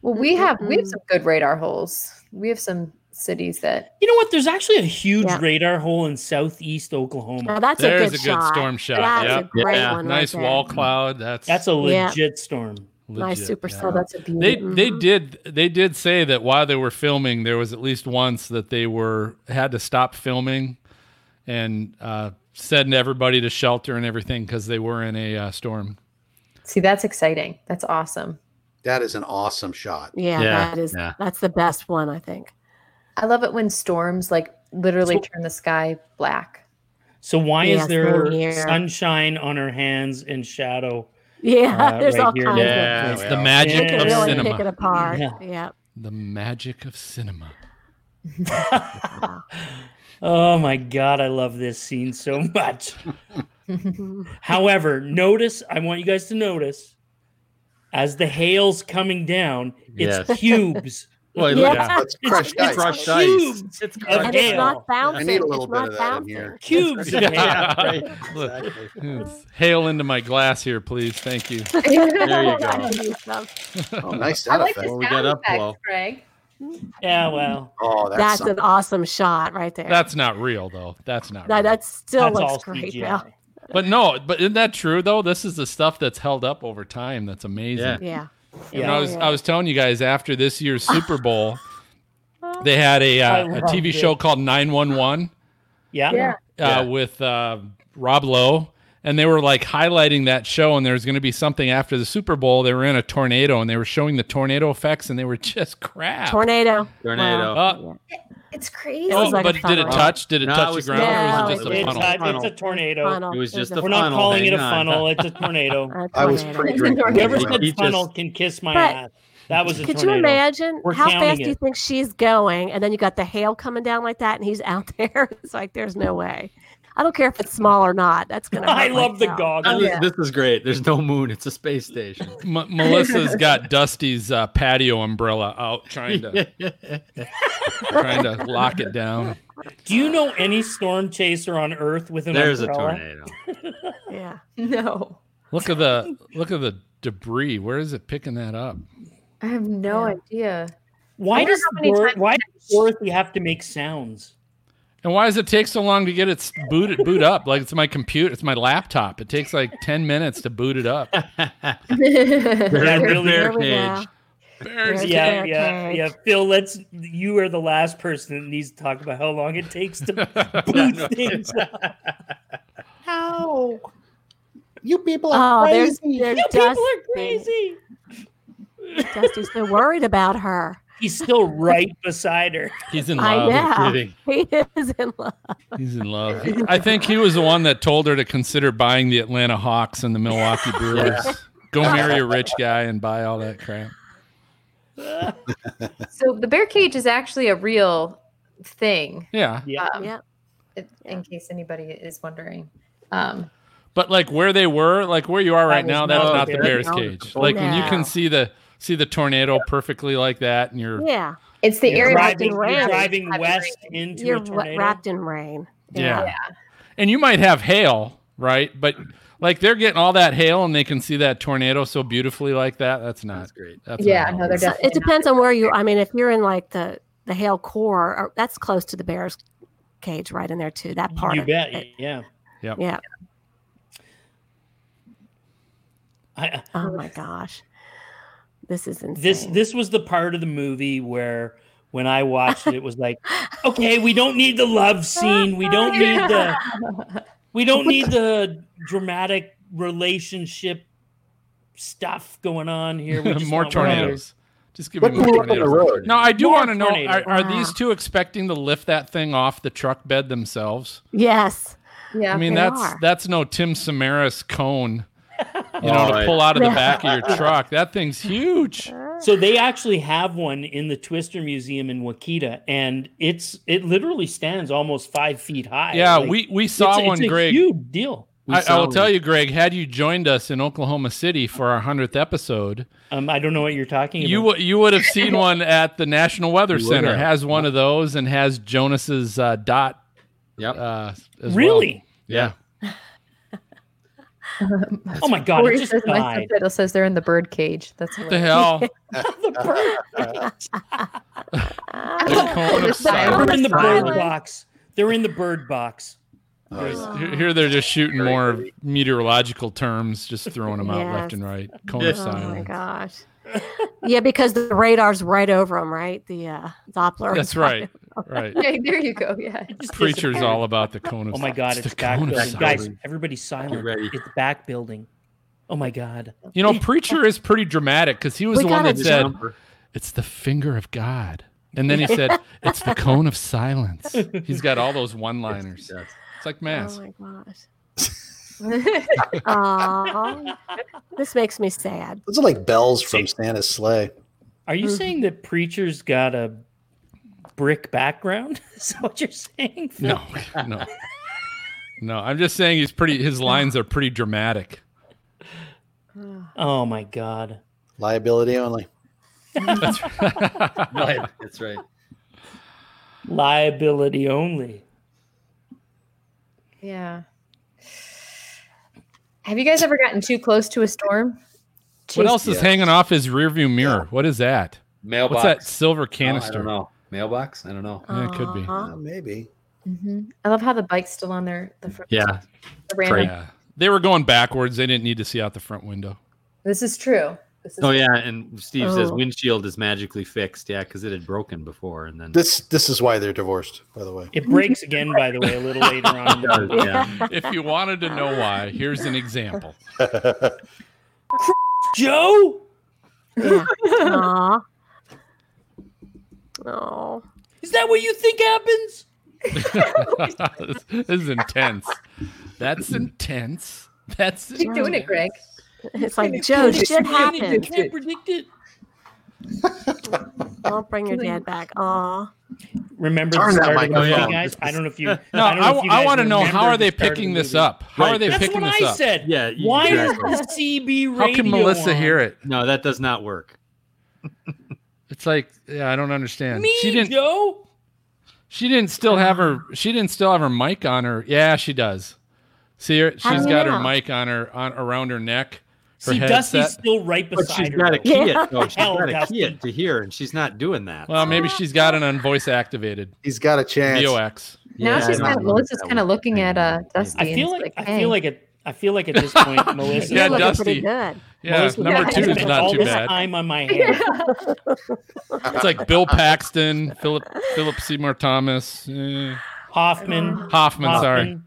Speaker 7: Well, we have we have some good radar holes. We have some cities that
Speaker 6: You know what? There's actually a huge
Speaker 5: Yeah.
Speaker 6: radar hole in southeast Oklahoma.
Speaker 5: Now that's
Speaker 2: There's
Speaker 5: a good, shot.
Speaker 2: storm shot.
Speaker 5: That's
Speaker 2: Yep.
Speaker 5: a great
Speaker 3: Yeah.
Speaker 5: one. right
Speaker 2: Nice
Speaker 5: there.
Speaker 2: wall cloud. That's
Speaker 6: That's a
Speaker 5: Yeah.
Speaker 6: legit storm.
Speaker 5: Nice
Speaker 2: legit,
Speaker 5: super
Speaker 2: yeah.
Speaker 7: Oh,
Speaker 5: cell. That's a beauty.
Speaker 2: They they
Speaker 5: Mhm.
Speaker 2: did they did say that while they were filming, there was at least once that they were had to stop filming, and uh, said to everybody to shelter and everything because they were in a uh, storm.
Speaker 7: see that's exciting. That's awesome.
Speaker 4: That is an awesome shot.
Speaker 5: Yeah,
Speaker 3: Yeah,
Speaker 5: that is
Speaker 3: yeah.
Speaker 5: that's the best one I think.
Speaker 7: I love it when storms like literally
Speaker 6: So-
Speaker 7: turn the sky black.
Speaker 6: So why
Speaker 5: Yeah,
Speaker 6: is
Speaker 5: same
Speaker 6: there
Speaker 5: here.
Speaker 6: sunshine on our hands and shadow?
Speaker 5: Yeah,
Speaker 6: Uh,
Speaker 5: there's
Speaker 6: right
Speaker 5: all
Speaker 6: here.
Speaker 5: kinds
Speaker 3: Yeah,
Speaker 5: of
Speaker 2: It's
Speaker 5: things.
Speaker 2: the
Speaker 4: well,
Speaker 2: magic
Speaker 5: You
Speaker 6: Yeah.
Speaker 2: of
Speaker 5: can really pick it
Speaker 2: cinema.
Speaker 5: apart.
Speaker 6: Yeah.
Speaker 5: Yeah.
Speaker 2: The magic of cinema.
Speaker 6: oh my god, I love this scene so much. However, notice I want you guys to notice as the hail's coming down, it's
Speaker 3: Yes.
Speaker 6: cubes.
Speaker 3: Well,
Speaker 5: Yeah.
Speaker 3: look,
Speaker 5: Yeah.
Speaker 4: That's crushed
Speaker 6: It's
Speaker 4: ice.
Speaker 3: crushed
Speaker 6: cubes.
Speaker 3: ice. It's
Speaker 6: And
Speaker 5: And
Speaker 3: crushed
Speaker 5: it's
Speaker 6: Hail.
Speaker 5: not bouncing.
Speaker 4: I need a little
Speaker 5: it's
Speaker 4: bit
Speaker 5: not
Speaker 4: of that in
Speaker 5: bouncing.
Speaker 4: here.
Speaker 6: Cubes. of hail.
Speaker 3: Yeah, right.
Speaker 2: Look,
Speaker 4: Exactly.
Speaker 2: it's hail into my glass here, please. Thank you.
Speaker 3: There you go.
Speaker 5: go.
Speaker 4: Oh, nice
Speaker 7: I
Speaker 4: sound
Speaker 7: like
Speaker 4: effect.
Speaker 7: the
Speaker 3: Well, we got
Speaker 7: sound
Speaker 3: up
Speaker 7: effects,
Speaker 3: well.
Speaker 7: Greg.
Speaker 6: Yeah, well,
Speaker 4: Oh, that's,
Speaker 5: That's
Speaker 4: something.
Speaker 5: an awesome shot right there.
Speaker 2: That's not real though. That's not.
Speaker 5: that,
Speaker 2: real.
Speaker 5: that still
Speaker 6: that's all
Speaker 5: looks great.
Speaker 6: CGI.
Speaker 5: Now.
Speaker 2: But no, but isn't that true though? This is the stuff that's held up over time. That's amazing.
Speaker 3: Yeah.
Speaker 5: Yeah.
Speaker 2: You
Speaker 6: Yeah.
Speaker 2: know, I was I was telling you guys after this year's Super Bowl, they had a
Speaker 6: I
Speaker 2: uh, a
Speaker 6: loved
Speaker 2: TV
Speaker 6: it.
Speaker 2: show called Nine One One
Speaker 6: Yeah.
Speaker 7: Yeah.
Speaker 2: uh,
Speaker 3: Yeah.
Speaker 2: with uh, Rob Lowe, and they were like highlighting that show. And there was going to be something after the Super Bowl. They were in a tornado, and they were showing the tornado effects, and they were just crap.
Speaker 5: Tornado.
Speaker 3: tornado.
Speaker 2: Uh,
Speaker 7: It's crazy.
Speaker 2: oh,
Speaker 5: was like a
Speaker 2: but did it
Speaker 5: funnel.
Speaker 2: touch? Did it
Speaker 3: No,
Speaker 2: touch
Speaker 3: it
Speaker 2: the
Speaker 3: was-
Speaker 2: ground, or was it
Speaker 5: no,
Speaker 2: just a
Speaker 5: it
Speaker 6: It's,
Speaker 2: funnel?
Speaker 6: a,
Speaker 3: Funnel.
Speaker 6: it's a tornado.
Speaker 5: Funnel.
Speaker 3: It was just a
Speaker 6: We're not
Speaker 3: Funnel,
Speaker 6: calling it a
Speaker 3: hang on.
Speaker 6: funnel. It's a tornado.
Speaker 5: a
Speaker 4: I was
Speaker 5: tornado.
Speaker 4: pre-drinking.
Speaker 6: Whoever
Speaker 3: He
Speaker 6: said
Speaker 3: just-
Speaker 6: funnel can kiss my
Speaker 5: But-
Speaker 6: ass. That was a
Speaker 5: Could
Speaker 6: tornado.
Speaker 5: you imagine
Speaker 6: We're
Speaker 5: how
Speaker 6: counting
Speaker 5: fast do
Speaker 6: it.
Speaker 5: you think she's going? And then you got the hail coming down like that, and he's out there. It's like there's no way. I don't care if it's small or not. That's gonna.
Speaker 6: I
Speaker 5: hurt
Speaker 6: love the
Speaker 3: That
Speaker 5: myself.
Speaker 6: goggles.
Speaker 3: was- This is great. There's no moon. It's a space station.
Speaker 2: M- Melissa's got Dusty's uh, patio umbrella out, trying to trying to lock it down.
Speaker 6: Do you know any storm chaser on Earth with an
Speaker 3: There's a
Speaker 6: umbrella?
Speaker 3: tornado.
Speaker 5: Yeah.
Speaker 7: No.
Speaker 2: Look at the look at the debris. Where is it picking that up?
Speaker 7: I have no idea.
Speaker 6: Why
Speaker 7: wonder
Speaker 6: does
Speaker 7: how many
Speaker 6: Dor-
Speaker 7: times-
Speaker 6: why does Dorothy have to make sounds?
Speaker 2: And why does it take so long to get it s- boot it boot up? Like it's my computer, it's my laptop. It takes like ten minutes to boot it up.
Speaker 3: They're in the
Speaker 6: really-
Speaker 3: bear
Speaker 5: There we go.
Speaker 3: cage.
Speaker 5: There's the
Speaker 6: yeah,
Speaker 5: bear
Speaker 6: yeah,
Speaker 5: cage.
Speaker 6: yeah. Phil, let's. You are the last person that needs to talk about how long it takes to boot things up.
Speaker 4: How? You people
Speaker 5: Oh,
Speaker 4: are
Speaker 5: there's,
Speaker 4: crazy.
Speaker 5: there's
Speaker 6: You people
Speaker 5: Dusty.
Speaker 6: are crazy.
Speaker 5: Dusty's so worried about her.
Speaker 6: He's still right beside her.
Speaker 2: He's in
Speaker 5: I
Speaker 2: love.
Speaker 5: know.
Speaker 3: kidding.
Speaker 5: He is in love.
Speaker 2: He's in love. I think he was the one that told her to consider buying the Atlanta Hawks and the Milwaukee Brewers. Go marry a rich guy and buy all that crap.
Speaker 7: So the bear cage is actually a real thing.
Speaker 2: Yeah.
Speaker 6: Yeah.
Speaker 7: Um,
Speaker 5: Yep.
Speaker 7: it- In case anybody is wondering. Um,
Speaker 2: But like where they were, like where you are right
Speaker 6: was
Speaker 2: now, that's
Speaker 3: not
Speaker 2: not the
Speaker 3: there.
Speaker 2: Bears
Speaker 3: No.
Speaker 2: cage. Like when you can
Speaker 5: No.
Speaker 2: see the see the tornado perfectly like that, and you're yeah,
Speaker 5: Yeah.
Speaker 7: it's the
Speaker 5: You're
Speaker 7: area
Speaker 5: right.
Speaker 6: driving,
Speaker 5: driving
Speaker 6: you're
Speaker 5: rain.
Speaker 6: driving
Speaker 7: Driving
Speaker 6: west
Speaker 7: rain.
Speaker 6: into
Speaker 5: You're
Speaker 6: a
Speaker 5: wa-
Speaker 6: tornado.
Speaker 5: wrapped in rain.
Speaker 2: and you might have hail, right? But like they're getting all that hail, and they can see that tornado so beautifully like that. That's not
Speaker 3: That's great.
Speaker 2: that's
Speaker 7: Yeah,
Speaker 2: not
Speaker 7: no,
Speaker 2: how
Speaker 7: they're
Speaker 2: works.
Speaker 7: definitely
Speaker 5: It depends on where you. I mean, if you're in like the the hail core, or, that's close to the bear's cage, right in there too. That part.
Speaker 6: You
Speaker 5: of
Speaker 6: bet.
Speaker 5: It.
Speaker 6: Yeah.
Speaker 5: Yeah.
Speaker 6: I,
Speaker 5: Oh my gosh. This is insane.
Speaker 6: this this was the part of the movie where when I watched it, it was like, okay, we don't need the love scene. We don't need the we don't need the dramatic relationship stuff going on here. We just
Speaker 2: more
Speaker 6: want one another.
Speaker 2: tornadoes. Just give me
Speaker 4: What
Speaker 2: more
Speaker 4: blew up on the
Speaker 2: tornadoes.
Speaker 4: road?
Speaker 2: No, I do
Speaker 6: More
Speaker 2: want to know: are,
Speaker 6: tornadoes.
Speaker 2: are
Speaker 5: Wow.
Speaker 2: these two expecting to lift that thing off the truck bed themselves?
Speaker 5: yes.
Speaker 7: yeah.
Speaker 2: I mean,
Speaker 5: they
Speaker 2: that's
Speaker 5: are.
Speaker 2: that's no Tim Samaras cone, you know,
Speaker 3: All
Speaker 2: to
Speaker 3: right.
Speaker 2: pull out of the back of your truck. That thing's huge.
Speaker 6: So they actually have one in the Twister Museum in Wakita, and it's it literally stands almost five feet high.
Speaker 2: Yeah,
Speaker 6: Like,
Speaker 2: we we
Speaker 6: it's
Speaker 2: saw
Speaker 6: a- it's
Speaker 2: one,
Speaker 6: a
Speaker 2: Greg.
Speaker 6: Huge deal.
Speaker 2: I,
Speaker 3: We
Speaker 2: I will
Speaker 3: sound-
Speaker 2: tell you, Greg, had you joined us in Oklahoma City for our 100th episode,
Speaker 6: Um, I don't know what you're talking
Speaker 2: you
Speaker 6: about.
Speaker 2: w- you would have seen one at the National Weather
Speaker 3: You would
Speaker 2: Center.
Speaker 3: have.
Speaker 2: Has one of those and has Jonas's uh, dot.
Speaker 3: Yep.
Speaker 2: Uh, as well.
Speaker 6: really?
Speaker 2: Yeah.
Speaker 6: Oh my god!
Speaker 7: Corey
Speaker 6: It just
Speaker 7: says my
Speaker 6: died.
Speaker 7: subtitle says they're in the bird cage. That's
Speaker 2: What the
Speaker 7: hilarious.
Speaker 2: hell?
Speaker 5: Ah,
Speaker 2: The cone of
Speaker 7: It's the
Speaker 2: silence.
Speaker 7: hell?
Speaker 6: They're in the bird
Speaker 7: Silence.
Speaker 6: box. They're in the bird box.
Speaker 4: Oh, yeah.
Speaker 2: Here- Here they're just shooting more meteorological terms, just throwing them out left
Speaker 5: Yes.
Speaker 2: and right. Cone of
Speaker 3: Yes.
Speaker 5: oh my
Speaker 2: silence.
Speaker 5: gosh. yeah, because the radar's right over them, right? The uh, Doppler. Oh
Speaker 2: That's
Speaker 5: is
Speaker 2: right. Right.
Speaker 7: Okay, there you go. Yeah.
Speaker 6: It just
Speaker 2: Preacher's
Speaker 6: disappeared.
Speaker 2: all about the cone of
Speaker 6: Oh my god! It's,
Speaker 2: the
Speaker 6: back
Speaker 2: cone of
Speaker 6: building,
Speaker 2: silence.
Speaker 6: guys. Everybody's silent.
Speaker 3: ready.
Speaker 6: It's back building. Oh my god!
Speaker 2: You know, Preacher is pretty dramatic because he was
Speaker 5: We
Speaker 2: the one
Speaker 5: gotta
Speaker 2: that
Speaker 5: do
Speaker 2: said,
Speaker 3: Number.
Speaker 2: It's the finger of God. And then he said, It's the cone of silence. He's got all those one liners.
Speaker 3: Yes.
Speaker 2: It's like
Speaker 5: Oh
Speaker 2: mass.
Speaker 5: my gosh. Aw, this makes me sad.
Speaker 4: Those are like bells from Santa's sleigh.
Speaker 6: Are you
Speaker 5: Mhm.
Speaker 6: saying that preacher's got a brick background? Is that what you're saying? Phil?
Speaker 2: No, no. No, I'm just saying he's pretty his lines are pretty dramatic.
Speaker 6: Oh my god!
Speaker 4: Liability only.
Speaker 2: That's
Speaker 3: Right. That's right.
Speaker 6: Liability only.
Speaker 7: Yeah. Have you guys ever gotten too close to a storm?
Speaker 2: what else is
Speaker 3: Yes.
Speaker 2: hanging off his rearview mirror? What is that? What's
Speaker 3: Mailbox.
Speaker 2: that silver
Speaker 3: Oh, I
Speaker 2: canister?
Speaker 3: don't know. Mailbox. I don't know.
Speaker 2: Yeah, it could be.
Speaker 5: Aw.
Speaker 4: Uh, maybe.
Speaker 7: Mhm. I love how the bike's still on there. The front,
Speaker 3: Yeah.
Speaker 7: the random-
Speaker 3: Right.
Speaker 2: Yeah. They were going backwards. They didn't need to see out the front window.
Speaker 7: This is true. This is
Speaker 3: Oh yeah, and Steve says
Speaker 5: Oh.
Speaker 3: windshield is magically fixed. Yeah, because it had broken before, and then
Speaker 4: This this is why they're divorced, by the way.
Speaker 6: It breaks again, by the way, a little later on.
Speaker 3: Oh, Yeah, yeah.
Speaker 2: If you wanted to know why, here's an example.
Speaker 6: Joe,
Speaker 5: Yeah. Aw. Oh.
Speaker 6: is that what you think happens?
Speaker 2: this is intense. That's intense. That's
Speaker 7: Keep doing it, Greg.
Speaker 5: It's like, Joe, shit
Speaker 6: You
Speaker 5: happened.
Speaker 6: can't predict it.
Speaker 5: Don't bring your dad back. Aw.
Speaker 6: Remember
Speaker 4: Darn
Speaker 6: the
Speaker 4: that,
Speaker 6: start of
Speaker 4: Mike.
Speaker 6: the
Speaker 4: Oh,
Speaker 6: movie,
Speaker 3: yeah.
Speaker 6: guys? I don't know if you.
Speaker 2: No,
Speaker 6: I,
Speaker 2: I,
Speaker 6: don't know if you guys
Speaker 2: want to know
Speaker 6: remember
Speaker 2: how are
Speaker 6: the
Speaker 2: they
Speaker 6: start of
Speaker 2: picking
Speaker 6: the
Speaker 2: this
Speaker 6: movie.
Speaker 2: up? How
Speaker 3: Right.
Speaker 2: are they
Speaker 6: That's
Speaker 2: picking
Speaker 6: what
Speaker 2: this
Speaker 6: I
Speaker 2: up?
Speaker 6: said.
Speaker 3: Yeah, you-
Speaker 6: Why
Speaker 3: exactly.
Speaker 6: is the CB radio?
Speaker 2: How can Melissa
Speaker 6: on?
Speaker 2: hear it?
Speaker 3: no, that does not work.
Speaker 2: It's like yeah, I don't understand.
Speaker 6: Me,
Speaker 2: she didn't.
Speaker 6: Joe.
Speaker 2: She didn't still have her. She didn't still have her mic on her. Yeah, she does. See her.
Speaker 5: How do
Speaker 2: She's
Speaker 5: you
Speaker 2: got her
Speaker 5: know?
Speaker 2: mic on her on around her neck. Her
Speaker 6: See,
Speaker 2: headset.
Speaker 6: Dusty's still right
Speaker 3: But
Speaker 6: beside
Speaker 3: she's
Speaker 6: her.
Speaker 3: got a key it. though. She's
Speaker 6: Hell,
Speaker 3: got a
Speaker 6: Dustin.
Speaker 3: key it to hear, and she's not doing that.
Speaker 2: Well, maybe she's got it on voice activated.
Speaker 4: He's got a chance.
Speaker 2: VOX.
Speaker 7: Now
Speaker 3: Yeah,
Speaker 7: she's
Speaker 3: I
Speaker 7: kind of
Speaker 3: don't know if
Speaker 7: Melissa's
Speaker 3: that
Speaker 7: kind of
Speaker 3: works.
Speaker 7: looking at uh Dusty.
Speaker 6: I feel
Speaker 7: and
Speaker 6: like,
Speaker 7: it's
Speaker 6: I feel
Speaker 7: "Hey."
Speaker 6: like at I feel like at this point, Melissa.
Speaker 5: You're
Speaker 2: Yeah,
Speaker 5: looking
Speaker 2: Dusty.
Speaker 5: pretty good.
Speaker 2: Yeah,
Speaker 6: Melissa
Speaker 2: number
Speaker 6: has
Speaker 2: two is
Speaker 6: spent
Speaker 2: not
Speaker 6: all
Speaker 2: too
Speaker 6: this
Speaker 2: bad.
Speaker 6: Time on my hand.
Speaker 2: It's like Bill Paxton, Philip Philip Seymour Thomas, eh,
Speaker 6: Hoffman.
Speaker 2: Hoffman. Sorry,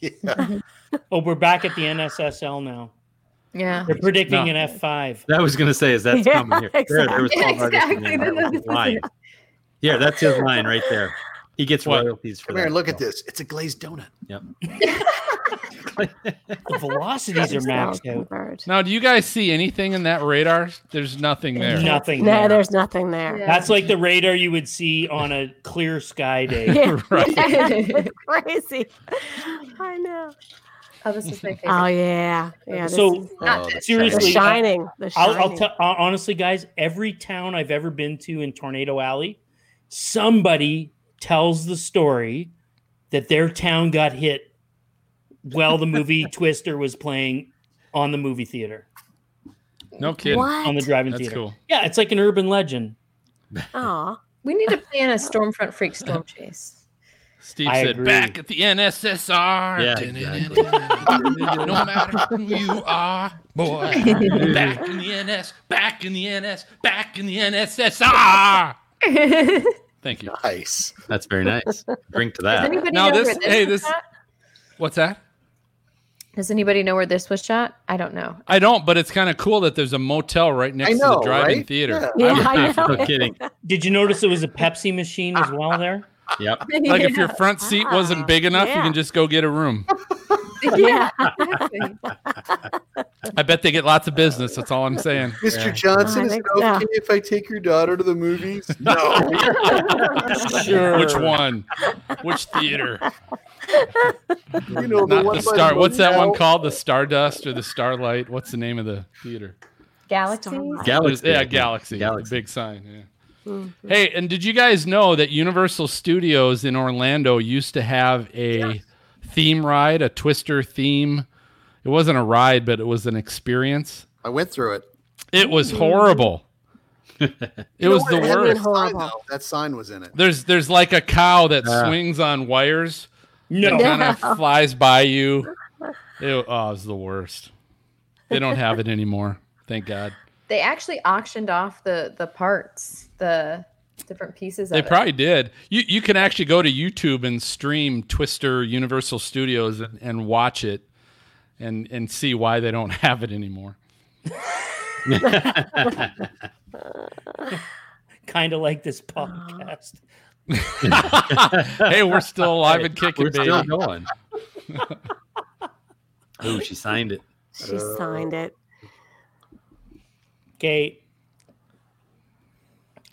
Speaker 6: Hoffman.
Speaker 4: Yeah.
Speaker 6: Oh, we're back at the NSSL now.
Speaker 7: yeah.
Speaker 6: They're predicting
Speaker 2: No.
Speaker 6: an F five.
Speaker 3: That was gonna say is that's
Speaker 5: Yeah,
Speaker 3: coming here. There, there was
Speaker 7: exactly.
Speaker 3: Paul Vargas in
Speaker 7: Exactly,
Speaker 3: there.
Speaker 7: that's
Speaker 3: His
Speaker 7: what
Speaker 3: line.
Speaker 7: it
Speaker 3: Yeah, that's his line right there. He gets
Speaker 2: What?
Speaker 3: royalties for
Speaker 4: Come
Speaker 3: that.
Speaker 4: here and look at this. It's a glazed donut.
Speaker 6: The velocities are
Speaker 5: These
Speaker 6: maxed out.
Speaker 5: bird.
Speaker 2: Now, do you guys see anything in that radar? There's nothing there.
Speaker 6: Nothing.
Speaker 5: No,
Speaker 6: there.
Speaker 5: there's nothing there.
Speaker 7: Yeah.
Speaker 6: That's like the radar you would see on a clear sky day.
Speaker 5: Yeah.
Speaker 2: Right.
Speaker 5: Crazy. I know.
Speaker 7: oh, this is my favorite.
Speaker 5: Oh yeah. Yeah. This
Speaker 6: So-
Speaker 5: is
Speaker 7: Not
Speaker 4: Oh, that's
Speaker 5: the
Speaker 6: Seriously,
Speaker 4: shiny.
Speaker 5: shining. The
Speaker 6: I'll,
Speaker 5: shining.
Speaker 6: I'll tell hon- honestly, guys. Every town I've ever been to in Tornado Alley, somebody tells the story that their town got hit while the movie Twister was playing on the movie theater
Speaker 2: No kidding.
Speaker 5: what?
Speaker 6: on the drive-in
Speaker 2: That's
Speaker 6: theater.
Speaker 2: cool.
Speaker 6: Yeah, it's like an urban legend.
Speaker 5: Aw.
Speaker 7: We need to plan a Stormfront Freak storm chase.
Speaker 2: Steve
Speaker 6: I
Speaker 2: said,
Speaker 6: agree.
Speaker 2: "Back at the NSSR,
Speaker 3: Yeah, exactly.
Speaker 2: no matter who you are, boy. Back in the NS, back in the NS, back in the NSSR." Thank you.
Speaker 4: Nice.
Speaker 3: That's very nice. Drink to
Speaker 7: Does
Speaker 3: that.
Speaker 7: anybody
Speaker 2: Now
Speaker 7: know
Speaker 2: this-
Speaker 7: where this
Speaker 2: hey,
Speaker 7: was
Speaker 2: this-
Speaker 7: shot?
Speaker 2: What's that?
Speaker 7: Does anybody know where this was shot? I don't know.
Speaker 2: I don't, but it's kind of cool that there's a motel right next
Speaker 4: I
Speaker 2: to
Speaker 4: know,
Speaker 2: the drive-in
Speaker 4: right?
Speaker 2: theater.
Speaker 5: Yeah,
Speaker 2: would
Speaker 5: I
Speaker 2: pay for
Speaker 5: know.
Speaker 3: No kidding.
Speaker 6: Did you notice it was a Pepsi machine as well there?
Speaker 3: Yep.
Speaker 2: Like if your front seat wasn't big enough, you
Speaker 5: Yeah.
Speaker 2: can just go get a room.
Speaker 7: yeah, exactly.
Speaker 2: I bet they get lots of business. That's all I'm saying.
Speaker 3: Yeah.
Speaker 4: Mr.
Speaker 5: I
Speaker 4: Johnson, is it
Speaker 5: think
Speaker 4: okay
Speaker 5: so.
Speaker 4: if I take your daughter to the movies? No.
Speaker 6: Sure.
Speaker 2: Which one? Which theater?
Speaker 4: You know,
Speaker 2: Not
Speaker 4: one
Speaker 2: the
Speaker 4: by
Speaker 2: star. What's that one
Speaker 4: hotel.
Speaker 2: called? The Stardust or the Starlight? What's the name of the theater?
Speaker 7: Galaxy.
Speaker 2: There's-
Speaker 3: Galaxy. I
Speaker 2: Yeah,
Speaker 3: think.
Speaker 2: Galaxy. The
Speaker 3: Galaxy.
Speaker 2: big sign. Yeah.
Speaker 5: Hmm.
Speaker 2: Hey, and did you guys know that Universal Studios in Orlando used to have a theme ride, a Twister theme? It wasn't a ride, but it was an experience.
Speaker 4: I went through it.
Speaker 2: It was horrible. it was the
Speaker 5: what? I mean,
Speaker 2: worst.
Speaker 5: hor-
Speaker 4: Sign,
Speaker 5: Horrible.
Speaker 4: though, that sign was in it.
Speaker 2: There's there's like a cow that
Speaker 3: Yeah.
Speaker 2: swings on wires,
Speaker 6: No.
Speaker 5: Yeah.
Speaker 2: kind of flies by you. It, oh, it was the worst. They don't have it anymore. Thank God.
Speaker 7: They actually auctioned off the the parts, the different pieces
Speaker 2: They
Speaker 7: of
Speaker 2: probably did. You you can actually go to YouTube and stream Twister Universal Studios and, and watch it and and see why they don't have it anymore.
Speaker 6: Kind of like this
Speaker 5: Oh.
Speaker 6: podcast.
Speaker 2: hey, we're still alive and kicking,
Speaker 3: We're
Speaker 2: baby.
Speaker 3: still going. oh, she signed it.
Speaker 5: She
Speaker 3: Uh,
Speaker 5: signed it.
Speaker 6: Kate.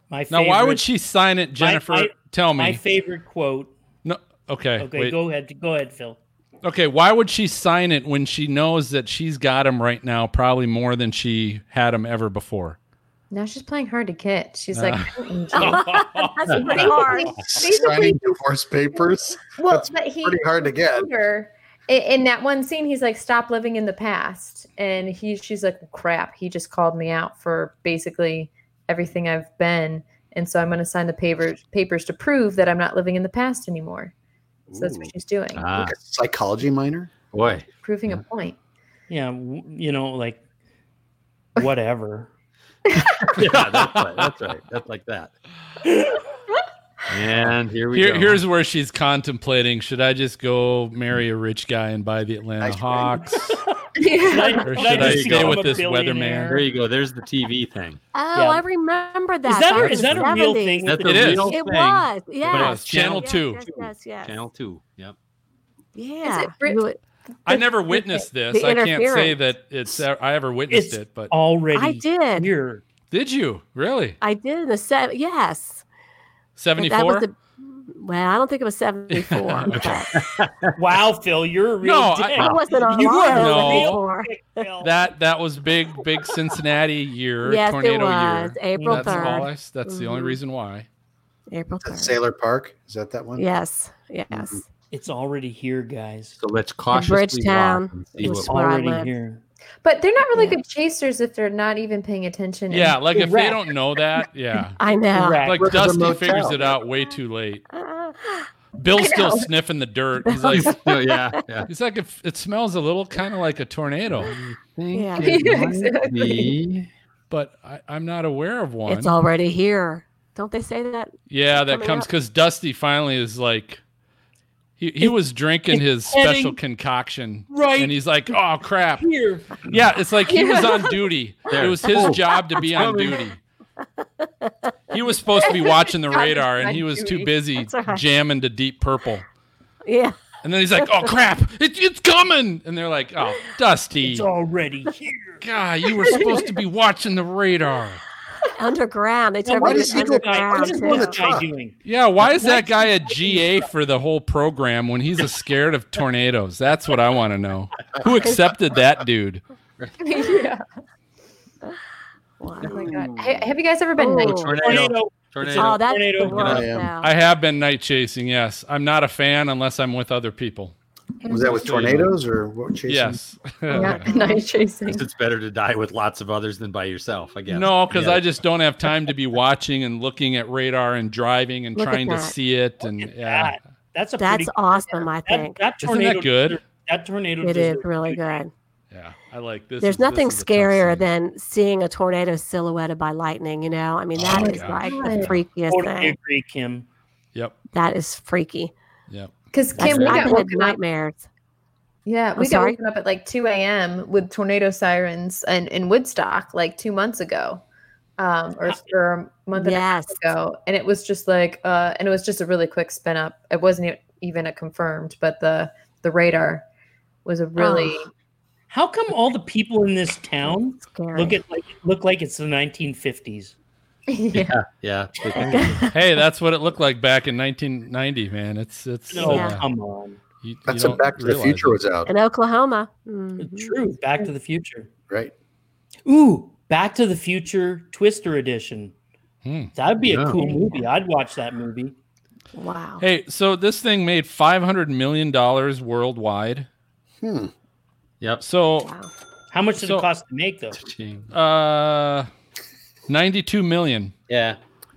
Speaker 6: My
Speaker 2: now,
Speaker 6: favorite,
Speaker 2: why would she sign it, Jennifer?
Speaker 6: my-
Speaker 2: tell me.
Speaker 6: My favorite quote.
Speaker 2: no. Okay.
Speaker 6: Okay,
Speaker 2: wait.
Speaker 6: go ahead. Go ahead, Phil.
Speaker 2: Okay. Why would she sign it when she knows that she's got him right now, probably more than she had him ever before?
Speaker 7: Now she's playing hard to get. She's like,
Speaker 2: Uh.
Speaker 7: I don't need you.
Speaker 5: That's pretty hard.
Speaker 7: basically,
Speaker 4: Signing divorce papers.
Speaker 7: well,
Speaker 4: That's
Speaker 7: but he
Speaker 4: pretty hard to get.
Speaker 7: told her- in, in that one scene, he's like, "Stop living in the past," and he, she's like, "Crap, he just called me out for basically everything I've been, and so I'm going to sign the papers papers to prove that I'm not living in the past anymore." So that's what
Speaker 4: Ooh.
Speaker 7: she's doing,
Speaker 3: Ah,
Speaker 4: Like a psychology minor.
Speaker 3: boy.
Speaker 7: proving a point.
Speaker 6: Yeah, w- you know, like whatever.
Speaker 3: Yeah, that's right. That's right. That's like that. And here we
Speaker 2: Here,
Speaker 3: go.
Speaker 2: here's where she's contemplating: Should I just go marry a rich guy and buy the Atlanta
Speaker 4: Nice.
Speaker 2: Hawks?
Speaker 7: Yeah.
Speaker 6: Like,
Speaker 2: Or
Speaker 6: like
Speaker 2: should I
Speaker 6: to
Speaker 3: stay
Speaker 6: see I'm
Speaker 2: with
Speaker 6: a
Speaker 2: this
Speaker 6: billionaire.
Speaker 3: there you go. There's the TV thing.
Speaker 5: Oh,
Speaker 6: Yeah.
Speaker 5: I remember that.
Speaker 6: Is that,
Speaker 5: back
Speaker 6: a, is
Speaker 5: in
Speaker 6: that
Speaker 5: the
Speaker 6: a real
Speaker 5: 70s.
Speaker 6: thing? with
Speaker 3: That's
Speaker 6: the
Speaker 3: a
Speaker 2: It is.
Speaker 3: real
Speaker 5: It
Speaker 3: thing.
Speaker 5: was.
Speaker 3: But it
Speaker 5: Yeah.
Speaker 2: was Channel
Speaker 5: yes,
Speaker 2: two.
Speaker 5: Yes, yes, yes.
Speaker 3: Channel two. Yep.
Speaker 5: Yeah.
Speaker 7: Is it Brit-
Speaker 5: You would-
Speaker 2: I never witnessed this.
Speaker 5: the
Speaker 2: I can't say
Speaker 5: interference.
Speaker 2: that it's e, I ever witnessed
Speaker 6: It's
Speaker 2: it, but
Speaker 6: already
Speaker 5: I did.
Speaker 6: here.
Speaker 2: did you really?
Speaker 5: I did in the set. Yes.
Speaker 2: Seventy
Speaker 5: But That was
Speaker 2: four?
Speaker 5: the, well, I don't think it was 74. but it
Speaker 6: Wow, Phil, you're a real
Speaker 2: No, I-
Speaker 6: dick.
Speaker 5: wasn't online.
Speaker 6: You are
Speaker 5: it was
Speaker 2: no.
Speaker 5: 74.
Speaker 6: Phil.
Speaker 2: That that was big, big Cincinnati year,
Speaker 5: Yes, it
Speaker 2: tornado year.
Speaker 5: was. April
Speaker 2: That's all. I,
Speaker 5: 3rd.
Speaker 2: s- that's the only
Speaker 5: Mhm.
Speaker 2: reason why.
Speaker 5: April
Speaker 4: Is that
Speaker 5: 3rd.
Speaker 4: Sailor Park. Is that that one?
Speaker 5: Yes. Yes.
Speaker 3: Mm-hmm.
Speaker 6: it's already here, guys.
Speaker 3: So let's cautiously
Speaker 5: Bridgetown
Speaker 3: walk and see
Speaker 5: was
Speaker 3: what
Speaker 6: It's
Speaker 5: where I
Speaker 6: already
Speaker 5: live.
Speaker 6: here.
Speaker 7: But they're not really
Speaker 5: Yeah.
Speaker 7: good chasers if they're not even paying attention. and-
Speaker 2: Yeah, like if they
Speaker 6: Correct.
Speaker 2: don't know that, yeah.
Speaker 5: I know.
Speaker 6: Correct.
Speaker 2: Like
Speaker 4: Look at the
Speaker 2: Dusty
Speaker 4: motel.
Speaker 2: figures it out way too late.
Speaker 5: Uh,
Speaker 2: Bill's
Speaker 7: I
Speaker 2: still
Speaker 7: know.
Speaker 2: sniffing the dirt. He's like
Speaker 3: No, yeah, yeah.
Speaker 2: he's like if it smells a little kind of like a tornado,
Speaker 5: Yeah.
Speaker 7: it Yeah, might exactly.
Speaker 2: but I, I'm not aware of one.
Speaker 5: it's already here. Don't they say that?
Speaker 2: Yeah, that
Speaker 5: coming
Speaker 2: comes
Speaker 5: up.
Speaker 2: because Dusty finally is like, he, he
Speaker 6: It-
Speaker 2: was drinking
Speaker 6: it's
Speaker 2: his
Speaker 6: heading-
Speaker 2: special concoction,
Speaker 6: Right.
Speaker 2: and he's like, oh crap,
Speaker 6: Here.
Speaker 2: yeah, it's like he was
Speaker 7: Yeah.
Speaker 2: on duty. It
Speaker 3: There.
Speaker 2: was his job to be on
Speaker 3: coming.
Speaker 2: duty. He was supposed to be watching the
Speaker 7: Job is
Speaker 2: radar,
Speaker 7: on
Speaker 2: and he was too
Speaker 7: duty.
Speaker 2: busy
Speaker 5: That's all right.
Speaker 2: jamming to Deep Purple.
Speaker 5: Yeah.
Speaker 2: And then he's like, "Oh crap, it, it's coming!" And they're like, "Oh, Dusty,
Speaker 6: It's already here.
Speaker 2: God, you were supposed to be watching the radar."
Speaker 5: Underground. They turn
Speaker 4: why
Speaker 5: it
Speaker 4: does he go-
Speaker 5: underground.
Speaker 4: why does he go in
Speaker 5: too.
Speaker 4: the
Speaker 6: What am I
Speaker 4: truck?
Speaker 6: doing?
Speaker 2: Yeah, why is that guy a GA for the whole program when he's a scared of tornadoes? That's what I want to know. Who accepted that dude?
Speaker 7: yeah.
Speaker 5: Wow.
Speaker 7: Oh my God. Ha- have you guys ever been
Speaker 5: Ooh.
Speaker 7: night?
Speaker 3: Tornado.
Speaker 6: Tornado.
Speaker 5: Oh,
Speaker 3: Tornado.
Speaker 5: that's
Speaker 6: Tornado.
Speaker 5: the worst
Speaker 4: Yeah.
Speaker 5: now.
Speaker 2: I have been night chasing, yes. I'm not a fan unless I'm with other people.
Speaker 4: Was that with tornadoes or what? Chasing?
Speaker 2: Yes.
Speaker 7: Yeah, night chasing.
Speaker 3: It's better to die with lots of others than by yourself, I guess.
Speaker 2: No, because
Speaker 3: Yeah.
Speaker 2: I just don't have time to be watching and looking at radar and driving and
Speaker 5: Look at
Speaker 2: trying to
Speaker 5: that.
Speaker 2: see it. And yeah,
Speaker 6: that. That's a
Speaker 5: That's
Speaker 6: pretty
Speaker 5: awesome, I
Speaker 6: that-
Speaker 5: think.
Speaker 6: That,
Speaker 2: Isn't that
Speaker 6: tornado
Speaker 2: good?
Speaker 6: deserved- That tornado
Speaker 5: It is
Speaker 6: deserved-
Speaker 5: really good.
Speaker 2: yeah, I like this.
Speaker 5: There's
Speaker 2: is- this
Speaker 5: nothing
Speaker 2: is a tough
Speaker 5: scarier
Speaker 2: scene.
Speaker 5: than seeing a tornado silhouetted by lightning, you know? I mean,
Speaker 2: Oh
Speaker 5: that
Speaker 2: my
Speaker 5: is
Speaker 2: God.
Speaker 5: like
Speaker 7: Yeah.
Speaker 5: the freakiest
Speaker 6: Totally
Speaker 5: thing.
Speaker 6: agree, Kim.
Speaker 2: Yep.
Speaker 5: That is freaky.
Speaker 2: Yep.
Speaker 7: Because Kim,
Speaker 5: That's,
Speaker 7: we
Speaker 5: I've
Speaker 7: got
Speaker 5: had
Speaker 7: woken up.
Speaker 5: nightmares.
Speaker 7: Yeah, we got
Speaker 5: sorry?
Speaker 7: woken up at like 2 a.m. with tornado sirens and in Woodstock like two months ago, um, or, or a month and a half
Speaker 5: Yes.
Speaker 7: ago, and it was just like, uh, and it was just a really quick spin up. It wasn't e- even a confirmed, but the the radar was a really
Speaker 6: How come all the people in this town
Speaker 5: Scary.
Speaker 6: look at like look like it's the 1950s?
Speaker 7: yeah.
Speaker 3: Yeah.
Speaker 2: Hey, that's what it looked like back in 1990, man. It's it's
Speaker 6: No,
Speaker 5: Yeah.
Speaker 2: uh,
Speaker 6: come on.
Speaker 2: You, you
Speaker 4: That's when
Speaker 2: don't
Speaker 4: Back to the
Speaker 2: realize
Speaker 4: Future
Speaker 2: it.
Speaker 4: was out,
Speaker 5: in Oklahoma. Mhm.
Speaker 6: True. Back to the Future.
Speaker 4: right?
Speaker 6: Ooh, Back to the Future Twister Edition.
Speaker 2: Hmm.
Speaker 6: That'd be
Speaker 4: Yeah.
Speaker 6: a cool movie. I'd watch that movie.
Speaker 5: Wow.
Speaker 2: Hey, so this thing made five hundred million dollars worldwide.
Speaker 4: Hmm.
Speaker 3: Yep.
Speaker 2: So
Speaker 5: Wow.
Speaker 6: How much did
Speaker 2: So-
Speaker 6: it cost to make though?
Speaker 2: uh, ninety-two million.
Speaker 3: Yeah.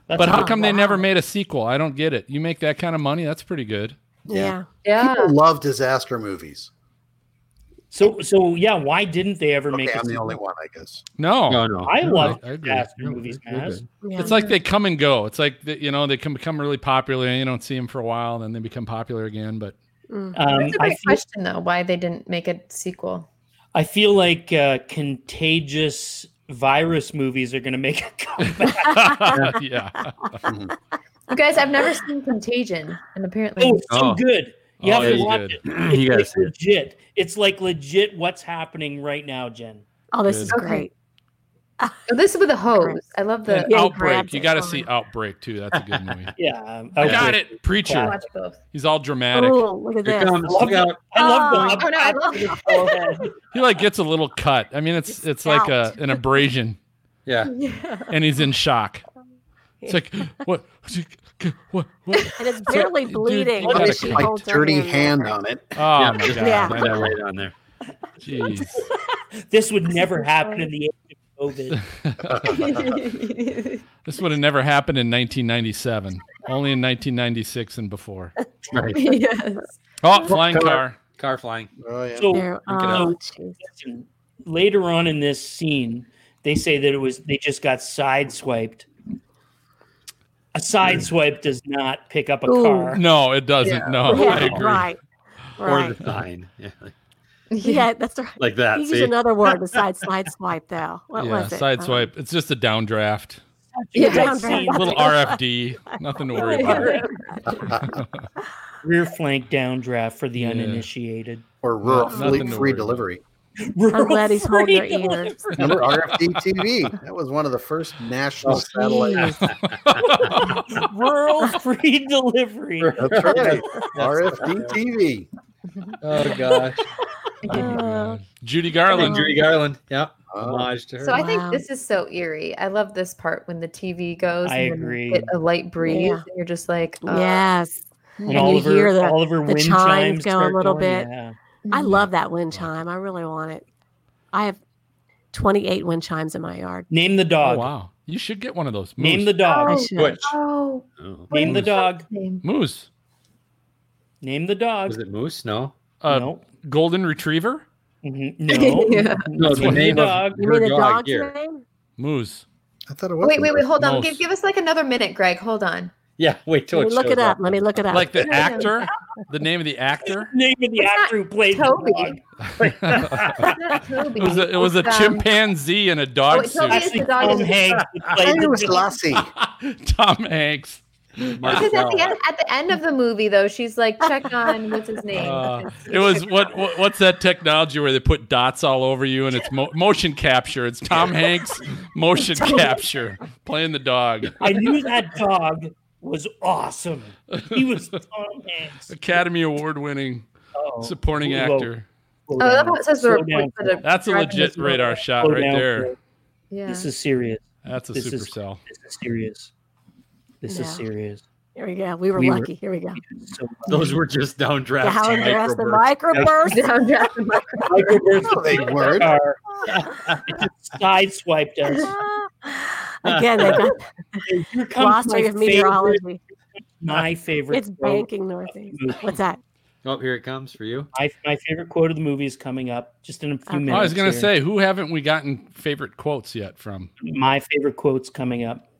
Speaker 6: That's
Speaker 2: But
Speaker 6: a-
Speaker 2: how
Speaker 5: Wow.
Speaker 2: come they never made a sequel? I don't get it. You make that kind of money, that's pretty good.
Speaker 5: Yeah.
Speaker 7: Yeah.
Speaker 4: People love disaster movies.
Speaker 6: so so yeah, why didn't they ever make
Speaker 4: Okay,
Speaker 6: a
Speaker 4: I'm the
Speaker 6: sequel?
Speaker 4: only one, I guess.
Speaker 2: No,
Speaker 3: Oh, No, no.
Speaker 6: I
Speaker 2: No,
Speaker 6: love
Speaker 2: I- I agree.
Speaker 6: disaster
Speaker 2: No,
Speaker 6: movies,
Speaker 2: they're
Speaker 6: Maz.
Speaker 2: good.
Speaker 5: yeah.
Speaker 2: It's like they come and go. It's like the, you know they can become really popular, and you don't see them for a while, and then they become popular again. But
Speaker 5: Mm.
Speaker 6: Um,
Speaker 7: That's
Speaker 6: I
Speaker 7: a great
Speaker 6: feel,
Speaker 7: question though. Why they didn't make a sequel?
Speaker 6: I feel like uh, contagious virus movies are going to make a comeback.
Speaker 2: yeah,
Speaker 7: You guys, I've never seen Contagion, and apparently,
Speaker 6: oh, it's so
Speaker 3: Oh.
Speaker 6: good. You
Speaker 2: Oh,
Speaker 6: have
Speaker 2: it's
Speaker 6: to watch
Speaker 2: good.
Speaker 6: it.
Speaker 3: you gotta
Speaker 6: It's
Speaker 3: see it.
Speaker 6: legit. It's like legit. What's happening right now, Jen?
Speaker 5: oh, this
Speaker 2: good.
Speaker 5: is
Speaker 7: Okay.
Speaker 5: great.
Speaker 7: oh, this with a hose. I love the.
Speaker 2: And
Speaker 5: Yeah, he
Speaker 2: Outbreak.
Speaker 5: grabs
Speaker 2: You
Speaker 5: it.
Speaker 2: got to see Outbreak too. That's a good movie.
Speaker 6: Yeah, um,
Speaker 2: I
Speaker 6: okay.
Speaker 2: got it,
Speaker 7: I
Speaker 2: preacher.
Speaker 7: watch both.
Speaker 2: He's all dramatic.
Speaker 5: Oh, look at
Speaker 3: Here
Speaker 5: this.
Speaker 3: comes.
Speaker 6: Love
Speaker 3: Look out.
Speaker 6: I love
Speaker 7: Oh,
Speaker 6: the.
Speaker 7: no, I love
Speaker 2: He like gets a little cut. I mean, it's
Speaker 5: It's
Speaker 2: it's like a,
Speaker 5: out.
Speaker 2: an abrasion,
Speaker 3: Yeah.
Speaker 5: Yeah.
Speaker 2: and he's in shock. It's like what what what?
Speaker 5: And it's barely
Speaker 2: dude,
Speaker 5: bleeding.
Speaker 2: you
Speaker 5: when
Speaker 2: gotta
Speaker 5: she
Speaker 2: cut.
Speaker 4: My
Speaker 5: holds her
Speaker 4: dirty hand
Speaker 5: over.
Speaker 4: on it.
Speaker 2: Oh my
Speaker 3: just
Speaker 2: god!
Speaker 5: Yeah. Oh,
Speaker 3: Put that right on there.
Speaker 2: Jeez.
Speaker 6: This would never happen in the age of COVID.
Speaker 2: This would have never happened in 1997. Only in 1996 and before.
Speaker 3: Right.
Speaker 7: yes.
Speaker 2: Oh, flying car.
Speaker 3: Car flying.
Speaker 4: Oh yeah.
Speaker 6: So
Speaker 5: There-
Speaker 3: Look it
Speaker 5: oh,
Speaker 6: up.
Speaker 5: jeez.
Speaker 6: listen, later on in this scene, they say that it was they just got sideswiped. A sideswipe does not pick up a
Speaker 5: Ooh.
Speaker 6: car.
Speaker 2: No, it doesn't. No,
Speaker 5: Yeah,
Speaker 2: Oh, I agree.
Speaker 5: Right.
Speaker 3: Or
Speaker 5: Right.
Speaker 3: the sign. Yeah. like-
Speaker 5: Yeah, that's right.
Speaker 3: Like that.
Speaker 5: You
Speaker 3: See?
Speaker 5: used another word besides slide swipe, though. What
Speaker 2: yeah,
Speaker 5: was it? Uh, Uh-huh.
Speaker 2: side swipe. It's just a downdraft.
Speaker 7: Yeah,
Speaker 6: That
Speaker 5: down
Speaker 6: scene,
Speaker 5: drag.
Speaker 2: little RFD. Nothing to worry about.
Speaker 6: rear flank downdraft for the
Speaker 2: Yeah.
Speaker 6: uninitiated.
Speaker 4: Or rural
Speaker 2: Nothing
Speaker 4: free,
Speaker 2: to
Speaker 4: free
Speaker 2: worry
Speaker 4: delivery.
Speaker 5: Or let his hold their ears.
Speaker 4: Remember RFD TV? That was one of the first national satellites.
Speaker 5: Jeez.
Speaker 2: Oh,
Speaker 6: Rural free delivery.
Speaker 4: That's right. RFD TV.
Speaker 3: Oh gosh.
Speaker 5: Uh,
Speaker 2: Judy
Speaker 3: Garland.
Speaker 2: Garland.
Speaker 3: Judy Garland. Yep.
Speaker 4: Oh,
Speaker 3: Homage to her.
Speaker 7: So I think
Speaker 5: Wow.
Speaker 7: this is so eerie. I love this part when the TV goes.
Speaker 6: I
Speaker 7: and then you
Speaker 6: agree.
Speaker 7: Get a light breeze,
Speaker 5: Yeah.
Speaker 7: and you're just like, oh.
Speaker 3: Uh,
Speaker 5: yes.
Speaker 6: And
Speaker 5: you
Speaker 6: Oliver,
Speaker 5: hear the-
Speaker 6: Oliver
Speaker 5: the
Speaker 6: wind
Speaker 5: chimes
Speaker 6: chimes
Speaker 5: go a
Speaker 6: start
Speaker 5: little
Speaker 6: going,
Speaker 5: bit.
Speaker 6: yeah.
Speaker 5: I
Speaker 3: mm-hmm.
Speaker 5: love that wind chime. I really want it. I have 28 wind chimes in my yard.
Speaker 6: Name the
Speaker 2: Oh,
Speaker 6: dog.
Speaker 2: wow. You should get one of those. Moose.
Speaker 6: Name the dog.
Speaker 5: I
Speaker 7: Oh,
Speaker 5: should.
Speaker 3: Which?
Speaker 7: Oh,
Speaker 3: Oh.
Speaker 6: Name the dog.
Speaker 7: name.
Speaker 2: Moose.
Speaker 6: Name the dog.
Speaker 3: Was it Moose? No.
Speaker 2: Uh,
Speaker 6: no.
Speaker 2: Golden retriever?
Speaker 6: Mhm. No.
Speaker 7: Yeah.
Speaker 3: No, the
Speaker 6: Name the
Speaker 3: name
Speaker 6: dog.
Speaker 3: of
Speaker 5: You
Speaker 3: her
Speaker 5: mean the
Speaker 3: dog
Speaker 5: dog's
Speaker 3: here.
Speaker 5: name?
Speaker 2: Moose.
Speaker 4: I thought it was.
Speaker 7: Wait, wait, wait. Hold on.
Speaker 2: Mouse.
Speaker 7: Give, give us like another minute, Greg. Hold on.
Speaker 3: Yeah, wait till
Speaker 5: Let
Speaker 3: it
Speaker 5: me look
Speaker 3: shows
Speaker 5: it up. Let me look it up.
Speaker 2: Like the
Speaker 7: Yeah.
Speaker 2: actor? The name of the actor?
Speaker 6: Name of the
Speaker 7: It's not
Speaker 6: actor who played
Speaker 7: Toby.
Speaker 6: the dog.
Speaker 2: it
Speaker 7: It's not Toby.
Speaker 2: was a, it was a
Speaker 7: It's, um,
Speaker 2: chimpanzee in a dog
Speaker 7: oh, it's
Speaker 2: suit.
Speaker 7: Toby.
Speaker 6: Actually,
Speaker 7: the dog
Speaker 6: Tom
Speaker 7: is-
Speaker 6: Hanks played
Speaker 4: It
Speaker 6: the
Speaker 4: was
Speaker 6: dog.
Speaker 4: Lassie.
Speaker 2: Tom Hanks.
Speaker 7: um, Because at the, end, at the end of the movie, though, she's like, check on what's his name. Oh,
Speaker 2: Uh,
Speaker 7: It's-
Speaker 2: it was what, what? What's that technology where they put dots all over you and it's mo- motion capture? It's Tom Hanks motion capture playing the dog.
Speaker 6: I knew that dog was awesome. He was Tom Hanks.
Speaker 2: Academy Award winning
Speaker 6: Oh,
Speaker 2: supporting
Speaker 6: Whoa.
Speaker 2: actor.
Speaker 6: slow
Speaker 7: Oh, that's
Speaker 6: down.
Speaker 7: what it says the
Speaker 6: Slow
Speaker 7: report
Speaker 6: down.
Speaker 7: for the
Speaker 2: That's a
Speaker 7: driving
Speaker 2: legit
Speaker 7: is-
Speaker 2: radar shot
Speaker 6: Slow
Speaker 2: right
Speaker 6: down.
Speaker 2: there.
Speaker 7: Yeah.
Speaker 6: This is serious.
Speaker 2: That's a
Speaker 6: This is-
Speaker 2: supercell.
Speaker 6: This is serious. This is
Speaker 5: No.
Speaker 6: serious.
Speaker 5: Here we go. We were
Speaker 6: We were-
Speaker 5: lucky. Here we go.
Speaker 6: So
Speaker 3: Those were just downdrafts.
Speaker 5: The Howard Dress, the
Speaker 3: microbursts.
Speaker 5: microburst.
Speaker 7: Downdraft.
Speaker 6: microbursts
Speaker 4: No, they weren't.
Speaker 6: are sideswiped us.
Speaker 2: Uh,
Speaker 5: Again, they got
Speaker 6: Here comes my
Speaker 5: glossary of
Speaker 6: favorite,
Speaker 5: meteorology.
Speaker 6: my favorite.
Speaker 5: It's
Speaker 6: quote.
Speaker 5: banking northeast. What's that?
Speaker 3: Oh, here it comes for you.
Speaker 6: My, my favorite quote of the movie is coming up just in a few
Speaker 5: Okay.
Speaker 2: Oh,
Speaker 6: minutes.
Speaker 2: I was gonna
Speaker 6: here.
Speaker 2: say, who haven't we gotten favorite quotes yet from?
Speaker 6: my favorite quotes coming up.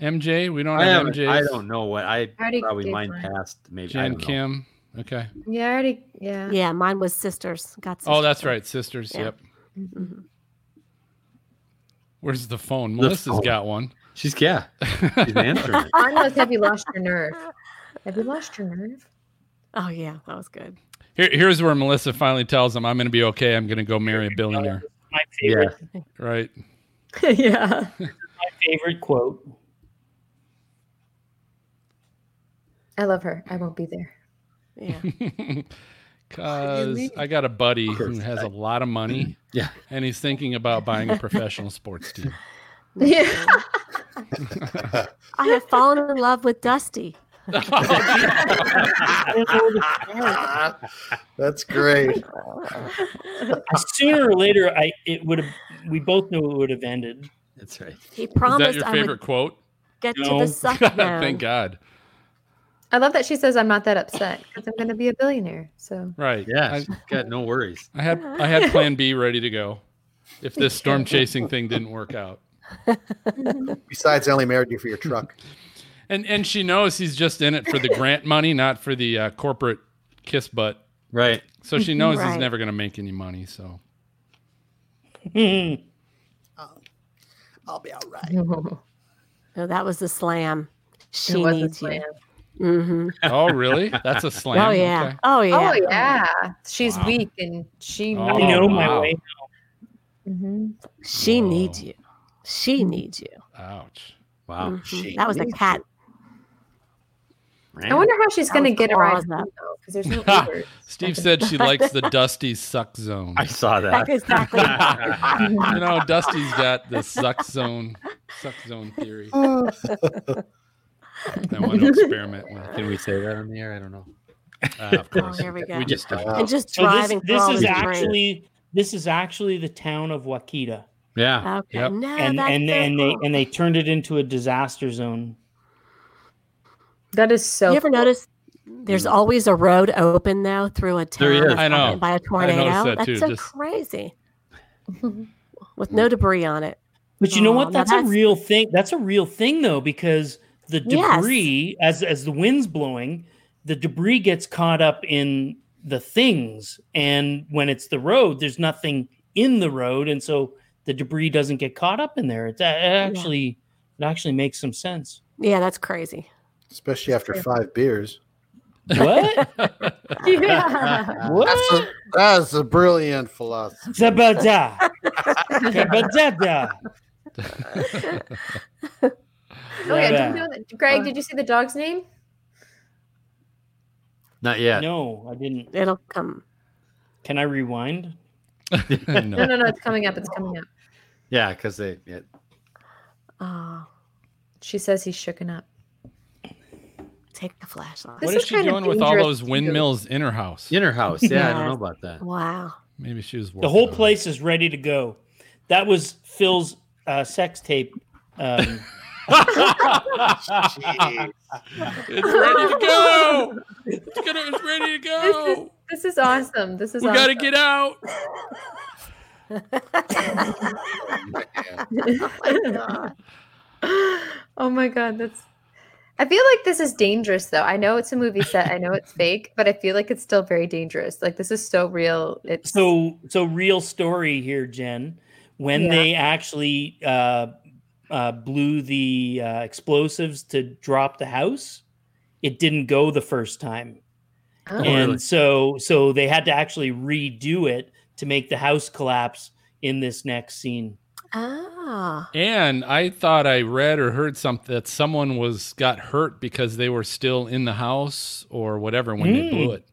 Speaker 2: MJ, we don't
Speaker 3: I,
Speaker 2: have
Speaker 3: haven't,
Speaker 2: MJ.
Speaker 3: I don't know what I
Speaker 7: I already
Speaker 3: probably
Speaker 7: gave
Speaker 3: mine
Speaker 7: mine.
Speaker 3: passed. Maybe I
Speaker 2: Jan
Speaker 3: don't know.
Speaker 2: Kim. Okay.
Speaker 7: Yeah, I already. Yeah.
Speaker 5: Yeah, mine was sisters. Got sisters.
Speaker 2: Uh, Oh, that's right, sisters.
Speaker 5: Yeah.
Speaker 2: Yep.
Speaker 5: Mhm.
Speaker 2: Where's the phone? Melissa's
Speaker 3: phone.
Speaker 2: got one.
Speaker 3: She's yeah. She's answering. it.
Speaker 7: Mine was, have you lost your nerve? Have you lost your nerve?
Speaker 5: Oh yeah, that was good.
Speaker 2: Here, here's where Melissa finally tells him, "I'm going to be okay. I'm going to go marry a billionaire."
Speaker 6: My favorite,
Speaker 2: Right?
Speaker 7: yeah.
Speaker 6: my favorite quote.
Speaker 7: I love her. I won't be there.
Speaker 5: Yeah.
Speaker 2: Because I got a buddy who has a lot of money.
Speaker 3: Yeah.
Speaker 2: And he's thinking about buying a professional sports team.
Speaker 7: Yeah.
Speaker 5: I have fallen in love with Dusty.
Speaker 4: That's great.
Speaker 6: Sooner or later, I it would have. We both knew it would have ended.
Speaker 3: That's right.
Speaker 5: He
Speaker 2: Is that
Speaker 5: promised
Speaker 2: your
Speaker 5: I
Speaker 2: favorite
Speaker 5: would
Speaker 2: quote?
Speaker 5: get to
Speaker 6: No.
Speaker 5: the suck
Speaker 2: Thank
Speaker 5: zone.
Speaker 2: God.
Speaker 7: I love that she says I'm not that upset because I'm going to be a billionaire. So
Speaker 2: Right.
Speaker 3: Yeah,
Speaker 2: I-
Speaker 3: she's got no worries.
Speaker 2: I had I had plan B ready to go if this storm chasing thing didn't work out.
Speaker 4: Besides, I only married you for your truck.
Speaker 2: And and she knows he's just in it for the grant money, not for the uh, corporate kiss butt.
Speaker 3: Right.
Speaker 2: So she knows he's
Speaker 5: Right.
Speaker 2: never going to make any money. So
Speaker 4: Oh, I'll be all right.
Speaker 7: she
Speaker 5: No, that was the slam. She needs you. hmm
Speaker 2: oh really? That's a slam.
Speaker 5: Oh yeah.
Speaker 2: Okay.
Speaker 5: Oh yeah.
Speaker 7: Oh yeah, she's
Speaker 2: Wow.
Speaker 7: weak and she.
Speaker 2: Oh,
Speaker 6: I know my
Speaker 2: wow.
Speaker 6: way.
Speaker 7: Mhm.
Speaker 5: She
Speaker 2: Whoa.
Speaker 5: needs you. She needs you.
Speaker 2: Ouch.
Speaker 3: Wow.
Speaker 2: Oh,
Speaker 5: Mhm.
Speaker 4: she
Speaker 5: That was a
Speaker 4: needs
Speaker 5: cat.
Speaker 7: I wonder how she's
Speaker 5: That
Speaker 7: going to
Speaker 5: was
Speaker 7: get around
Speaker 5: claws up.
Speaker 7: because there's no Ubers.
Speaker 2: Steve said she likes the Dusty suck zone.
Speaker 3: I saw that.
Speaker 5: That's exactly.
Speaker 2: You know, Dusty's got the suck zone, suck zone theory. I want to experiment with.
Speaker 3: Can we say that on the air? I don't know.
Speaker 2: Uh, of
Speaker 5: oh,
Speaker 2: course.
Speaker 5: here we go.
Speaker 2: We just don't.
Speaker 4: Oh.
Speaker 5: and just
Speaker 6: So this
Speaker 5: driving.
Speaker 6: this
Speaker 5: through all
Speaker 6: is
Speaker 5: the trees.
Speaker 6: actually this is actually the town of Wakita,
Speaker 3: Yeah.
Speaker 5: Okay.
Speaker 2: Yep.
Speaker 5: No,
Speaker 6: and
Speaker 5: Oh, that's
Speaker 6: and
Speaker 5: so
Speaker 6: and they
Speaker 5: cool.
Speaker 6: and they turned it into a disaster zone.
Speaker 7: That is so.
Speaker 5: you ever notice there's always a road open though through a town
Speaker 3: There is.
Speaker 5: that's
Speaker 2: I know.
Speaker 5: happened by a tornado?
Speaker 2: that,
Speaker 5: that's
Speaker 2: too,
Speaker 5: so
Speaker 2: just-
Speaker 5: crazy. With no debris on it.
Speaker 6: But you know
Speaker 5: Oh,
Speaker 6: what?
Speaker 5: now
Speaker 6: That's,
Speaker 5: that's-
Speaker 6: a real thing. That's a real thing though, because the
Speaker 5: Yes.
Speaker 6: debris, as as the wind's blowing, the debris gets caught up in the things, and when it's the road, there's nothing in the road, and so the debris doesn't get caught up in there. It's a- it actually it actually makes some sense.
Speaker 5: Yeah, that's crazy.
Speaker 4: Especially after five beers.
Speaker 6: What?
Speaker 7: yeah.
Speaker 4: That's
Speaker 6: what?
Speaker 4: a, that's a brilliant philosophy.
Speaker 6: Zabada. Zabada.
Speaker 7: Oh yeah. Did
Speaker 6: Yeah.
Speaker 7: you know that? Greg, did you see the dog's name?
Speaker 3: Not yet.
Speaker 6: No, I didn't.
Speaker 5: It'll come.
Speaker 6: Can I rewind?
Speaker 7: No,
Speaker 2: no.
Speaker 7: no, no. It's coming up. It's coming up.
Speaker 3: Yeah, because they. Yeah.
Speaker 5: Oh,
Speaker 7: She says he's shooken up.
Speaker 5: take the flashlight.
Speaker 7: This
Speaker 2: What is
Speaker 7: is
Speaker 2: she
Speaker 7: kind of
Speaker 2: doing with all
Speaker 7: dangerous
Speaker 2: those
Speaker 7: to do.
Speaker 2: windmills in her house?
Speaker 3: Inner house. Yeah, I don't
Speaker 5: Yes.
Speaker 3: know about that.
Speaker 5: Wow.
Speaker 2: Maybe she was
Speaker 6: The
Speaker 2: working
Speaker 6: whole
Speaker 2: on it.
Speaker 6: place is ready to go. That was Phil's uh, sex tape. Um,
Speaker 4: Jeez.
Speaker 2: It's ready to go. It's, gonna, it's ready to
Speaker 7: This
Speaker 2: go.
Speaker 7: is this is awesome. This is
Speaker 2: We gotta
Speaker 7: awesome.
Speaker 2: get out.
Speaker 7: oh my god, that's. I feel like this is dangerous, though. I know it's a movie set. I know it's fake, but I feel like it's still very dangerous. Like this is so real. It's
Speaker 6: so, so real story here, Jen. When
Speaker 7: Yeah.
Speaker 6: they actually uh, uh, blew the uh, explosives to drop the house, it didn't go the first time.
Speaker 7: Oh.
Speaker 3: Yeah. really?
Speaker 6: and so so they had to actually redo it to make the house collapse in this next scene
Speaker 5: Oh.
Speaker 2: And I thought I read or heard something that someone was got hurt because they were still in the house or whatever when they
Speaker 6: Mm.
Speaker 2: blew it.
Speaker 7: oh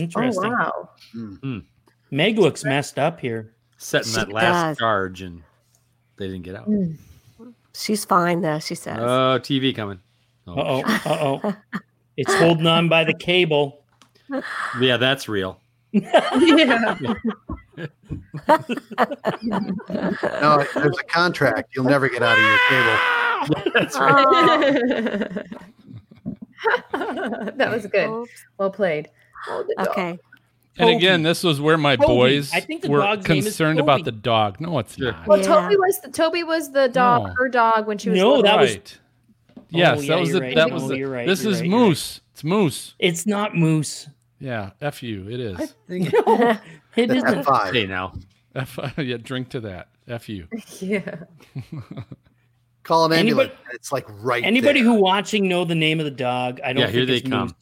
Speaker 6: interesting
Speaker 7: wow,
Speaker 6: meg looks messed up here
Speaker 3: Setting
Speaker 5: She
Speaker 3: that last
Speaker 5: does. Mm,
Speaker 3: charge and they didn't get out.
Speaker 5: She's fine though, she says.
Speaker 3: Oh, TV coming. Oh.
Speaker 6: uh-oh uh-oh it's holding on by the cable
Speaker 3: Yeah, that's real.
Speaker 6: Oh,
Speaker 7: yeah,
Speaker 4: No, there's a contract. You'll never get out of your cable.
Speaker 3: That's right.
Speaker 5: Oh,
Speaker 7: that was good.
Speaker 5: oops.
Speaker 7: Well played. Oh, the dog.
Speaker 5: Okay.
Speaker 2: And
Speaker 6: Toby.
Speaker 2: again, this was where my
Speaker 6: Toby.
Speaker 2: boys
Speaker 6: I think the
Speaker 2: were
Speaker 6: dog's name is
Speaker 2: concerned
Speaker 6: Toby.
Speaker 2: about the dog. No, it's
Speaker 3: Sure.
Speaker 2: not.
Speaker 7: Well,
Speaker 5: Yeah.
Speaker 7: Toby was the, Toby was the dog,
Speaker 2: No.
Speaker 7: her dog, when she was
Speaker 6: No,
Speaker 7: little.
Speaker 6: that was- Oh,
Speaker 2: right. Yes,
Speaker 6: yeah,
Speaker 2: that was
Speaker 6: you're
Speaker 2: the,
Speaker 6: right.
Speaker 2: that
Speaker 7: No,
Speaker 2: was the,
Speaker 6: you're right,
Speaker 2: This
Speaker 6: you're
Speaker 2: is
Speaker 6: right, you're right.
Speaker 2: moose. It's moose.
Speaker 6: it's not moose
Speaker 2: Yeah, f you. It is.
Speaker 6: no it
Speaker 4: That's
Speaker 6: isn't
Speaker 4: at five.
Speaker 3: Hey, now.
Speaker 2: F yeah, drink to that. F you.
Speaker 7: yeah.
Speaker 4: Call an
Speaker 6: Anybody-
Speaker 4: ambulance. It's like right.
Speaker 6: anybody
Speaker 4: there.
Speaker 6: who watching know the name of the dog i don't
Speaker 3: Yeah,
Speaker 6: think
Speaker 3: here they
Speaker 6: it's
Speaker 3: come.
Speaker 6: moose.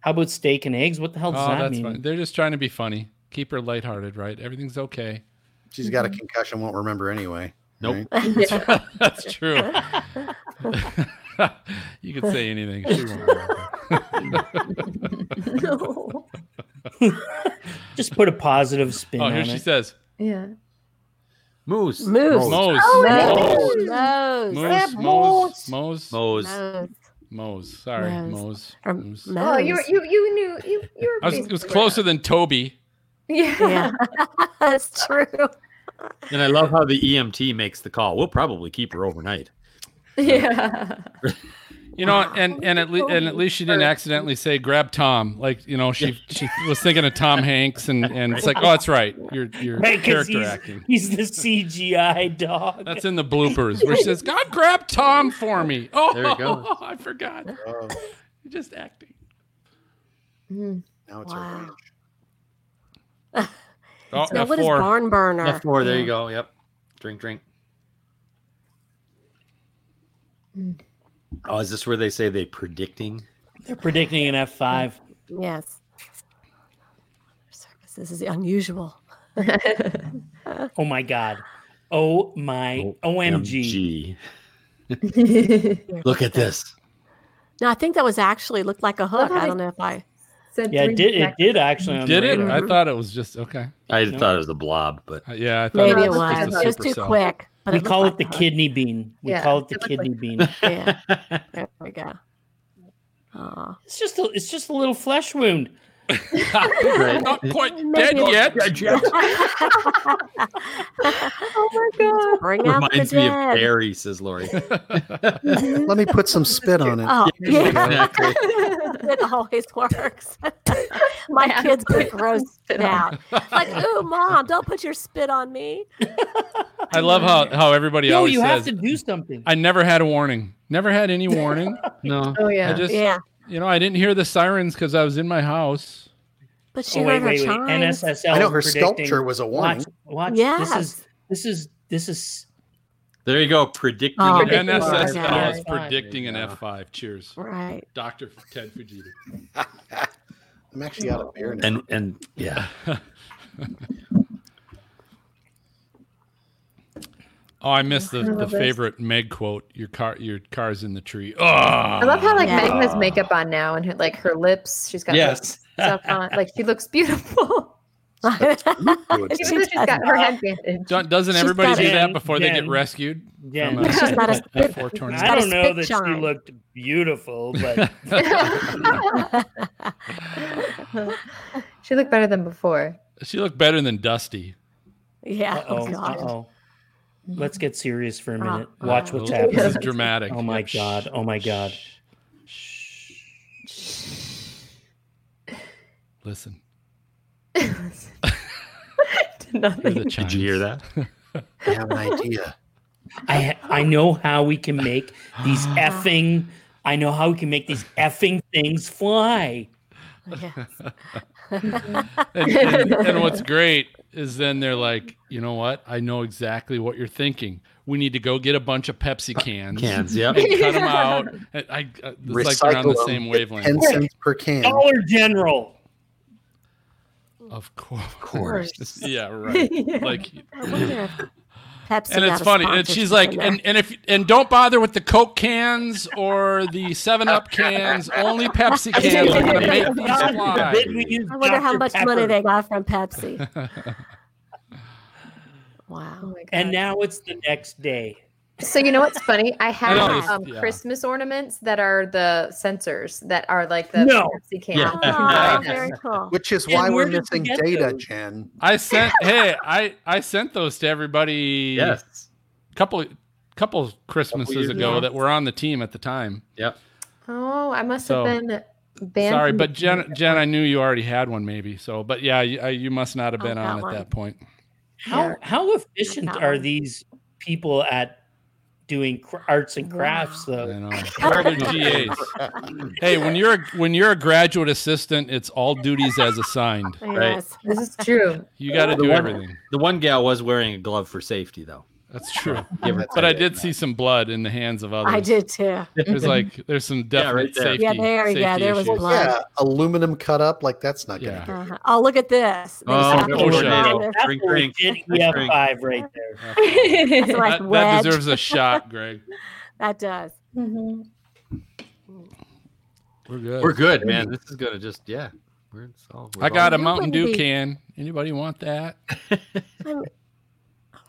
Speaker 6: how about steak and eggs what the hell
Speaker 2: Oh,
Speaker 6: does that
Speaker 2: that's
Speaker 6: mean
Speaker 2: fine. They're just trying to be funny. Keep her lighthearted, right? Everything's okay.
Speaker 4: she's got a concussion, won't remember anyway.
Speaker 3: Nope.
Speaker 4: Right?
Speaker 2: That's true. you could say anything. She won't remember.
Speaker 7: no.
Speaker 6: Just put a positive spin
Speaker 2: Oh,
Speaker 6: on
Speaker 2: here
Speaker 6: it.
Speaker 2: she says,
Speaker 7: Yeah.
Speaker 3: Moose.
Speaker 5: Moose.
Speaker 2: Mose.
Speaker 5: Oh,
Speaker 2: Mose.
Speaker 5: it's
Speaker 2: Mose.
Speaker 5: Mose.
Speaker 2: Mose. Mose.
Speaker 3: Moe's.
Speaker 5: Mose.
Speaker 2: Mose. Sorry,
Speaker 5: Mose.
Speaker 2: Mose.
Speaker 5: Or
Speaker 2: Mose.
Speaker 5: Mose.
Speaker 7: Oh, you you you knew you you were.
Speaker 2: I was, it
Speaker 7: basically
Speaker 2: was
Speaker 7: right.
Speaker 2: closer than Toby.
Speaker 5: Yeah,
Speaker 7: Yeah.
Speaker 5: that's true.
Speaker 3: And I love how the EMT makes the call. We'll probably keep her overnight.
Speaker 7: Yeah.
Speaker 2: You know, and and at least and at least she didn't accidentally say grab Tom. Like you know, she she was thinking of Tom Hanks, and and it's like, oh, that's right, you're you're
Speaker 6: Right, 'cause
Speaker 2: character
Speaker 6: he's,
Speaker 2: acting.
Speaker 6: he's the CGI dog.
Speaker 2: That's in the bloopers where she says, God, grab Tom for me. Oh,
Speaker 3: There you go.
Speaker 2: I forgot.
Speaker 4: Oh,
Speaker 2: You're just acting.
Speaker 7: Mm.
Speaker 4: now it's
Speaker 5: Wow.
Speaker 4: our ranch.
Speaker 2: Oh,
Speaker 5: Now, what is
Speaker 2: F4.
Speaker 5: barn burner?
Speaker 3: F4, there you go. Yep. Drink, drink.
Speaker 7: Mm.
Speaker 3: Oh, is this where they say they predicting?
Speaker 6: They're predicting an F five.
Speaker 5: Yes. Service. This is unusual.
Speaker 6: Oh my god. Oh my OMG.
Speaker 3: MG. Look at this.
Speaker 5: No, I think that was actually looked like a hook.
Speaker 7: how
Speaker 5: I
Speaker 7: they-
Speaker 5: don't know if I.
Speaker 7: Said
Speaker 6: Yeah,
Speaker 7: three
Speaker 6: it did it
Speaker 7: seconds.
Speaker 6: did actually on
Speaker 2: Did
Speaker 6: the
Speaker 2: it?
Speaker 6: radar.
Speaker 2: I thought it was just okay.
Speaker 3: I
Speaker 6: No.
Speaker 3: thought it was a blob, but
Speaker 2: Uh, yeah, I thought
Speaker 5: Maybe
Speaker 2: it
Speaker 5: it
Speaker 2: was,
Speaker 5: was.
Speaker 2: just
Speaker 5: It
Speaker 2: a
Speaker 5: was
Speaker 2: super
Speaker 5: too
Speaker 2: cell.
Speaker 5: quick. But
Speaker 6: We
Speaker 5: looked
Speaker 6: call
Speaker 5: like
Speaker 6: it the
Speaker 5: a hook.
Speaker 6: kidney bean. We
Speaker 7: Yeah,
Speaker 6: call it the
Speaker 7: it looked
Speaker 6: kidney
Speaker 7: like-
Speaker 6: bean.
Speaker 5: Yeah. There we go. Aw.
Speaker 6: It's just a it's just a little flesh wound.
Speaker 3: Right.
Speaker 2: Not quite dead
Speaker 5: Maybe
Speaker 2: yet.
Speaker 7: Oh my god.
Speaker 5: Bring out the
Speaker 3: reminds me of
Speaker 5: dead.
Speaker 3: Barry, says Lori.
Speaker 4: Let me put some spit on it.
Speaker 5: Oh, yeah.
Speaker 3: exactly.
Speaker 5: it always works. My
Speaker 7: Yeah.
Speaker 5: kids get grossed
Speaker 7: Spit on
Speaker 5: out. Like, ooh, mom, don't put your spit on me.
Speaker 2: I love how, how everybody
Speaker 6: No,
Speaker 2: always
Speaker 6: you
Speaker 2: says,
Speaker 6: have to do something.
Speaker 2: I never had a warning. Never had any warning.
Speaker 3: No.
Speaker 7: Oh
Speaker 2: I
Speaker 7: yeah.
Speaker 2: just,
Speaker 5: Yeah.
Speaker 2: you know, I didn't hear the sirens because I was in my house.
Speaker 5: But she
Speaker 6: Oh, wait,
Speaker 5: heard her
Speaker 6: wait, wait.
Speaker 5: chimes.
Speaker 6: NSSL.
Speaker 4: I know
Speaker 6: is
Speaker 4: her
Speaker 6: predicting-
Speaker 4: sculpture was a warning.
Speaker 6: Watch, watch.
Speaker 5: Yes.
Speaker 6: This is this is this is
Speaker 3: There you go. Predicting.
Speaker 5: Oh,
Speaker 3: it.
Speaker 5: Predicting
Speaker 2: NSSL
Speaker 5: yeah.
Speaker 2: is predicting an
Speaker 3: Yeah.
Speaker 2: F5. Cheers.
Speaker 5: Right.
Speaker 2: Dr. Ted Fujita.
Speaker 4: I'm actually out of beer now.
Speaker 3: And and yeah.
Speaker 2: Oh, I missed the, the
Speaker 7: love this.
Speaker 2: favorite Meg quote. Your car, your car's in the tree. Oh, I
Speaker 7: I love how like
Speaker 5: Yeah.
Speaker 7: Meg has makeup on now and her like her lips. She's got lip
Speaker 3: yes.
Speaker 7: stuff on. Like she looks beautiful. Even though she's got her head bandaged.
Speaker 2: doesn't
Speaker 5: She's
Speaker 2: everybody
Speaker 5: got
Speaker 2: do
Speaker 6: it.
Speaker 2: that before they get
Speaker 6: Jen.
Speaker 2: rescued?
Speaker 6: Jen.
Speaker 2: From a-
Speaker 5: She's got a
Speaker 2: a
Speaker 5: spit.
Speaker 2: four tournament?
Speaker 6: I
Speaker 5: got a
Speaker 6: don't know
Speaker 5: spit
Speaker 6: that she
Speaker 5: shine.
Speaker 6: looked beautiful,
Speaker 5: Oh,
Speaker 6: but
Speaker 7: she looked better than before.
Speaker 2: She looked better than Dusty.
Speaker 5: Yeah.
Speaker 6: oh,
Speaker 5: oh, God.
Speaker 6: oh. Let's get serious for a
Speaker 5: Uh,
Speaker 6: minute. Watch what's
Speaker 2: This is
Speaker 6: happening.
Speaker 2: dramatic.
Speaker 6: Oh my
Speaker 2: Yep.
Speaker 6: god. Oh my god.
Speaker 2: Listen.
Speaker 7: Did not
Speaker 2: Hear the
Speaker 7: think-
Speaker 2: chimes.
Speaker 3: Did you hear that?
Speaker 4: I have an idea.
Speaker 6: I I know how we can make these
Speaker 5: Ah.
Speaker 6: effing I know how we can make these effing things fly.
Speaker 5: Yeah.
Speaker 2: And, and, and what's great is then they're like, you know what? I know exactly what you're thinking. We need to go get a bunch of Pepsi cans.
Speaker 3: Cans. Yep.
Speaker 2: and cut them out. And I, I it's like they're on the
Speaker 4: Recycle 'em.
Speaker 2: same wavelength.
Speaker 4: Ten cents per can.
Speaker 6: Dollar General.
Speaker 2: Of course.
Speaker 5: course.
Speaker 2: yeah, right.
Speaker 7: Yeah.
Speaker 2: Like
Speaker 5: I wonder if Pepsi
Speaker 2: and it's
Speaker 5: got a
Speaker 2: funny. And
Speaker 5: sponsorship
Speaker 2: she's like,
Speaker 5: in
Speaker 2: and, and if and don't bother with the Coke cans or the Seven Up cans, only Pepsi cans. We're gonna make these
Speaker 6: God
Speaker 2: fly.
Speaker 6: forbid we use
Speaker 5: there. I wonder how
Speaker 6: Dr.
Speaker 5: much money
Speaker 6: Pepper.
Speaker 5: they got from Pepsi.
Speaker 7: Oh
Speaker 5: Wow.
Speaker 7: my God.
Speaker 6: And now it's the next day.
Speaker 7: so you know what's funny? I have
Speaker 2: know, it's-
Speaker 7: um,
Speaker 2: yeah.
Speaker 7: Christmas ornaments that are the sensors that are like the
Speaker 6: No.
Speaker 7: Pepsi can.
Speaker 3: Yeah.
Speaker 5: Oh, very cool.
Speaker 4: Which is
Speaker 6: And
Speaker 4: why we're
Speaker 6: where did we
Speaker 4: missing
Speaker 6: get
Speaker 4: data,
Speaker 6: those?
Speaker 4: Jen.
Speaker 2: I sent. Hey, I I sent those to everybody.
Speaker 3: Yes.
Speaker 2: couple couple Christmases
Speaker 3: years
Speaker 2: ago
Speaker 5: ago.
Speaker 2: that were on the team at the time.
Speaker 3: Yep.
Speaker 7: Oh, I must
Speaker 2: So-
Speaker 7: have been banned.
Speaker 2: Sorry,
Speaker 7: from
Speaker 2: but
Speaker 7: the-
Speaker 2: Jen, Jen, I knew you already had one, maybe. So, but yeah, you, I, you must not have been
Speaker 5: I
Speaker 2: on
Speaker 5: got
Speaker 2: at
Speaker 5: Oh, one.
Speaker 2: that point.
Speaker 6: How how efficient
Speaker 5: That
Speaker 6: are
Speaker 5: one.
Speaker 6: these people at doing cr- arts and crafts
Speaker 2: I
Speaker 6: though?
Speaker 2: know. Where are their GAs? Hey, when you're a, when you're a graduate assistant, it's all duties as assigned.
Speaker 5: Yes.
Speaker 7: This is true.
Speaker 2: You got to
Speaker 3: The
Speaker 2: do
Speaker 3: one-
Speaker 2: everything.
Speaker 3: The one gal was wearing a glove for safety, though.
Speaker 2: That's true.
Speaker 3: Give her
Speaker 4: That's
Speaker 2: But I
Speaker 4: it.
Speaker 2: did see some blood in the hands of others.
Speaker 5: I did too.
Speaker 2: There's like there's some definite
Speaker 3: right there.
Speaker 2: safety.
Speaker 5: Yeah, there-
Speaker 2: safety
Speaker 5: yeah, there was
Speaker 2: issues.
Speaker 5: blood.
Speaker 4: Yeah, aluminum cut up like that's not
Speaker 2: Yeah.
Speaker 4: gonna. Yeah.
Speaker 5: Uh-huh. Oh, look at this. They
Speaker 3: Oh,
Speaker 5: shot
Speaker 2: no,
Speaker 5: them
Speaker 2: OSHA.
Speaker 5: behind their-
Speaker 6: That's
Speaker 3: Drink,
Speaker 6: a
Speaker 3: drink,
Speaker 6: legit
Speaker 3: drink, drink.
Speaker 6: EF5 right there.
Speaker 5: That's like
Speaker 2: That, that
Speaker 5: wedge.
Speaker 2: deserves a shot, Greg.
Speaker 5: That does.
Speaker 7: Mhm.
Speaker 2: We're good.
Speaker 3: We're good, man. This is gonna just yeah. We're, it's all, we're
Speaker 2: I got a
Speaker 5: You
Speaker 2: Mountain Dew
Speaker 5: wouldn't be-
Speaker 2: can. Anybody want that?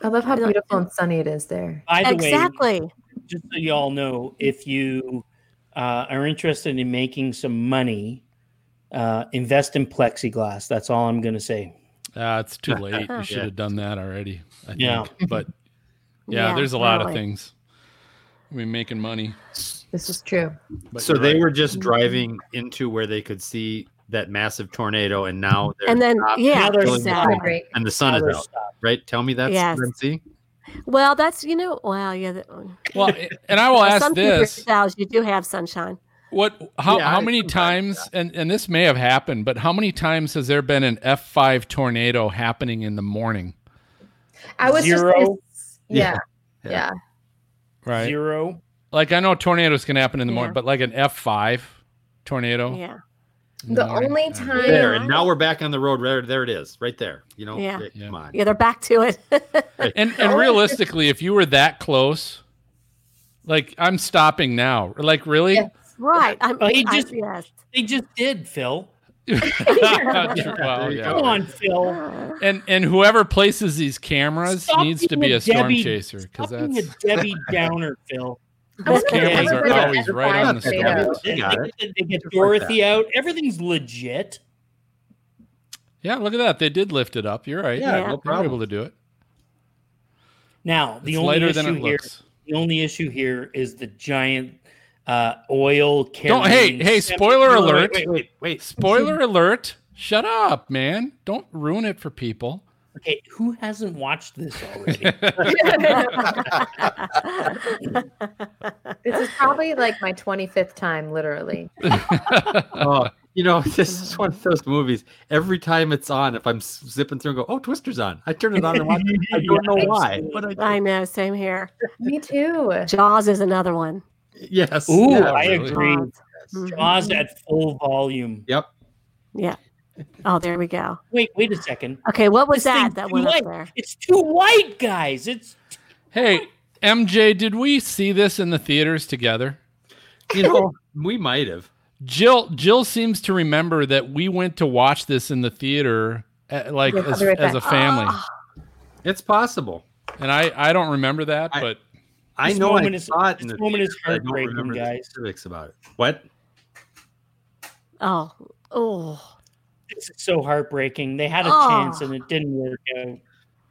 Speaker 7: I love how
Speaker 5: I don't-
Speaker 7: beautiful and sunny it is there.
Speaker 6: By the way,
Speaker 5: exactly.
Speaker 6: just so you all know, if you uh, are interested in making some money, uh, invest in plexiglass. That's all I'm going to say.
Speaker 2: Ah, it's too late. You should
Speaker 3: Yeah.
Speaker 2: have done that already. I
Speaker 6: Yeah.
Speaker 2: think. But yeah,
Speaker 5: Yeah,
Speaker 2: there's a lot of
Speaker 5: totally.
Speaker 2: things. We're making money.
Speaker 7: This is true.
Speaker 2: But
Speaker 3: so
Speaker 2: you're
Speaker 3: they
Speaker 2: right.
Speaker 3: were just driving into where they could see that massive tornado, and now they're
Speaker 5: And then
Speaker 3: stopped
Speaker 5: yeah,
Speaker 6: Another
Speaker 3: killing the
Speaker 5: exactly.
Speaker 3: plane,
Speaker 7: Great.
Speaker 3: and the sun is
Speaker 6: Other
Speaker 3: out.
Speaker 6: stuff.
Speaker 3: Right? Tell me that's
Speaker 5: Yes.
Speaker 3: Red Sea.
Speaker 5: Well, that's you know. Well, yeah. That,
Speaker 2: well, and I will
Speaker 5: for
Speaker 2: ask
Speaker 5: some
Speaker 2: this:
Speaker 5: Styles, you do have sunshine.
Speaker 2: What? How?
Speaker 3: Yeah,
Speaker 2: how
Speaker 3: I-
Speaker 2: many
Speaker 3: sometimes,
Speaker 2: times? And and this may have happened, but how many times has there been an F five tornado happening in the morning?
Speaker 7: I was just
Speaker 6: Zero.
Speaker 7: yeah,
Speaker 3: Yeah.
Speaker 7: yeah.
Speaker 2: Right.
Speaker 6: Zero.
Speaker 2: Like I know tornadoes can happen in the morning,
Speaker 5: Yeah.
Speaker 2: but like an F five tornado.
Speaker 5: Yeah.
Speaker 2: in the
Speaker 7: The
Speaker 2: morning?
Speaker 7: only
Speaker 2: Yeah.
Speaker 7: time-
Speaker 3: There,
Speaker 5: Yeah.
Speaker 3: and now we're back on the road. There, there it is, right there. You know,
Speaker 5: Yeah.
Speaker 3: Rick,
Speaker 2: Yeah.
Speaker 3: come on.
Speaker 5: Yeah, they're back to it.
Speaker 2: And
Speaker 6: Oh,
Speaker 2: and realistically, if you were that close, like I'm stopping now. Like really?
Speaker 7: Yeah.
Speaker 5: right. I'm,
Speaker 6: Oh, he
Speaker 5: I-
Speaker 6: just-
Speaker 5: yes.
Speaker 6: They just did, Phil.
Speaker 2: Well,
Speaker 3: you
Speaker 2: yeah.
Speaker 6: Come on, Phil.
Speaker 2: And and whoever places these cameras
Speaker 6: Stop
Speaker 2: needs to
Speaker 6: being
Speaker 2: be a, storm
Speaker 6: Debbie-
Speaker 2: chaser because
Speaker 6: stop being
Speaker 2: that's
Speaker 6: a Debbie Downer, Phil.
Speaker 7: I wonder if
Speaker 2: cameras
Speaker 7: everybody
Speaker 2: are
Speaker 7: at
Speaker 2: always
Speaker 7: the
Speaker 2: right
Speaker 7: farm
Speaker 2: on the
Speaker 7: say
Speaker 3: Yeah.
Speaker 7: that.
Speaker 3: storm. They got it.
Speaker 6: They get
Speaker 3: Just like
Speaker 6: Dorothy out. Everything's legit.
Speaker 2: yeah. Look at that. They did lift it up. You're right.
Speaker 5: Yeah, no
Speaker 2: They were
Speaker 3: problem.
Speaker 2: able to do it.
Speaker 6: Now, the
Speaker 2: it's
Speaker 6: only
Speaker 2: lighter
Speaker 6: issue
Speaker 2: than it
Speaker 6: here,
Speaker 2: looks.
Speaker 6: the only issue here is the giant uh, oil.
Speaker 2: Don't. Hey
Speaker 6: carrying-
Speaker 2: hey. Spoiler
Speaker 6: No,
Speaker 2: alert.
Speaker 6: wait, wait, wait.
Speaker 2: Spoiler alert. Shut up, man. Don't ruin it for people.
Speaker 6: Okay, who hasn't watched this already?
Speaker 7: This is probably like my 25th time, literally.
Speaker 3: Oh, you know, this is one of those movies. Every time it's on, if I'm s- zipping through and go, oh, Twister's on. I turn it on and watch. it. I don't know why. But I,
Speaker 5: I know. Same here.
Speaker 7: Me too.
Speaker 5: Jaws is another one.
Speaker 3: yes.
Speaker 6: Ooh,
Speaker 2: Yeah,
Speaker 6: I
Speaker 2: really.
Speaker 6: agree.
Speaker 5: Jaws. Mhm.
Speaker 6: Jaws at full volume.
Speaker 3: Yep.
Speaker 5: Oh, there we go.
Speaker 6: Wait, wait a second.
Speaker 5: Okay, what was
Speaker 6: This
Speaker 5: that?
Speaker 6: thing's
Speaker 5: That
Speaker 6: too
Speaker 5: one up
Speaker 6: light.
Speaker 5: there.
Speaker 6: It's too white, guys. It's
Speaker 2: Hey, MJ, did we see this in the theaters together?
Speaker 3: You know, we might have.
Speaker 2: Jill Jill seems to remember that we went to watch this in the theater uh, like
Speaker 7: Yeah, I'll
Speaker 2: as,
Speaker 7: be right
Speaker 2: as a
Speaker 7: back.
Speaker 2: family.
Speaker 6: Ah.
Speaker 3: It's possible.
Speaker 2: And I I don't remember that,
Speaker 3: I-
Speaker 2: but
Speaker 3: I
Speaker 6: This
Speaker 3: know I
Speaker 6: moment is-
Speaker 3: saw it in
Speaker 6: this
Speaker 3: the
Speaker 6: moment is
Speaker 3: theater, but I don't
Speaker 6: heartbreaking,
Speaker 3: remember the
Speaker 6: guys.
Speaker 3: specifics about it. What?
Speaker 5: Oh, oh,
Speaker 6: this is so heartbreaking. They had a
Speaker 5: Oh.
Speaker 6: chance and it didn't work out.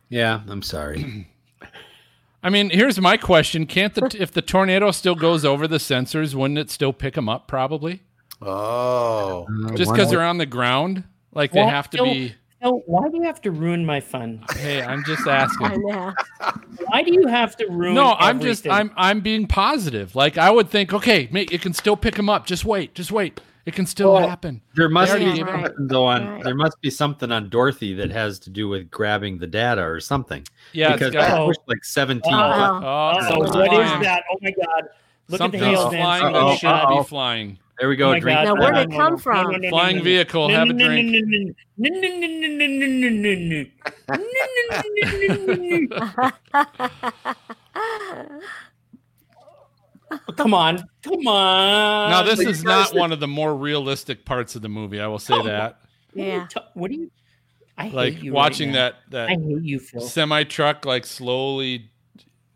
Speaker 3: Yeah, I'm sorry.
Speaker 2: I mean, here's my question: Can't the if the tornado still goes over the sensors, wouldn't it still pick them up? Probably
Speaker 4: Oh,
Speaker 2: just because they're on the ground, like they
Speaker 6: Well,
Speaker 2: have to
Speaker 6: Phil-
Speaker 2: be.
Speaker 6: No, why do you have to ruin my fun?
Speaker 2: Hey, I'm just
Speaker 5: I
Speaker 2: asking.
Speaker 5: know.
Speaker 6: Why do you have to ruin?
Speaker 2: No, I'm just
Speaker 6: everything?
Speaker 2: I'm I'm being positive. Like I would think, okay, mate, it can still pick them up. Just wait, just wait. It can still
Speaker 3: Well,
Speaker 2: happen.
Speaker 3: There must
Speaker 2: already
Speaker 3: be
Speaker 5: gave up.
Speaker 3: something though on
Speaker 5: Right.
Speaker 3: there must be something on Dorothy that has to do with grabbing the data or something.
Speaker 2: Yeah,
Speaker 3: because
Speaker 2: it's got.
Speaker 3: I pushed like 17
Speaker 6: Uh-oh.
Speaker 3: buttons.
Speaker 5: Oh,
Speaker 2: Oh,
Speaker 6: So
Speaker 2: something's
Speaker 6: what is
Speaker 2: flying.
Speaker 6: that? Oh my god! Look
Speaker 2: Something's
Speaker 6: at the hail
Speaker 2: flying
Speaker 6: vents.
Speaker 3: Uh-oh,
Speaker 2: that
Speaker 6: Oh,
Speaker 2: should
Speaker 3: uh-oh.
Speaker 2: be flying.
Speaker 3: There we
Speaker 6: Oh
Speaker 3: go.
Speaker 6: my
Speaker 3: drink
Speaker 6: God.
Speaker 5: Now,
Speaker 3: that.
Speaker 5: where did it come from?
Speaker 2: Flying vehicle, have a drink.
Speaker 6: drink. Come on, come on.
Speaker 2: Now this
Speaker 4: Like,
Speaker 2: is
Speaker 4: you guys
Speaker 2: not
Speaker 4: did-
Speaker 2: one of the more realistic parts of the movie. I will say
Speaker 6: Oh.
Speaker 2: that.
Speaker 6: What are you
Speaker 5: yeah.
Speaker 6: ta- What are you? I
Speaker 2: Like
Speaker 6: hate you right
Speaker 2: watching
Speaker 6: now.
Speaker 2: that
Speaker 6: I
Speaker 2: that
Speaker 6: hate you, Phil.
Speaker 2: semi truck like slowly.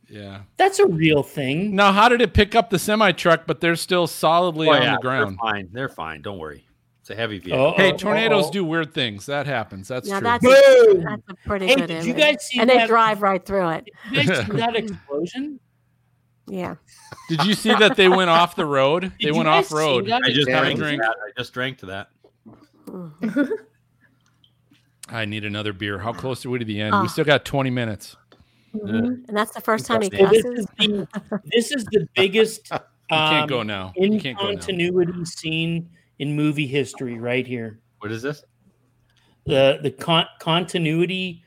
Speaker 2: Yeah.
Speaker 6: That's a real thing.
Speaker 2: Now, how did it pick up the semi truck? But they're still solidly
Speaker 3: Oh,
Speaker 2: on
Speaker 3: yeah,
Speaker 2: the ground. Oh,
Speaker 3: They're fine. They're fine. Don't worry. It's a heavy vehicle.
Speaker 6: Uh-oh.
Speaker 2: Hey, tornadoes
Speaker 6: Uh-oh.
Speaker 2: do weird things. That happens. That's
Speaker 5: Now
Speaker 2: true.
Speaker 5: that's a,
Speaker 6: Boom!
Speaker 5: that's a pretty
Speaker 6: Hey,
Speaker 5: good
Speaker 6: did
Speaker 5: image.
Speaker 6: you guys see
Speaker 5: and they
Speaker 6: that-
Speaker 5: drive right through it.
Speaker 6: You guys see that explosion?
Speaker 5: Yeah.
Speaker 2: Did you see that they went off the road?
Speaker 6: Did
Speaker 2: They
Speaker 6: you
Speaker 2: went
Speaker 6: guys
Speaker 2: off
Speaker 6: see
Speaker 2: road.
Speaker 6: that
Speaker 3: I just
Speaker 4: Yeah,
Speaker 3: drank
Speaker 2: drink.
Speaker 3: to that. I just drank to that.
Speaker 5: Mm.
Speaker 2: I need another beer. How close are we to the end?
Speaker 5: Ah.
Speaker 2: We still got 20 minutes.
Speaker 7: Mhm.
Speaker 5: And that's the first time he
Speaker 3: Well,
Speaker 6: Well, this
Speaker 5: cusses.
Speaker 6: is the this is the biggest
Speaker 2: You can't
Speaker 6: um,
Speaker 2: go now. You
Speaker 6: in
Speaker 2: can't go now.
Speaker 6: continuity scene in movie history right here.
Speaker 3: What is this?
Speaker 6: The the con- continuity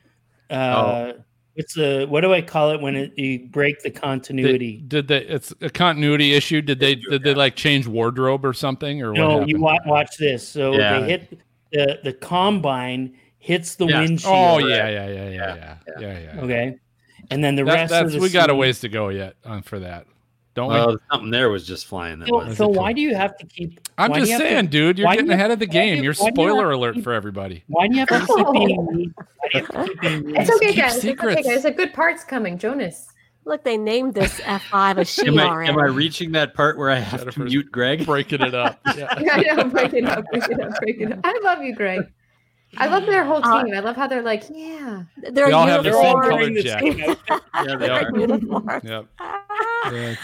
Speaker 6: uh
Speaker 2: Oh.
Speaker 6: it's the what do I call it when it, you break the
Speaker 2: They-
Speaker 6: continuity?
Speaker 2: did they? It's a continuity issue. Did they? Did they like change wardrobe or something? Or what
Speaker 6: no,
Speaker 2: happened?
Speaker 6: you watch, watch this. So
Speaker 3: Yeah.
Speaker 6: they hit the the combine hits the
Speaker 3: Yeah.
Speaker 6: windshield.
Speaker 2: Oh yeah, yeah, yeah, yeah, yeah, yeah, yeah.
Speaker 6: Okay. And then the
Speaker 2: That-
Speaker 6: rest
Speaker 2: that's
Speaker 6: of the
Speaker 2: we got a
Speaker 6: scene-
Speaker 2: ways to go yet on uh, for that. don't we?
Speaker 3: Oh, something there was just flying. That
Speaker 6: Phil,
Speaker 3: was.
Speaker 6: Phil, why do you have to keep?
Speaker 2: I'm
Speaker 6: why do
Speaker 2: just
Speaker 6: you have to-
Speaker 2: saying, dude, you're
Speaker 6: why do
Speaker 2: getting
Speaker 6: you-
Speaker 2: ahead of the
Speaker 6: why do
Speaker 2: game.
Speaker 6: you-
Speaker 2: You're
Speaker 6: why do you
Speaker 2: spoiler
Speaker 6: have to
Speaker 2: alert
Speaker 6: keep-
Speaker 2: for everybody.
Speaker 6: why do you have to keep being mean? Why do you have to keep being mean?
Speaker 7: It's okay,
Speaker 2: keep
Speaker 7: guys.
Speaker 2: secrets.
Speaker 7: It's okay, guys. The good part's coming, Jonas.
Speaker 5: Look, they named this F5 a she
Speaker 3: Am I,
Speaker 5: already.
Speaker 3: am I reaching that part where I have to
Speaker 2: Jennifer's-
Speaker 3: mute Greg?
Speaker 2: Breaking it up. Yeah.
Speaker 7: I know. Break it up. Break it up. Break it up. I love you, Greg. I love their whole
Speaker 5: Uh,
Speaker 7: team. I love how they're like, yeah.
Speaker 5: They're
Speaker 2: We all have the
Speaker 6: They're
Speaker 2: same
Speaker 6: all
Speaker 2: colored
Speaker 5: uniforms.
Speaker 6: wearing the
Speaker 2: jacket.
Speaker 6: same outfit.
Speaker 3: Yeah, they
Speaker 5: They're
Speaker 3: are.
Speaker 5: uniforms.
Speaker 2: Yep.
Speaker 5: Ah.
Speaker 2: Yeah.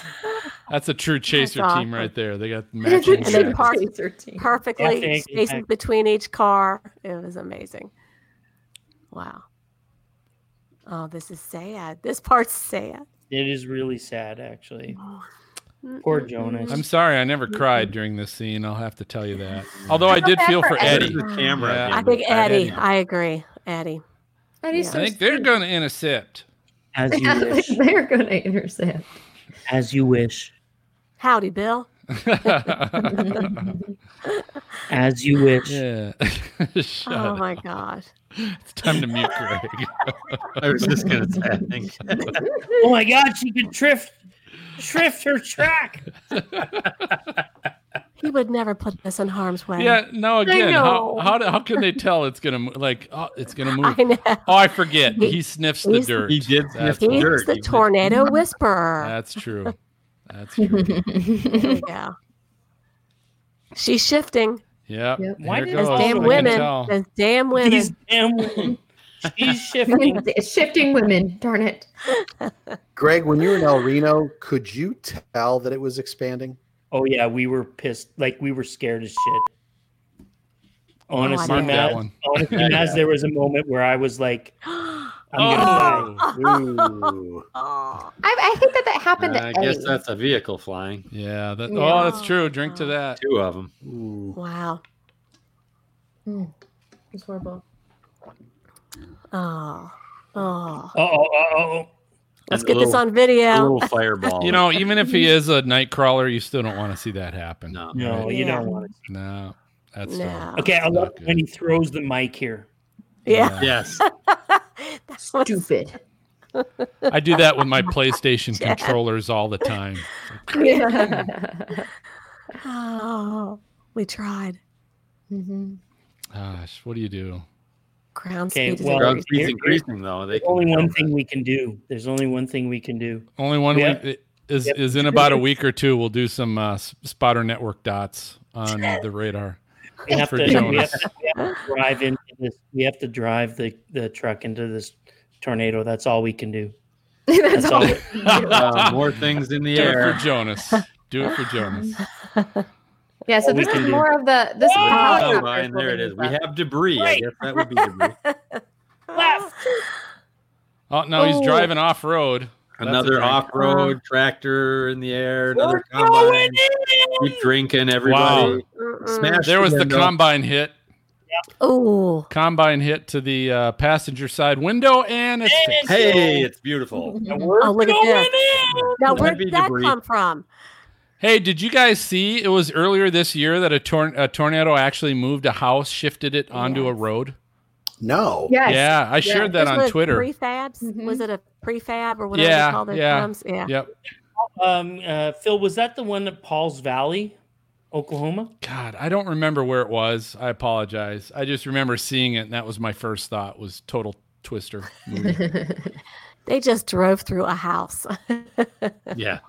Speaker 2: That's a true chaser
Speaker 5: awesome.
Speaker 2: team right there. They got
Speaker 7: It's a
Speaker 2: matching.
Speaker 5: And then
Speaker 7: true
Speaker 2: jackets.
Speaker 5: part-
Speaker 7: chaser team.
Speaker 5: Perfectly
Speaker 6: thank you,
Speaker 5: spaces
Speaker 6: thank you.
Speaker 5: between each car. It was amazing. Wow. Oh, this is sad. This part's sad.
Speaker 6: It is really sad, actually. Poor Jonas.
Speaker 2: I'm sorry, I never cried during this scene. I'll have to tell you that. Although I
Speaker 7: felt
Speaker 2: did
Speaker 7: bad
Speaker 2: feel
Speaker 7: for
Speaker 2: for
Speaker 7: Eddie.
Speaker 2: Eddie.
Speaker 3: The camera.
Speaker 2: Yeah.
Speaker 5: I
Speaker 3: again.
Speaker 5: think Eddie.
Speaker 2: Eddie.
Speaker 5: I agree, Eddie.
Speaker 7: And he's
Speaker 5: I
Speaker 2: I
Speaker 7: so
Speaker 2: think they're
Speaker 7: sweet.
Speaker 2: going to intercept.
Speaker 6: As you
Speaker 7: I
Speaker 6: wish.
Speaker 7: think they're going to intercept.
Speaker 6: As you wish.
Speaker 5: Howdy, Bill.
Speaker 6: As you wish.
Speaker 2: yeah. Shut
Speaker 5: oh
Speaker 2: up.
Speaker 5: my gosh.
Speaker 2: It's time to mute Greg.
Speaker 3: I was just gonna say. I think
Speaker 6: Oh my God, she could drift, drift her track.
Speaker 5: He would never put this in harm's way.
Speaker 2: yeah. No. Again, how,
Speaker 5: know.
Speaker 2: how do- how can they tell it's gonna mo- like oh, it's gonna move?
Speaker 5: I know.
Speaker 2: Oh, I forget.
Speaker 5: He-
Speaker 2: He sniffs the
Speaker 5: he's-
Speaker 2: dirt.
Speaker 3: he did
Speaker 2: That's,
Speaker 3: sniff the
Speaker 5: He's
Speaker 2: right.
Speaker 3: dirt.
Speaker 5: the
Speaker 3: He-
Speaker 5: tornado whisperer.
Speaker 2: That's true. That's true.
Speaker 5: There you go. She's shifting.
Speaker 2: Yep.
Speaker 7: Yep.
Speaker 6: Why
Speaker 2: Here
Speaker 6: did
Speaker 2: goes.
Speaker 5: Those
Speaker 6: Oh,
Speaker 5: damn
Speaker 6: I
Speaker 2: can
Speaker 5: women.
Speaker 2: tell.
Speaker 5: Those damn women.
Speaker 6: These damn women. She's shifting.
Speaker 7: Shifting women, darn it.
Speaker 4: Greg, when you were in El Reno, could you tell that it was expanding?
Speaker 6: Oh yeah, we were pissed. Like we were scared as shit. Honestly,
Speaker 5: Mark that
Speaker 6: Matt,
Speaker 2: one.
Speaker 6: honestly, Matt, there was a moment where I was like, I'm
Speaker 2: Oh.
Speaker 6: gonna die.
Speaker 4: Ooh.
Speaker 5: oh,
Speaker 7: I, I think that that happened to
Speaker 3: I
Speaker 7: Eddie.
Speaker 3: guess that's a vehicle flying.
Speaker 2: Yeah. That,
Speaker 7: Yeah.
Speaker 2: Oh, that's true. Drink to that.
Speaker 3: Two of them.
Speaker 4: Ooh.
Speaker 5: wow.
Speaker 7: It's horrible.
Speaker 5: Oh. Oh.
Speaker 6: Oh, oh, oh,
Speaker 5: Let's
Speaker 3: And a
Speaker 5: get this
Speaker 3: little-
Speaker 5: on
Speaker 3: A
Speaker 5: video.
Speaker 3: little fireball.
Speaker 2: You know, even if he is a night crawler, you still don't want to see that happen.
Speaker 3: no.
Speaker 6: no, you
Speaker 5: Yeah.
Speaker 6: don't want it.
Speaker 2: No. That's
Speaker 5: No.
Speaker 6: Okay,
Speaker 2: It's
Speaker 6: I love
Speaker 2: not good.
Speaker 6: when he throws the mic here.
Speaker 5: Yeah.
Speaker 3: Yes.
Speaker 5: That was-
Speaker 7: Stupid.
Speaker 2: I do that with my PlayStation
Speaker 5: Yeah.
Speaker 2: controllers all the time.
Speaker 5: Oh, we tried.
Speaker 7: Mhm.
Speaker 2: Gosh, what do you do?
Speaker 5: Ground
Speaker 6: Okay,
Speaker 5: speed. is
Speaker 6: well-
Speaker 3: Ground
Speaker 5: increased.
Speaker 6: Here-
Speaker 3: speed's increasing though. They
Speaker 6: There's
Speaker 3: can
Speaker 6: only
Speaker 3: tell
Speaker 6: one
Speaker 3: that.
Speaker 6: thing we can do. There's only one thing we can do.
Speaker 2: Only one we-
Speaker 6: Yeah.
Speaker 2: is
Speaker 6: Yep.
Speaker 2: is in about a week or two. We'll do some uh, s- spotter network dots on the radar.
Speaker 6: We have,
Speaker 2: For
Speaker 6: to, we, have to, we
Speaker 2: Jonas.
Speaker 6: have to drive into this. We have to drive the, the truck into this tornado. That's all we can do.
Speaker 7: That's
Speaker 6: That's
Speaker 7: all.
Speaker 6: all. Um,
Speaker 3: Uh, more things in the
Speaker 2: Do it for
Speaker 3: air.
Speaker 2: Jonas. Do it for Jonas.
Speaker 7: Yeah, so
Speaker 6: all we
Speaker 7: this
Speaker 6: can
Speaker 7: is
Speaker 6: do.
Speaker 7: more of the this is the
Speaker 3: Oh,
Speaker 7: helicopters
Speaker 3: and there it
Speaker 7: holding
Speaker 3: is.
Speaker 7: us
Speaker 3: We
Speaker 7: up.
Speaker 3: have debris. I
Speaker 6: Right.
Speaker 3: guess that would be debris.
Speaker 6: Left.
Speaker 2: Oh, now he's
Speaker 7: Oh.
Speaker 2: driving off road.
Speaker 3: another off-road tractor in the air. Another combine. Keep drinking, everybody. Smash
Speaker 2: There was the
Speaker 3: window.
Speaker 2: combine hit.
Speaker 5: Oh,
Speaker 2: Combine hit to the uh, passenger side window, and it's fixed.
Speaker 3: Hey, it's beautiful.
Speaker 5: oh, look at this. Now,
Speaker 3: That'd
Speaker 5: where
Speaker 3: be
Speaker 5: did that
Speaker 3: debris.
Speaker 5: come from?
Speaker 2: Hey, did you guys see? It was earlier this year that a, tor- a tornado actually moved a house, shifted it onto a
Speaker 5: Yes.
Speaker 2: road.
Speaker 4: No.
Speaker 7: Yes.
Speaker 2: Yeah, I shared that
Speaker 5: Was
Speaker 2: on
Speaker 5: it
Speaker 2: Twitter.
Speaker 5: Prefabs?
Speaker 7: Mhm.
Speaker 5: Was it a prefab or whatever
Speaker 2: Yeah,
Speaker 5: they call their
Speaker 2: yeah,
Speaker 5: terms? Yeah.
Speaker 2: Yep.
Speaker 6: Um, uh, Phil, was that the one at Paul's Valley, Oklahoma?
Speaker 2: God, I don't remember where it was. I apologize. I just remember seeing it, and that was my first thought was total twister. movie.
Speaker 5: They just drove through a house.
Speaker 3: Yeah.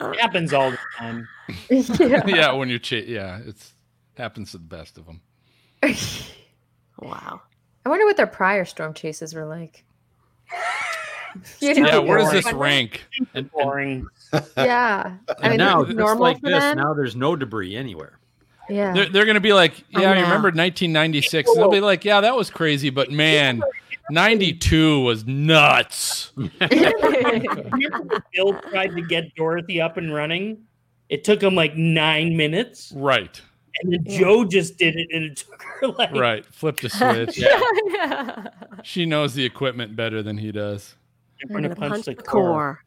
Speaker 6: It happens all the time.
Speaker 7: yeah.
Speaker 2: yeah, when you're cha- yeah, it's happens to the best of them.
Speaker 5: wow.
Speaker 7: I wonder what their prior storm chases were like. You
Speaker 2: Yeah,
Speaker 7: know,
Speaker 2: where does
Speaker 6: boring.
Speaker 2: this rank?
Speaker 3: And, and,
Speaker 6: Boring.
Speaker 7: Yeah. I
Speaker 3: and
Speaker 7: mean,
Speaker 3: now,
Speaker 7: now,
Speaker 3: just
Speaker 7: normal
Speaker 3: like
Speaker 7: for
Speaker 3: this,
Speaker 7: them.
Speaker 3: now there's no debris anywhere.
Speaker 7: yeah.
Speaker 2: They're, they're going to be like, yeah, I
Speaker 5: know.
Speaker 2: remember 1996. And they'll be like, yeah, that was crazy, but man, 92 was nuts.
Speaker 6: Remember when Bill tried to get Dorothy up and running. It took him like nine minutes,
Speaker 2: Right,
Speaker 6: and then
Speaker 5: Yeah.
Speaker 6: Joe just did it, and it took her like
Speaker 2: right. Flip the switch.
Speaker 7: yeah.
Speaker 2: She knows the equipment better than he does.
Speaker 6: I'm gonna punch the core
Speaker 5: core.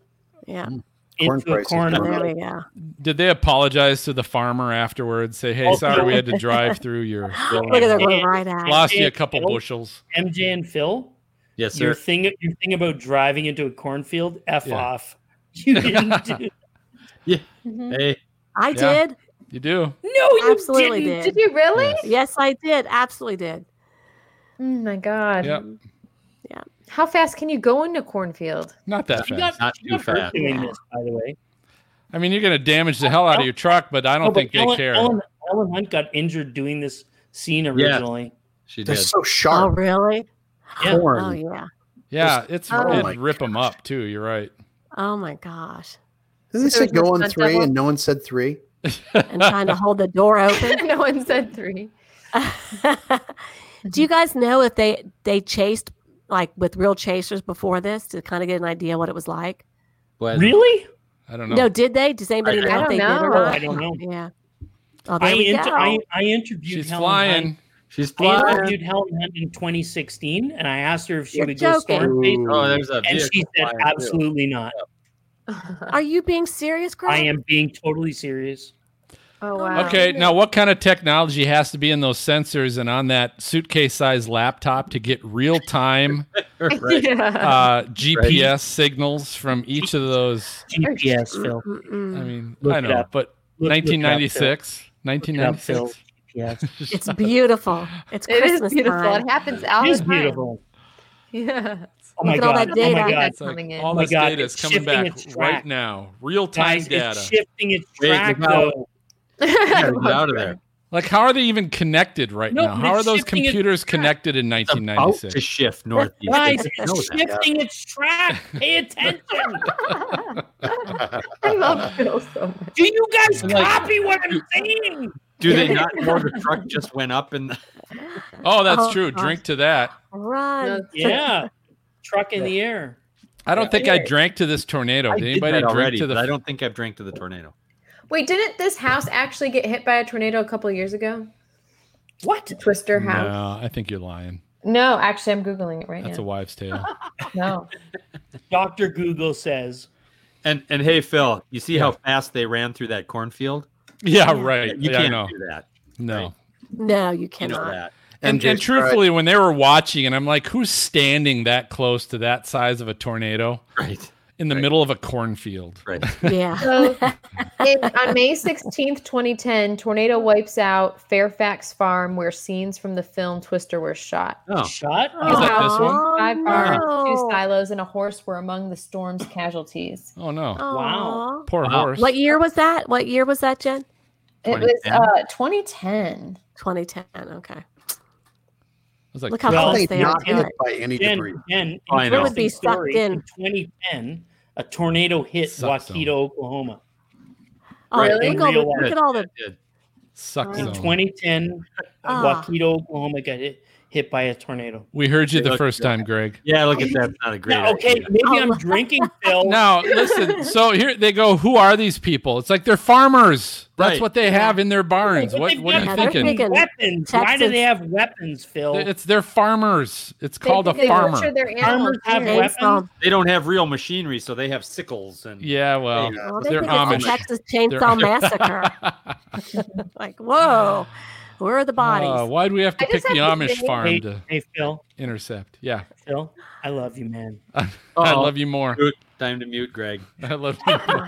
Speaker 5: Yeah,
Speaker 4: Corn
Speaker 6: into a
Speaker 4: prices
Speaker 5: there
Speaker 6: corner.
Speaker 5: we go.
Speaker 2: Did they apologize to the farmer afterwards? Say, hey,
Speaker 6: Oh,
Speaker 2: sorry, we
Speaker 6: no.
Speaker 2: had to drive through your.
Speaker 5: Look at they're going right at. it.
Speaker 2: Lost you a couple bushels.
Speaker 6: MJ and Phil,
Speaker 3: Yes, sir.
Speaker 6: your thing, your thing about driving into a cornfield, f
Speaker 2: Yeah.
Speaker 6: off. You didn't do.
Speaker 2: Mm-hmm.
Speaker 3: Hey,
Speaker 5: I
Speaker 2: Yeah.
Speaker 5: did.
Speaker 2: You do.
Speaker 7: No, you
Speaker 5: Absolutely
Speaker 7: didn't.
Speaker 5: did.
Speaker 7: Did you really?
Speaker 2: Yes.
Speaker 5: Yes, I did. Absolutely did. Oh,
Speaker 7: Oh my god.
Speaker 2: Yep.
Speaker 5: Yeah.
Speaker 7: How fast can you go into cornfield?
Speaker 2: Not that
Speaker 6: She
Speaker 2: fast.
Speaker 6: got,
Speaker 3: Not
Speaker 6: she
Speaker 3: too
Speaker 6: got hurt
Speaker 3: fast.
Speaker 6: doing this, by the way.
Speaker 2: I mean, you're going to damage the hell out of your truck, but I don't
Speaker 6: Oh, but
Speaker 2: think they
Speaker 6: Ellen,
Speaker 2: care.
Speaker 6: Ellen, Ellen Hunt got injured doing this scene originally.
Speaker 3: she
Speaker 4: They're
Speaker 3: did.
Speaker 4: so
Speaker 5: Oh,
Speaker 4: sharp.
Speaker 5: really?
Speaker 6: Yeah.
Speaker 3: Corn.
Speaker 5: Oh, yeah.
Speaker 2: yeah, it's
Speaker 5: Oh
Speaker 2: it'd
Speaker 4: my
Speaker 2: rip them up too. You're right.
Speaker 5: Oh my gosh.
Speaker 4: Didn't they
Speaker 7: So
Speaker 4: say
Speaker 7: there's no
Speaker 4: go on
Speaker 7: stunt
Speaker 4: three
Speaker 7: double?
Speaker 4: and no one said three?
Speaker 5: And trying to hold the door open.
Speaker 7: no one said three.
Speaker 5: Do you guys know if they they chased like with real chasers before this to kind of get an idea what it was like?
Speaker 3: But
Speaker 6: Really?
Speaker 2: I don't know.
Speaker 5: No, did they? Does anybody know if
Speaker 7: don't
Speaker 5: they did or
Speaker 7: know.
Speaker 5: not?
Speaker 6: I don't know.
Speaker 5: Yeah. Oh, there
Speaker 6: I,
Speaker 5: we
Speaker 6: inter-
Speaker 5: go.
Speaker 6: I, I interviewed
Speaker 2: She's
Speaker 6: Helen Hunt.
Speaker 2: flying.
Speaker 3: she's
Speaker 6: I
Speaker 3: flying.
Speaker 6: interviewed Helen Hunt in 2016, and I asked her if she
Speaker 5: You're
Speaker 6: would
Speaker 5: joking.
Speaker 6: go Stormface,
Speaker 3: Oh, there's a
Speaker 6: and she
Speaker 3: vehicle
Speaker 6: said
Speaker 3: flying, too.
Speaker 6: absolutely not.
Speaker 5: Are you being serious, Greg?
Speaker 6: I am being totally serious.
Speaker 7: oh
Speaker 6: uh,
Speaker 7: wow.
Speaker 2: Okay, now what kind of technology has to be in those sensors and on that suitcase-sized laptop to get real-time
Speaker 3: Right.
Speaker 7: Yeah.
Speaker 2: uh, GPS signals from each of those?
Speaker 6: GPS, Phil.
Speaker 2: I
Speaker 5: Mm-mm.
Speaker 2: mean,
Speaker 6: Look
Speaker 2: I
Speaker 6: it
Speaker 2: know,
Speaker 6: up.
Speaker 2: but
Speaker 6: Look- look it up, Phil.
Speaker 2: 1996,
Speaker 6: Mm. Look it up, Phil.
Speaker 2: 1996.
Speaker 6: Yes,
Speaker 5: It's beautiful. It's
Speaker 7: It is
Speaker 5: Christmas
Speaker 7: beautiful.
Speaker 5: time.
Speaker 7: It happens all
Speaker 6: it
Speaker 7: the
Speaker 6: is
Speaker 7: time.
Speaker 6: beautiful.
Speaker 7: Yeah.
Speaker 5: Look
Speaker 6: Oh my
Speaker 5: at all
Speaker 6: god!
Speaker 5: that
Speaker 6: Oh
Speaker 5: data.
Speaker 6: my god!
Speaker 2: It's like
Speaker 7: coming in.
Speaker 2: all
Speaker 6: Oh my
Speaker 2: this
Speaker 6: God,
Speaker 2: data is
Speaker 6: it's
Speaker 2: coming
Speaker 6: shifting
Speaker 2: back
Speaker 6: its
Speaker 2: right
Speaker 6: track.
Speaker 2: now, real-time
Speaker 6: Guys,
Speaker 2: data.
Speaker 6: it's shifting its
Speaker 3: Wait,
Speaker 6: track
Speaker 3: look out.
Speaker 6: though.
Speaker 3: Get out of there.
Speaker 2: Like, how are they even connected right
Speaker 6: No,
Speaker 2: now?
Speaker 6: but
Speaker 2: How
Speaker 6: it's
Speaker 2: are those
Speaker 6: shifting its
Speaker 2: computers
Speaker 6: track.
Speaker 2: connected in
Speaker 3: It's about to
Speaker 2: 1996?
Speaker 3: shift northeast. They
Speaker 6: Guys,
Speaker 3: didn't know
Speaker 6: it's
Speaker 3: that.
Speaker 6: shifting its track. Pay attention.
Speaker 7: I love Phil so much.
Speaker 6: Do you guys
Speaker 3: Like-
Speaker 6: copy what I'm saying?
Speaker 3: Do they not know the truck just went up and
Speaker 2: Oh, that's
Speaker 5: Oh,
Speaker 2: true.
Speaker 5: gosh.
Speaker 2: Drink to that.
Speaker 5: Run.
Speaker 6: Yeah, truck in the air.
Speaker 2: I don't
Speaker 3: Yeah.
Speaker 2: think I drank to this tornado.
Speaker 3: I
Speaker 2: Did
Speaker 3: did
Speaker 2: anybody
Speaker 3: that
Speaker 2: drink
Speaker 3: already?
Speaker 2: to the?
Speaker 3: but I don't think I've drank to the tornado.
Speaker 7: Wait, didn't this house actually get hit by a tornado a couple years ago?
Speaker 6: What?
Speaker 7: The Twister house.
Speaker 2: no, I think you're lying.
Speaker 7: No, actually, I'm googling it right
Speaker 2: That's a
Speaker 7: now.
Speaker 2: wives' tale.
Speaker 7: no.
Speaker 6: Doctor Google says.
Speaker 3: And and hey, Phil, you see how fast they ran through that cornfield?
Speaker 2: yeah, right.
Speaker 3: You
Speaker 2: yeah, I
Speaker 3: can't
Speaker 2: know.
Speaker 3: do that.
Speaker 2: No.
Speaker 3: right?
Speaker 5: No, you
Speaker 3: You know
Speaker 5: cannot.
Speaker 3: that.
Speaker 2: And,
Speaker 4: MJ
Speaker 2: and truthfully, when they were watching, and I'm like, who's standing that close to that size of a tornado
Speaker 3: Right.
Speaker 2: in the
Speaker 3: Right.
Speaker 2: middle of a cornfield?
Speaker 3: Right.
Speaker 5: yeah.
Speaker 7: So in, on May 16th, 2010, tornado wipes out Fairfax Farm where scenes from the film Twister were shot.
Speaker 3: Oh,
Speaker 6: Shut
Speaker 2: Is
Speaker 6: up.
Speaker 2: that this one?
Speaker 5: Oh,
Speaker 7: Five farms, two
Speaker 5: no.
Speaker 7: silos, and a horse were among the storm's casualties.
Speaker 2: Oh no,
Speaker 5: Aw.
Speaker 2: poor
Speaker 3: Wow.
Speaker 2: horse.
Speaker 5: What year was that? What year was that, Jen?
Speaker 7: It was
Speaker 3: 2010?
Speaker 7: uh, 2010.
Speaker 5: 2010. Okay.
Speaker 2: I was like,
Speaker 5: Look how
Speaker 6: Well,
Speaker 5: close
Speaker 4: They
Speaker 5: they are.
Speaker 4: not
Speaker 5: to
Speaker 4: hit
Speaker 5: it.
Speaker 4: by any degree.
Speaker 6: Jen, Jen,
Speaker 3: Oh, I know. It
Speaker 5: would be
Speaker 6: interesting story,
Speaker 5: sucked in.
Speaker 6: in 2010, a tornado hit
Speaker 2: Sucks
Speaker 6: Waukita, Oklahoma.
Speaker 5: Oh,
Speaker 3: Right,
Speaker 5: look,
Speaker 6: in
Speaker 5: at all the-
Speaker 6: real life.
Speaker 5: look at all the.
Speaker 3: it did.
Speaker 2: suck
Speaker 6: In
Speaker 2: zone.
Speaker 6: 2010,
Speaker 5: Ah.
Speaker 6: Waukita, Oklahoma got hit, hit by a tornado.
Speaker 2: we heard you
Speaker 3: They
Speaker 2: the
Speaker 3: look
Speaker 2: first
Speaker 3: good.
Speaker 2: time, Greg.
Speaker 3: Yeah, look at that. Not a great.
Speaker 6: Now, okay,
Speaker 3: idea.
Speaker 6: maybe I'm
Speaker 5: Oh.
Speaker 6: drinking, Phil.
Speaker 2: Now listen. So here they go. Who are these people? It's like they're farmers. That's
Speaker 3: Right.
Speaker 2: what they have in their barns.
Speaker 6: But
Speaker 2: What
Speaker 6: they've
Speaker 2: What are
Speaker 6: got
Speaker 2: you
Speaker 5: Yeah, they're
Speaker 2: thinking?
Speaker 5: big-
Speaker 6: Weapons. Why do
Speaker 5: Texas-
Speaker 6: they have weapons, Phil?
Speaker 2: It's their farmers. It's called a
Speaker 7: they, they
Speaker 2: farmer.
Speaker 7: butcher their animals.
Speaker 6: Farmers have
Speaker 7: here.
Speaker 5: James
Speaker 6: weapons.
Speaker 5: Bond.
Speaker 3: They don't have real machinery, so they have sickles and
Speaker 2: Yeah, well,
Speaker 4: Yeah.
Speaker 5: Well,
Speaker 2: But
Speaker 5: Oh, they
Speaker 2: they're
Speaker 5: think it's
Speaker 2: Amish.
Speaker 5: the Texas
Speaker 2: They're-
Speaker 5: Chainsaw Massacre. like, whoa, where are the
Speaker 2: uh,
Speaker 5: bodies?
Speaker 2: why do we have to
Speaker 7: I
Speaker 2: pick
Speaker 7: just
Speaker 2: the
Speaker 7: have to
Speaker 2: Amish
Speaker 7: say-
Speaker 2: farm
Speaker 6: hey,
Speaker 2: to
Speaker 6: hey, Phil.
Speaker 2: intercept? Yeah,
Speaker 6: Phil, I love you, man.
Speaker 2: I
Speaker 3: Uh-oh.
Speaker 2: love you more.
Speaker 3: Mute. Time to mute, Greg.
Speaker 2: I love you.
Speaker 5: Oh,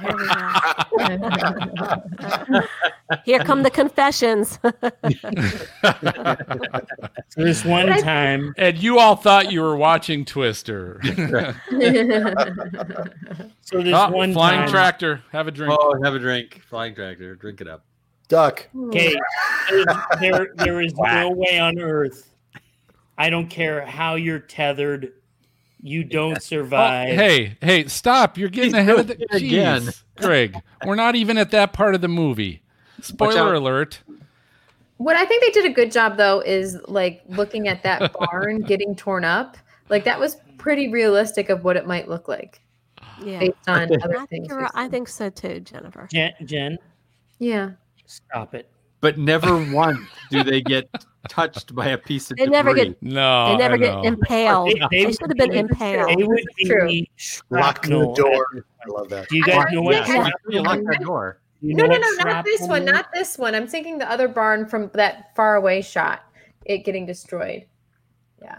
Speaker 5: here, we go. Here come the confessions.
Speaker 6: So this one
Speaker 7: But I-
Speaker 6: time,
Speaker 2: and you all thought you were watching Twister.
Speaker 5: Hmm.
Speaker 6: so this
Speaker 2: Ah,
Speaker 6: one
Speaker 2: flying
Speaker 6: time,
Speaker 2: tractor. Have a drink.
Speaker 3: Oh, have a drink. Flying tractor. Drink it up.
Speaker 4: Duck.
Speaker 6: Okay, there there is no way on earth. I don't care how you're tethered, you don't
Speaker 2: Oh,
Speaker 6: survive.
Speaker 2: hey, hey, stop! You're getting
Speaker 3: He's
Speaker 2: ahead of the
Speaker 3: doing it again.
Speaker 2: Jeez, Greg. We're not even at that part of the movie. Spoiler
Speaker 3: out.
Speaker 2: alert.
Speaker 7: What I think they did a good job though is like looking at that barn getting torn up. Like that was pretty realistic of what it might look like
Speaker 5: yeah,
Speaker 7: based on other
Speaker 5: I
Speaker 7: things.
Speaker 5: think, you're, right. I think so too, Jennifer.
Speaker 6: Jen, Jen,
Speaker 7: yeah.
Speaker 6: stop it.
Speaker 3: But never once do they get touched by a piece of
Speaker 5: They never
Speaker 3: debris.
Speaker 2: No,
Speaker 5: They
Speaker 2: Uh, I
Speaker 5: never
Speaker 2: know.
Speaker 5: get impaled.
Speaker 6: They- they
Speaker 5: Oh, They should have been
Speaker 6: would- They
Speaker 5: impaled.
Speaker 6: would
Speaker 7: True.
Speaker 6: be
Speaker 4: Lock the
Speaker 6: shrapnel.
Speaker 4: door. I love that.
Speaker 6: Do you
Speaker 7: I
Speaker 6: guys
Speaker 7: don't
Speaker 6: know
Speaker 7: think
Speaker 6: what?
Speaker 7: I-
Speaker 6: shrapnel
Speaker 3: You lock that door.
Speaker 6: You
Speaker 7: No,
Speaker 6: know
Speaker 7: no,
Speaker 6: what
Speaker 7: no, not this
Speaker 6: shrapnel
Speaker 7: one,
Speaker 6: is?
Speaker 7: not this one. I'm thinking the other barn from that faraway shot, it getting destroyed. Yeah.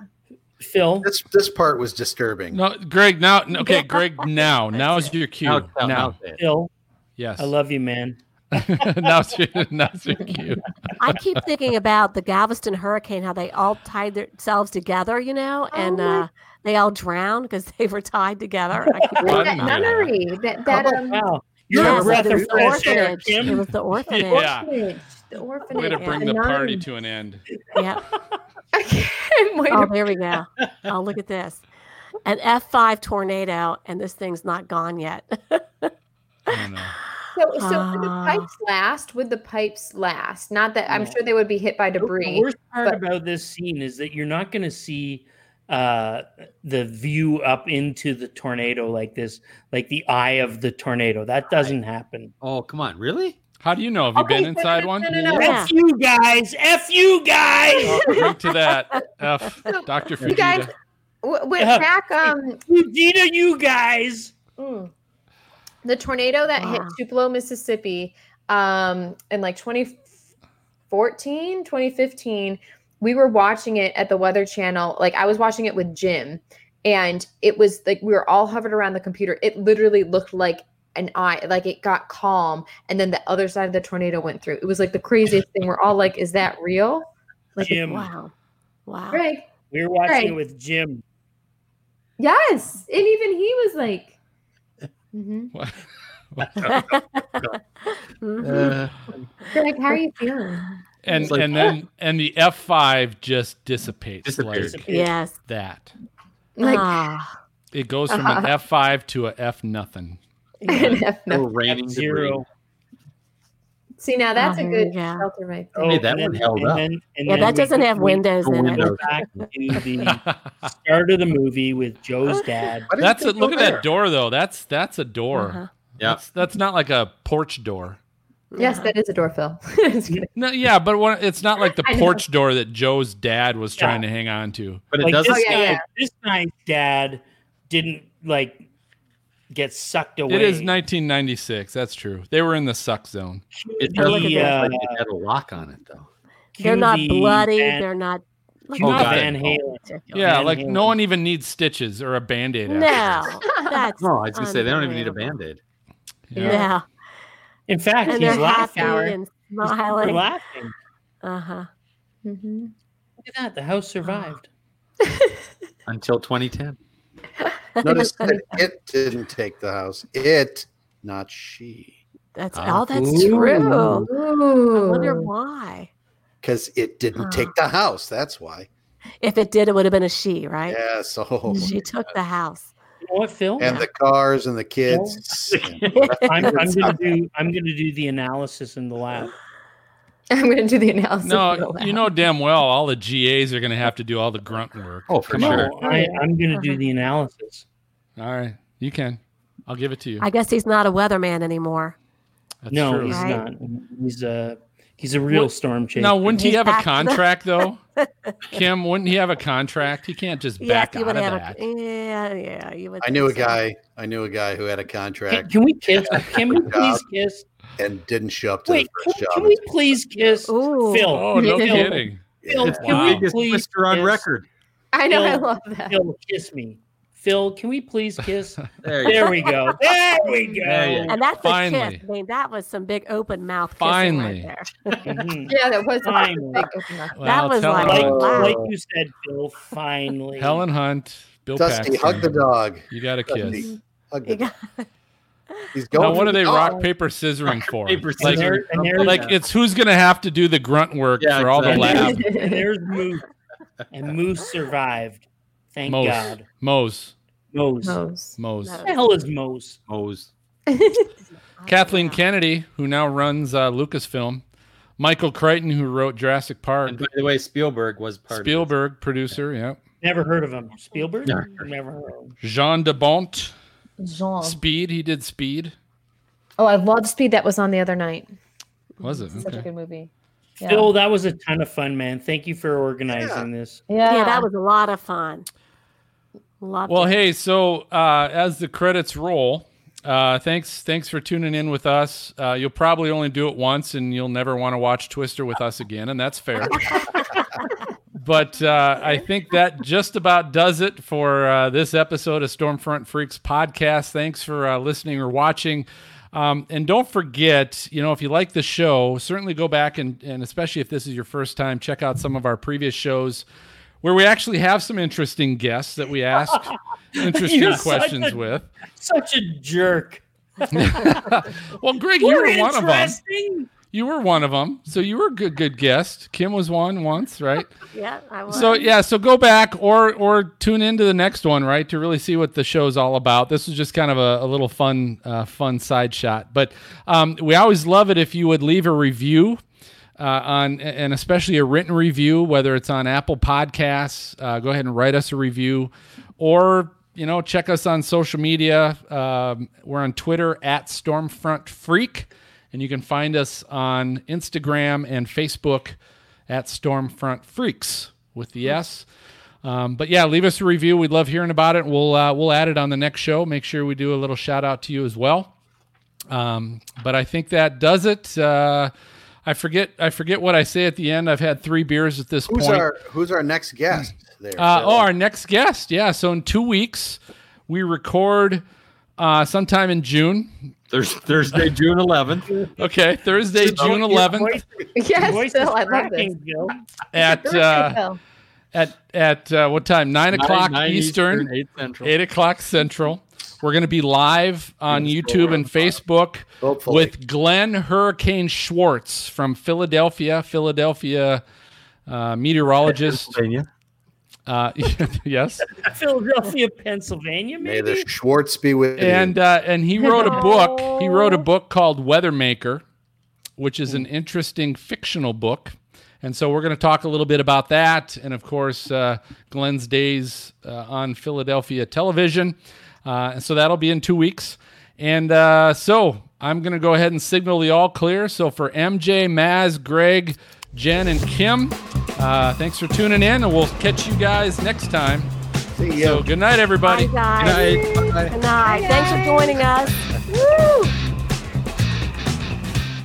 Speaker 6: Phil.
Speaker 4: This this part was disturbing.
Speaker 2: No, Greg. Now, okay,
Speaker 5: Yeah.
Speaker 2: Greg. Now, now is your cue.
Speaker 3: Now,
Speaker 2: now,
Speaker 3: now, now.
Speaker 6: Phil,
Speaker 2: Yes.
Speaker 6: I love you, man.
Speaker 2: now it's your, now it's your cue.
Speaker 5: I keep thinking about the Galveston hurricane, how they all tied themselves together, you know,
Speaker 6: Oh
Speaker 5: and uh, they all drowned because they were tied together. I keep
Speaker 7: Well, that
Speaker 2: Fun.
Speaker 7: nunnery, that that um,
Speaker 6: Wow. You're
Speaker 5: Yeah,
Speaker 6: a
Speaker 5: so
Speaker 6: breath
Speaker 5: there's
Speaker 6: of
Speaker 5: the
Speaker 6: fresh air,
Speaker 5: orphanage. It
Speaker 6: Kim.
Speaker 5: was the orphanage.
Speaker 2: Yeah.
Speaker 7: orphanage, the orphanage.
Speaker 2: Way to bring the
Speaker 7: nun.
Speaker 2: party to an end.
Speaker 5: Yeah.
Speaker 7: I can't wait.
Speaker 5: Oh,
Speaker 7: to-
Speaker 5: there we go. Oh, look at this. An F5 tornado, and this thing's not gone yet.
Speaker 2: I don't know.
Speaker 7: So, so would the
Speaker 5: Ah.
Speaker 7: pipes last? Would the pipes last? Not that I'm
Speaker 6: No.
Speaker 7: sure they would be hit by
Speaker 6: The- The
Speaker 7: debris.
Speaker 6: worst part
Speaker 7: but-
Speaker 6: about this scene is that you're not going to see uh, the view up into the tornado like this, like the eye of the tornado. That doesn't happen.
Speaker 3: Oh, come on, really?
Speaker 2: How do you know? Have you
Speaker 7: Okay,
Speaker 2: been
Speaker 7: no, no,
Speaker 2: inside
Speaker 7: no,
Speaker 2: one?
Speaker 7: no, no, no.
Speaker 5: Yeah.
Speaker 6: F you guys. F you guys.
Speaker 2: Drink to that, F,
Speaker 7: So,
Speaker 2: Doctor
Speaker 7: You guys,
Speaker 2: Fujita.
Speaker 7: w- wait,
Speaker 6: Yeah.
Speaker 7: back. Um,
Speaker 6: Vegeta, you guys.
Speaker 7: mm, the tornado that hit
Speaker 5: Wow.
Speaker 7: Tupelo, Mississippi, um, in like 2014, 2015, we were watching it at the Weather Channel. Like I was watching it with Jim, and it was like we were all hovered around the computer. It literally looked like an eye, like it got calm, and then the other side of the tornado went through. It was like the craziest thing. We're all like, "Is that real?" Like,
Speaker 6: Jim.
Speaker 5: Wow. Wow.
Speaker 7: Greg,
Speaker 6: We were watching it
Speaker 7: Right.
Speaker 6: with Jim.
Speaker 7: Yes, and even he was like, "Mhm.
Speaker 5: Mhm.
Speaker 6: Mm-hmm.
Speaker 3: Uh,
Speaker 7: They're like, how are you feeling?
Speaker 2: And
Speaker 3: It's like-
Speaker 2: and then and the F five just dissipates
Speaker 3: Disappears.
Speaker 2: like
Speaker 5: yes.
Speaker 2: that.
Speaker 7: Like,
Speaker 5: Ah,
Speaker 2: It goes from
Speaker 7: Uh-huh.
Speaker 2: an F five to a F nothing.
Speaker 5: yeah.
Speaker 3: No
Speaker 7: no.
Speaker 3: raining
Speaker 6: F zero.
Speaker 7: See, now that's a
Speaker 5: Oh,
Speaker 7: good
Speaker 5: yeah.
Speaker 7: shelter right there.
Speaker 6: Oh,
Speaker 3: Hey, that
Speaker 6: and
Speaker 3: one
Speaker 6: then-
Speaker 3: held
Speaker 6: and
Speaker 3: up.
Speaker 6: then- and
Speaker 5: Yeah,
Speaker 6: then
Speaker 5: that
Speaker 6: we
Speaker 5: doesn't
Speaker 6: go-
Speaker 5: have
Speaker 6: we
Speaker 5: windows
Speaker 3: the
Speaker 5: in
Speaker 3: windows.
Speaker 5: it.
Speaker 6: go Back to the start of the movie with Joe's dad.
Speaker 4: Why did
Speaker 2: that's
Speaker 4: they
Speaker 2: a, look
Speaker 4: go
Speaker 2: at
Speaker 4: there?
Speaker 2: that door though. That's that's a door.
Speaker 5: Uh-huh.
Speaker 3: Yeah.
Speaker 2: That's, that's not like a porch door.
Speaker 7: Yes,
Speaker 5: Yeah.
Speaker 7: that is a door fill. Just kidding.
Speaker 2: No, yeah, but when, it's not like the
Speaker 7: I know.
Speaker 2: porch door that Joe's dad was trying to hang on to.
Speaker 3: But it
Speaker 6: Like
Speaker 3: doesn't.
Speaker 6: this
Speaker 7: Oh, yeah,
Speaker 6: guy,
Speaker 7: yeah.
Speaker 6: this guy's dad didn't like get sucked away.
Speaker 2: It is 1996. That's true. They were in the suck zone.
Speaker 3: It
Speaker 6: The,
Speaker 3: doesn't look
Speaker 6: uh,
Speaker 3: like it had a lock on it though.
Speaker 5: They're not
Speaker 6: QV
Speaker 5: bloody.
Speaker 6: Van-
Speaker 5: They're not. Look
Speaker 6: QV
Speaker 2: Oh, God.
Speaker 6: Van Halen.
Speaker 2: Yeah,
Speaker 6: Van
Speaker 2: like
Speaker 6: Halen.
Speaker 2: no one even needs stitches or a band aid.
Speaker 5: Oh, No, that's
Speaker 3: No, I was gonna say they don't even need a
Speaker 5: unbelievable.
Speaker 3: band aid.
Speaker 2: Yeah.
Speaker 5: No,
Speaker 6: In fact,
Speaker 5: and
Speaker 6: he's
Speaker 5: they're happy
Speaker 6: laughing.
Speaker 5: and
Speaker 6: He's
Speaker 5: smiling.
Speaker 6: laughing. Look
Speaker 5: Uh huh.
Speaker 7: Mhm.
Speaker 6: at that. The house survived.
Speaker 3: Until 2010.
Speaker 4: Notice that it didn't take the house. It, not she.
Speaker 5: That's
Speaker 3: Ah.
Speaker 5: oh, that's true. I wonder
Speaker 7: Ooh.
Speaker 5: why.
Speaker 4: Because it didn't
Speaker 5: Ah.
Speaker 4: take the house. That's why.
Speaker 5: If it did, it would have been a she, right?
Speaker 4: Yeah, so.
Speaker 5: She took the house.
Speaker 6: You know what, Phil?
Speaker 4: And the cars and the kids.
Speaker 6: I'm, I'm gonna do. I'm gonna do the analysis in the lab.
Speaker 7: I'm going to do the analysis.
Speaker 2: No,
Speaker 7: real
Speaker 2: you
Speaker 7: loud.
Speaker 2: know damn well all the GAs are going to have to do all the grunt work.
Speaker 3: Oh, for
Speaker 2: Come
Speaker 3: sure.
Speaker 6: No, I, I'm gonna
Speaker 5: Uh-huh.
Speaker 6: do the analysis.
Speaker 2: on. All right. You can. I'll give it to you.
Speaker 5: I guess he's not a weatherman anymore.
Speaker 2: That's
Speaker 6: no,
Speaker 2: true.
Speaker 6: he's
Speaker 5: Right.
Speaker 6: not. He's a he's a real
Speaker 2: What-
Speaker 6: storm chaser.
Speaker 2: Now, wouldn't he
Speaker 5: He's
Speaker 2: have a
Speaker 5: back to the-
Speaker 2: contract though? Kim, wouldn't he have a contract? He can't just back
Speaker 5: you
Speaker 2: out of
Speaker 5: would have.
Speaker 2: that.
Speaker 5: A, yeah, yeah, you would.
Speaker 4: I knew a
Speaker 5: think so.
Speaker 4: guy. I knew a guy who had a
Speaker 6: Can,
Speaker 4: contract
Speaker 6: can we kiss? Can we
Speaker 4: Yeah.
Speaker 6: please kiss?
Speaker 4: and didn't show up to
Speaker 6: Wait,
Speaker 4: the
Speaker 6: can,
Speaker 4: first job.
Speaker 6: can we please kiss?
Speaker 5: Ooh.
Speaker 6: Phil,
Speaker 2: Oh, no
Speaker 6: Phil,
Speaker 2: kidding.
Speaker 6: Phil,
Speaker 4: Yeah.
Speaker 6: Oh, can
Speaker 2: Wow.
Speaker 6: we
Speaker 3: Biggest
Speaker 6: please
Speaker 3: twister on
Speaker 6: kiss?
Speaker 3: record.
Speaker 7: I know. I
Speaker 6: No.
Speaker 7: love that.
Speaker 6: Phil, kiss me. Phil, can we please kiss?
Speaker 3: There you go.
Speaker 6: There we go. There we go.
Speaker 3: There you
Speaker 5: And that's a
Speaker 2: Finally.
Speaker 5: kiss. I mean, that was some big open mouth kissing
Speaker 2: Finally.
Speaker 5: right there.
Speaker 6: Mhm.
Speaker 7: Yeah, that was
Speaker 6: Fine.
Speaker 7: big open up.
Speaker 2: Well,
Speaker 5: was
Speaker 2: tell
Speaker 5: like-
Speaker 2: Helen,
Speaker 6: Like,
Speaker 5: Wow.
Speaker 6: like you said, Phil. Finally,
Speaker 2: Helen Hunt, Bill
Speaker 4: Dusty,
Speaker 2: Paxton.
Speaker 4: hug the dog.
Speaker 2: You got a kiss.
Speaker 4: Dusty, hug
Speaker 5: You
Speaker 4: the dog.
Speaker 5: got-
Speaker 4: He's going.
Speaker 2: Now, what
Speaker 4: for
Speaker 2: are they
Speaker 4: the
Speaker 2: rock
Speaker 4: dog.
Speaker 2: paper scissoring for?
Speaker 3: Paper
Speaker 2: like,
Speaker 3: scissors.
Speaker 6: there- and there-
Speaker 2: like it's who's gonna have to do the grunt work
Speaker 3: Yeah,
Speaker 2: for all the
Speaker 3: exactly.
Speaker 2: lab.
Speaker 6: and there's Moose, and Moose survived. Thank
Speaker 2: Moose.
Speaker 6: God.
Speaker 2: Mose,
Speaker 6: Moose. What
Speaker 7: Nose.
Speaker 2: Mose.
Speaker 5: No.
Speaker 6: the hell is Moose?
Speaker 3: Hose.
Speaker 5: I don't
Speaker 2: Kathleen
Speaker 5: know.
Speaker 2: Kennedy, who now runs uh, Lucasfilm, Michael Crichton, who wrote Jurassic Park,
Speaker 3: And by the way, Spielberg was part
Speaker 2: Spielberg, producer, yeah,
Speaker 6: Never heard of him. Spielberg.
Speaker 3: Never
Speaker 6: Never heard of him.
Speaker 2: Jean de Bont,
Speaker 7: Jean.
Speaker 2: Speed, he did Speed,
Speaker 7: Oh, I love Speed. That was on the other night.
Speaker 2: was it?
Speaker 7: Such a
Speaker 2: Okay.
Speaker 7: good movie. Yeah.
Speaker 6: Phil, that was a ton of fun, man. Thank you for organizing this.
Speaker 7: yeah.
Speaker 5: Yeah, that was a lot of fun. Loved
Speaker 2: Well,
Speaker 5: it.
Speaker 2: hey, so uh, as the credits roll, uh, thanks, thanks for tuning in with us. Uh, you'll probably only do it once, and you'll never want to watch Twister with us again, and that's fair. but uh, I think that just about does it for uh, this episode of Stormfront Freaks podcast. Thanks for uh, listening or watching. Um, and don't forget, you know, if you like the show, certainly go back and, and especially if this is your first time, check out some of our previous shows where we actually have some interesting guests that we ask interesting
Speaker 6: You're such
Speaker 2: questions
Speaker 6: a-
Speaker 2: with.
Speaker 6: Such a jerk.
Speaker 2: well, Greg, you were one of them. You were one of them. So you were a good good guest. Kim was one once, right?
Speaker 5: Yeah, I was.
Speaker 2: So yeah, so go back or or tune into the next one, right, to really see what the show's all about. This was just kind of a, a little fun uh, fun side shot, but um, we always love it if you would leave a review. Uh, on and especially a written review, whether it's on Apple Podcasts, uh, go ahead and write us a review, or you know check us on social media. Um, we're on Twitter at Stormfront Freak, and you can find us on Instagram and Facebook at Stormfront Freaks with the S. Um, but yeah, leave us a review. We'd love hearing about it. We'll uh, we'll add it on the next show. Make sure we do a little shout out to you as well. Um, but I think that does it. Uh, I forget I forget what I say at the end. I've had three beers at this
Speaker 4: Who's
Speaker 2: point.
Speaker 4: our Who's our next guest? There.
Speaker 2: Uh,
Speaker 4: Phil?
Speaker 2: oh, our next guest. Yeah. So in two weeks, we record uh, sometime in June.
Speaker 3: There's Thursday, June 11th.
Speaker 2: Okay, Thursday, June 11th
Speaker 7: Yes, Phil, I love this.
Speaker 6: cracking, Phil.
Speaker 2: at
Speaker 7: Thursday,
Speaker 2: uh,
Speaker 7: Phil.
Speaker 2: at at uh, what time? Nine o'clock
Speaker 3: Nine- nine
Speaker 2: Eastern.
Speaker 3: eight central.
Speaker 2: Eight o'clock Central. We're going to be live on YouTube and Facebook
Speaker 4: Hopefully.
Speaker 2: with Glenn Hurricane Schwartz from Philadelphia, Philadelphia uh, meteorologist.
Speaker 3: Pennsylvania.
Speaker 2: Uh, yes,
Speaker 6: Philadelphia, Pennsylvania,
Speaker 4: May
Speaker 6: maybe.
Speaker 4: the Schwartz be with
Speaker 2: and
Speaker 4: you.
Speaker 2: uh, and he wrote a book. He wrote a book called Weathermaker, which is an
Speaker 5: Mm.
Speaker 2: interesting fictional book. And so we're going to talk a little bit about that, and of course, uh, Glenn's days uh, on Philadelphia television. Uh, and so that'll be in two weeks. And uh, so I'm going to go ahead and signal the all clear. So for MJ, Maz, Greg, Jen, and Kim, uh, thanks for tuning in, and we'll catch you guys next time.
Speaker 4: See
Speaker 2: So
Speaker 4: you.
Speaker 2: good night, everybody.
Speaker 5: Bye, guys.
Speaker 3: Eight. Bye.
Speaker 5: Good night. Thanks for joining us. Woo!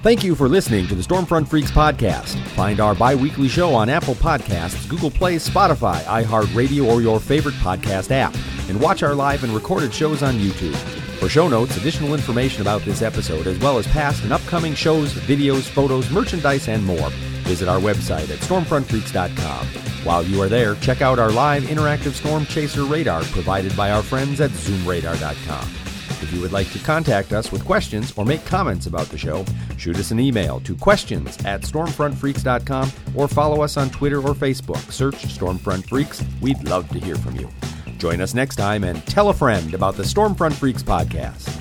Speaker 1: Thank you for listening to the Stormfront Freaks podcast. Find our bi weekly show on Apple Podcasts, Google Play, Spotify, iHeartRadio, or your favorite podcast app. And watch our live and recorded shows on YouTube. For show notes, additional information about this episode, as well as past and upcoming shows, videos, photos, merchandise, and more, visit our website at stormfrontfreaks.com. While you are there, check out our live interactive storm chaser radar provided by our friends at zoomradar.com. If you would like to contact us with questions or make comments about the show, shoot us an email to questions at stormfrontfreaks.com or follow us on Twitter or Facebook. Search Stormfront Freaks. We'd love to hear from you. Join us next time and tell a friend about the Stormfront Freaks podcast.